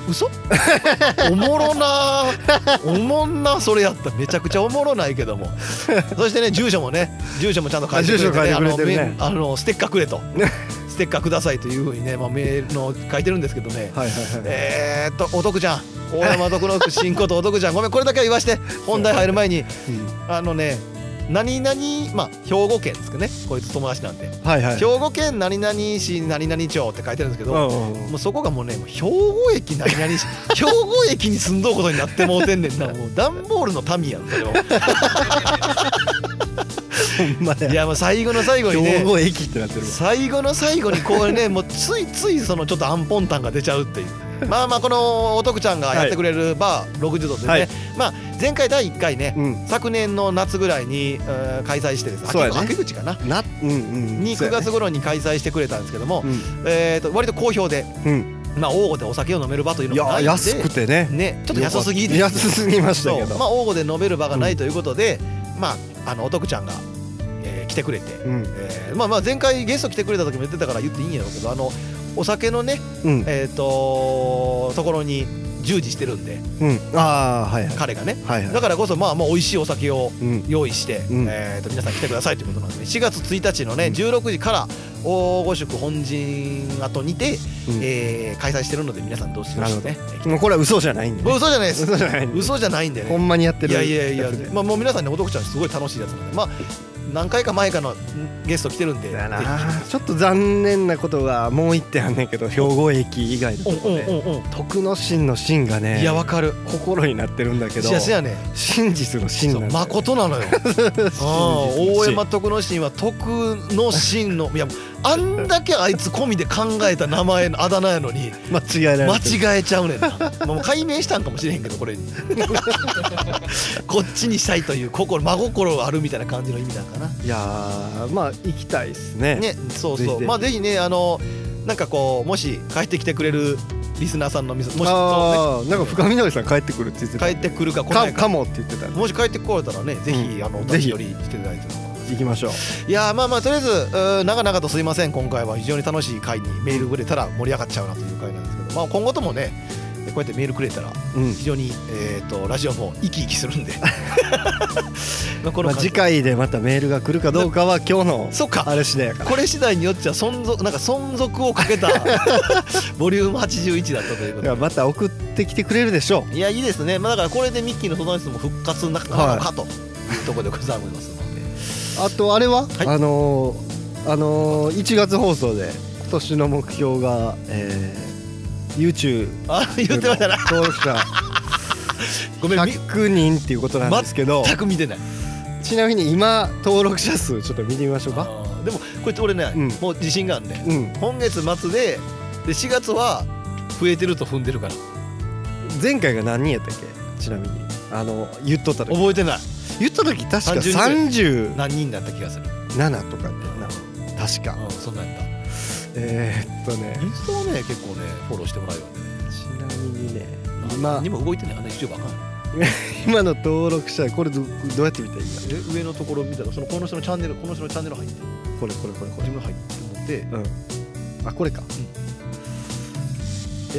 [SPEAKER 2] 嘘おもろなおもんなそれやっためちゃくちゃおもろないけどもそしてね住所もね住所もちゃんと書いてくれて,、
[SPEAKER 1] あ住所書いてくれてるね
[SPEAKER 2] あのめあのステッカーくれとステッカーくださいというふうにね、まあ、メールの書いてるんですけどね
[SPEAKER 1] はいはいはい
[SPEAKER 2] えー、っとお徳ちゃん大山徳之進行とお徳ちゃんごめんこれだけは言わして本題入る前にあのね何々まあ兵庫県ですけどねこいつ友達なんで、
[SPEAKER 1] はいはい
[SPEAKER 2] 兵庫県何々市何々町って書いてるんですけど、
[SPEAKER 1] うんうんうん
[SPEAKER 2] もうそこがもうねもう兵庫駅何々 [laughs] 市兵庫駅に住んどうことになってもうてんねんなもう段ボールの民やんそれは
[SPEAKER 1] ほんま
[SPEAKER 2] い
[SPEAKER 1] や
[SPEAKER 2] やもう最後の最後に
[SPEAKER 1] 兵
[SPEAKER 2] ね
[SPEAKER 1] 庫駅ってなってるわ
[SPEAKER 2] 最後の最後にこうねもうついついそのちょっとアンポンタンが出ちゃうっていうまあまあこのお徳ちゃんがやってくれるバー60度でね、
[SPEAKER 1] はい
[SPEAKER 2] まあ前回第1回ね
[SPEAKER 1] うん
[SPEAKER 2] 昨年の夏ぐらいに、えー開催してです
[SPEAKER 1] そうやね
[SPEAKER 2] 秋秋口かな
[SPEAKER 1] なうんうん
[SPEAKER 2] に
[SPEAKER 1] そう
[SPEAKER 2] 9
[SPEAKER 1] やね
[SPEAKER 2] 月頃に開催してくれたんですけども、
[SPEAKER 1] うん
[SPEAKER 2] えー、と割と好評で、
[SPEAKER 1] うん
[SPEAKER 2] まあ、大御でお酒を飲める場という
[SPEAKER 1] い
[SPEAKER 2] のも
[SPEAKER 1] や
[SPEAKER 2] ないんで
[SPEAKER 1] 安くてね
[SPEAKER 2] ね、ちょっと安すぎで
[SPEAKER 1] 安すぎました
[SPEAKER 2] そ
[SPEAKER 1] け
[SPEAKER 2] う
[SPEAKER 1] ど
[SPEAKER 2] まあ大御で飲める場がないということで、まああのお徳ちゃんが、えー来てくれて、
[SPEAKER 1] うん
[SPEAKER 2] えーまあまあ前回ゲスト来てくれた時も言ってたから言っていいんやろうけどあのお酒のね
[SPEAKER 1] うん
[SPEAKER 2] えっ、とところに従事してるんで
[SPEAKER 1] うんああはいはい
[SPEAKER 2] 彼がね
[SPEAKER 1] はいはい
[SPEAKER 2] だからこそまあまあ美味しいお酒を
[SPEAKER 1] うん
[SPEAKER 2] 用意して、
[SPEAKER 1] うん
[SPEAKER 2] えー、と皆さん来てくださいということなんで、ね、4月1日のね16時から大御宿本陣後にて、
[SPEAKER 1] うん
[SPEAKER 2] えー開催してるので皆さんどうしようしてねえー来て
[SPEAKER 1] もうこれは嘘じゃないんで
[SPEAKER 2] も
[SPEAKER 1] ね
[SPEAKER 2] う嘘じゃないです
[SPEAKER 1] 嘘じゃないんで
[SPEAKER 2] 嘘じゃないんでね
[SPEAKER 1] ほんまにやって
[SPEAKER 2] い
[SPEAKER 1] る
[SPEAKER 2] やいやいや
[SPEAKER 1] つで、
[SPEAKER 2] まあ、もう皆さんね、お徳ちゃん、すごい楽しいやつなんで、まあ、何回か前かのゲスト来てるんで、
[SPEAKER 1] だ
[SPEAKER 2] ぜ
[SPEAKER 1] なちょっと残念なことがもう一点あんねんけど兵庫駅以外の
[SPEAKER 2] ひ
[SPEAKER 1] とこ
[SPEAKER 2] うん
[SPEAKER 1] で
[SPEAKER 2] うんうんう
[SPEAKER 1] 徳之進の進が
[SPEAKER 2] ん。
[SPEAKER 1] ね
[SPEAKER 2] いや、わかる。
[SPEAKER 1] 心になってるんだけど
[SPEAKER 2] しやすやね。
[SPEAKER 1] 真実の真
[SPEAKER 2] そ
[SPEAKER 1] な
[SPEAKER 2] うん
[SPEAKER 1] だよ
[SPEAKER 2] 誠な [laughs] のよ。ああ大山徳之進は徳の進のいやあんだけあいつ込みで考えた名前のあだ名やの [laughs] に
[SPEAKER 1] 間違えられてる
[SPEAKER 2] 間違えちゃうねんなもう解明したんかもしれへんけどこ [laughs] れこっちにしたいという心真心あるみたいな感じの意味なんかない
[SPEAKER 1] やーまあ行きたいですね
[SPEAKER 2] ね、そう
[SPEAKER 1] ぜひぜ
[SPEAKER 2] そう、
[SPEAKER 1] ひ
[SPEAKER 2] まあ、ぜひね、あの、なんかこう、もし帰ってきてくれるリスナーさんのみそ、もし、そう
[SPEAKER 1] ああ、なんか深緑さん帰ってくるって言って
[SPEAKER 2] ね、
[SPEAKER 1] た
[SPEAKER 2] 帰ってくるか来な
[SPEAKER 1] か
[SPEAKER 2] いか
[SPEAKER 1] か。もって言ってた
[SPEAKER 2] もし帰ってこれたらね、ぜひ、
[SPEAKER 1] うん
[SPEAKER 2] あの、お
[SPEAKER 1] ぜ
[SPEAKER 2] 立
[SPEAKER 1] ひ
[SPEAKER 2] ち寄りしていただいて。
[SPEAKER 1] 行きましょう
[SPEAKER 2] いやーまあまあとりあえずうー長々とすいません今回は非常に楽しい回にメールくれたら盛り上がっちゃうなという回なんですけど、まあ、今後ともねこうやってメールくれたら
[SPEAKER 1] うん
[SPEAKER 2] 非常に、えー、とラジオも生き生きするん
[SPEAKER 1] [laughs]
[SPEAKER 2] でまあこ
[SPEAKER 1] まあ
[SPEAKER 2] 感じ
[SPEAKER 1] 次回でまたメールが来るかどうかは今日の
[SPEAKER 2] そっか
[SPEAKER 1] あれ次第やから
[SPEAKER 2] これ次第によっちゃ存続なんか存続をかけ [laughs] たボリューム81だったというこ
[SPEAKER 1] だ
[SPEAKER 2] と
[SPEAKER 1] から
[SPEAKER 2] で。
[SPEAKER 1] また送ってきてくれるでしょ
[SPEAKER 2] いやいいですね、まあ、だからこれでミッキーの相談室も復活な
[SPEAKER 1] はい
[SPEAKER 2] なのかというところでございますので、
[SPEAKER 1] うあとあれは、
[SPEAKER 2] はい
[SPEAKER 1] あのーあのー、1月放送で今年の目標が、えー、YouTube
[SPEAKER 2] あ [laughs] 言ってましたな
[SPEAKER 1] 登録
[SPEAKER 2] [laughs]
[SPEAKER 1] 者
[SPEAKER 2] ごめんみ
[SPEAKER 1] 100人っていうことなんですけど
[SPEAKER 2] 全く見てない
[SPEAKER 1] ちなみに今登録者数ちょっと見てみましょうか
[SPEAKER 2] あーでもこれ俺ね、
[SPEAKER 1] うん
[SPEAKER 2] もう自信があるね
[SPEAKER 1] うん
[SPEAKER 2] 今月末でで4月は増えてると踏んでるから
[SPEAKER 1] 前回が何人やったっけちなみにあの言っとった時
[SPEAKER 2] 覚えてない
[SPEAKER 1] 言った時確か
[SPEAKER 2] 30人
[SPEAKER 1] 37
[SPEAKER 2] 何人だった気がする、
[SPEAKER 1] とかやったよな確か
[SPEAKER 2] うん、そんなんやっ
[SPEAKER 1] えー、っとね
[SPEAKER 2] たインスタはね結構ねフォローしてもらうよね
[SPEAKER 1] ちなみにね
[SPEAKER 2] 今
[SPEAKER 1] 今
[SPEAKER 2] も動いてないあの YouTube あかん
[SPEAKER 1] 今の登録者これどどうやって見たらいいんだ
[SPEAKER 2] え上のところ見たらそのこの人のチャンネルこの人のチャンネル入って
[SPEAKER 1] これこれこれこ
[SPEAKER 2] 自分入って思って
[SPEAKER 1] れうんあこれか、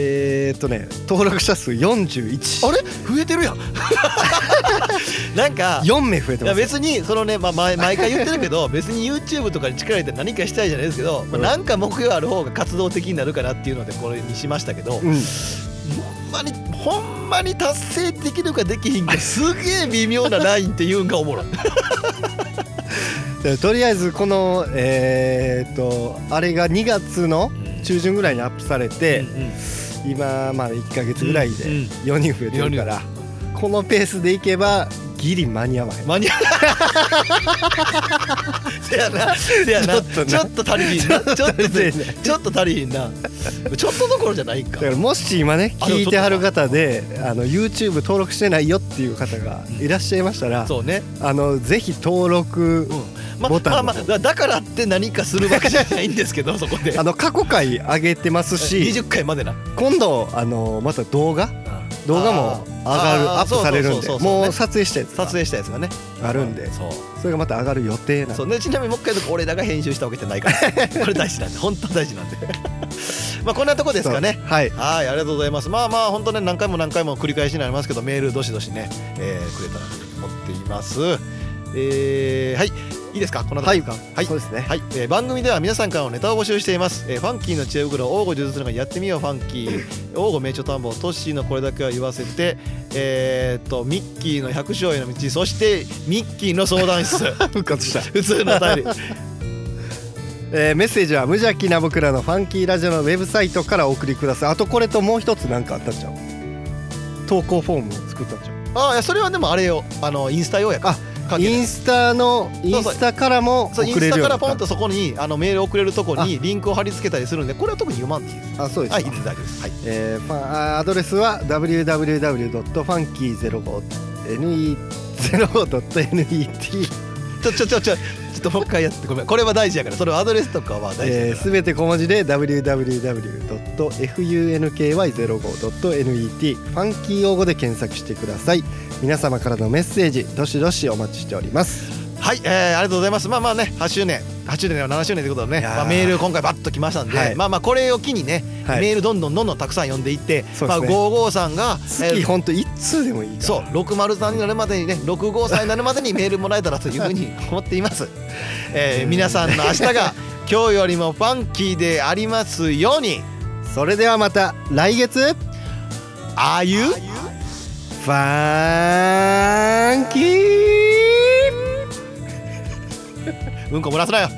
[SPEAKER 1] えー、っとね登録者数41
[SPEAKER 2] あれ増えてるやん [laughs] なんか
[SPEAKER 1] 4名増えて
[SPEAKER 2] い
[SPEAKER 1] ま
[SPEAKER 2] や
[SPEAKER 1] す
[SPEAKER 2] 別にそのね、まあ、毎毎回言ってるけど [laughs] 別に YouTube とかに力入れて何かしたいじゃないですけど、まあ、
[SPEAKER 1] うん
[SPEAKER 2] なんか目標ある方が活動的になるかなっていうのでこれにしましたけど、
[SPEAKER 1] うん
[SPEAKER 2] ほんまにほんまに達成できるかできひんかすげえ微妙なラインっていうんがおも [laughs] ろい
[SPEAKER 1] でとりあえずこのえー、っとあれが2月の中旬ぐらいにアップされて、
[SPEAKER 2] うんうん
[SPEAKER 1] 今まあ1か月ぐらいで
[SPEAKER 2] うんうん
[SPEAKER 1] 4人増えてるから、このペースでいけばギリ間に合わ
[SPEAKER 2] [laughs]
[SPEAKER 1] へん
[SPEAKER 2] 間に合わない。 [laughs] せやな、せやな、
[SPEAKER 1] ちょっとな
[SPEAKER 2] ちょっと足りひんな、ちょっと
[SPEAKER 1] 足り [laughs]
[SPEAKER 2] で、
[SPEAKER 1] ひん
[SPEAKER 2] ちょっと足りひんな。ちょっとどころじゃないんか
[SPEAKER 1] だか。らもし今ね
[SPEAKER 2] あでも
[SPEAKER 1] 聞いてはる方であの YouTube 登録してないよっていう方がいらっしゃいましたら、
[SPEAKER 2] そうね、
[SPEAKER 1] あのぜひ登録、
[SPEAKER 2] うん、ま
[SPEAKER 1] ボタン
[SPEAKER 2] ま
[SPEAKER 1] の
[SPEAKER 2] あまあだだからって何かするわけじゃないんですけ
[SPEAKER 1] [laughs]
[SPEAKER 2] どそこで
[SPEAKER 1] あの過去回上げてますし
[SPEAKER 2] 20回までな
[SPEAKER 1] 今度あのまた動画動画も上がる
[SPEAKER 2] あー
[SPEAKER 1] アップされるん
[SPEAKER 2] そうそ
[SPEAKER 1] で
[SPEAKER 2] うそうそうね
[SPEAKER 1] もう撮影したやつ
[SPEAKER 2] 撮影したやつがね
[SPEAKER 1] があるんで
[SPEAKER 2] そう
[SPEAKER 1] それがまた上がる予定なんで
[SPEAKER 2] そうね、ちなみにもう一回言うと俺らが編集したわけじゃないか
[SPEAKER 1] [laughs]
[SPEAKER 2] らこれ大事なんで本当大事なんで [laughs] まあこんなとこですかね
[SPEAKER 1] そうはい
[SPEAKER 2] はい、ありがとうございます。まあまあ、本当ね、何回も何回も繰り返しになりますけど、メールどしどしね、えーくれたらと思っています。えーはい、いいですかこの
[SPEAKER 1] はい
[SPEAKER 2] いかはい
[SPEAKER 1] そうですね
[SPEAKER 2] はい、えー番組では皆さんからのネタを募集しています、えーファンキーの知恵袋王吾術つがやってみようファンキ
[SPEAKER 1] [laughs]
[SPEAKER 2] ー王吾名著探訪トッシーのこれだけは言わせてえーっとミッキーの百姓への道そしてミッキーの相
[SPEAKER 1] [laughs]
[SPEAKER 2] 談室
[SPEAKER 1] 復活した
[SPEAKER 2] 普通のお便り
[SPEAKER 1] えーメッセージは無邪気な僕らのファンキーラジオのウェブサイトからお送りくださいあとこれともう一つ何かあったんちゃう投稿フォームを作ったんちゃう
[SPEAKER 2] ああそれはでもあれよあのインスタ用やか関係
[SPEAKER 1] イ
[SPEAKER 2] ない
[SPEAKER 1] ンスタのインスタからも
[SPEAKER 2] そ
[SPEAKER 1] 送
[SPEAKER 2] うイン
[SPEAKER 1] れ
[SPEAKER 2] スタ
[SPEAKER 1] るようにな
[SPEAKER 2] から
[SPEAKER 1] っ
[SPEAKER 2] ポ
[SPEAKER 1] た
[SPEAKER 2] ンとそこにあのメール送れるとこにリンクを貼り付けたりするんでこれは特に読まんでいいです
[SPEAKER 1] あそうですか
[SPEAKER 2] はいいいです大丈夫ですはい
[SPEAKER 1] えーファンあアドレスは www.funky05.net
[SPEAKER 2] ちょちょちょちょちょっともう一回やってごめんこれは大事やからそれはアドレスとかは大事
[SPEAKER 1] え
[SPEAKER 2] や
[SPEAKER 1] ー
[SPEAKER 2] か
[SPEAKER 1] すべ、て小文字で www.funky05.net ファンキー用語で検索してください皆様からのメッセージどしどしお待ちしております
[SPEAKER 2] らはい、えー、ありがとうございますまあまあね8周年8周年は7周年ということでね、
[SPEAKER 1] いやー
[SPEAKER 2] まあ、メール今回バッときましたんで、
[SPEAKER 1] はい
[SPEAKER 2] まあまあこれを機にね、
[SPEAKER 1] はい
[SPEAKER 2] メールどんどんどんどんたくさん読んでいって、
[SPEAKER 1] そう
[SPEAKER 2] ま
[SPEAKER 1] で
[SPEAKER 2] あ
[SPEAKER 1] すね
[SPEAKER 2] 55さんが、え
[SPEAKER 1] 月
[SPEAKER 2] ー
[SPEAKER 1] 本当一通でもいい
[SPEAKER 2] そう603になるまでにね65歳になるまでにメールもらえたらというふうに思っています、えー皆さんの明日 [laughs] が今日よりもファンキーでありますように
[SPEAKER 1] それではまた来月
[SPEAKER 2] ああいう
[SPEAKER 1] ファンキー
[SPEAKER 2] うんこ漏らすなよ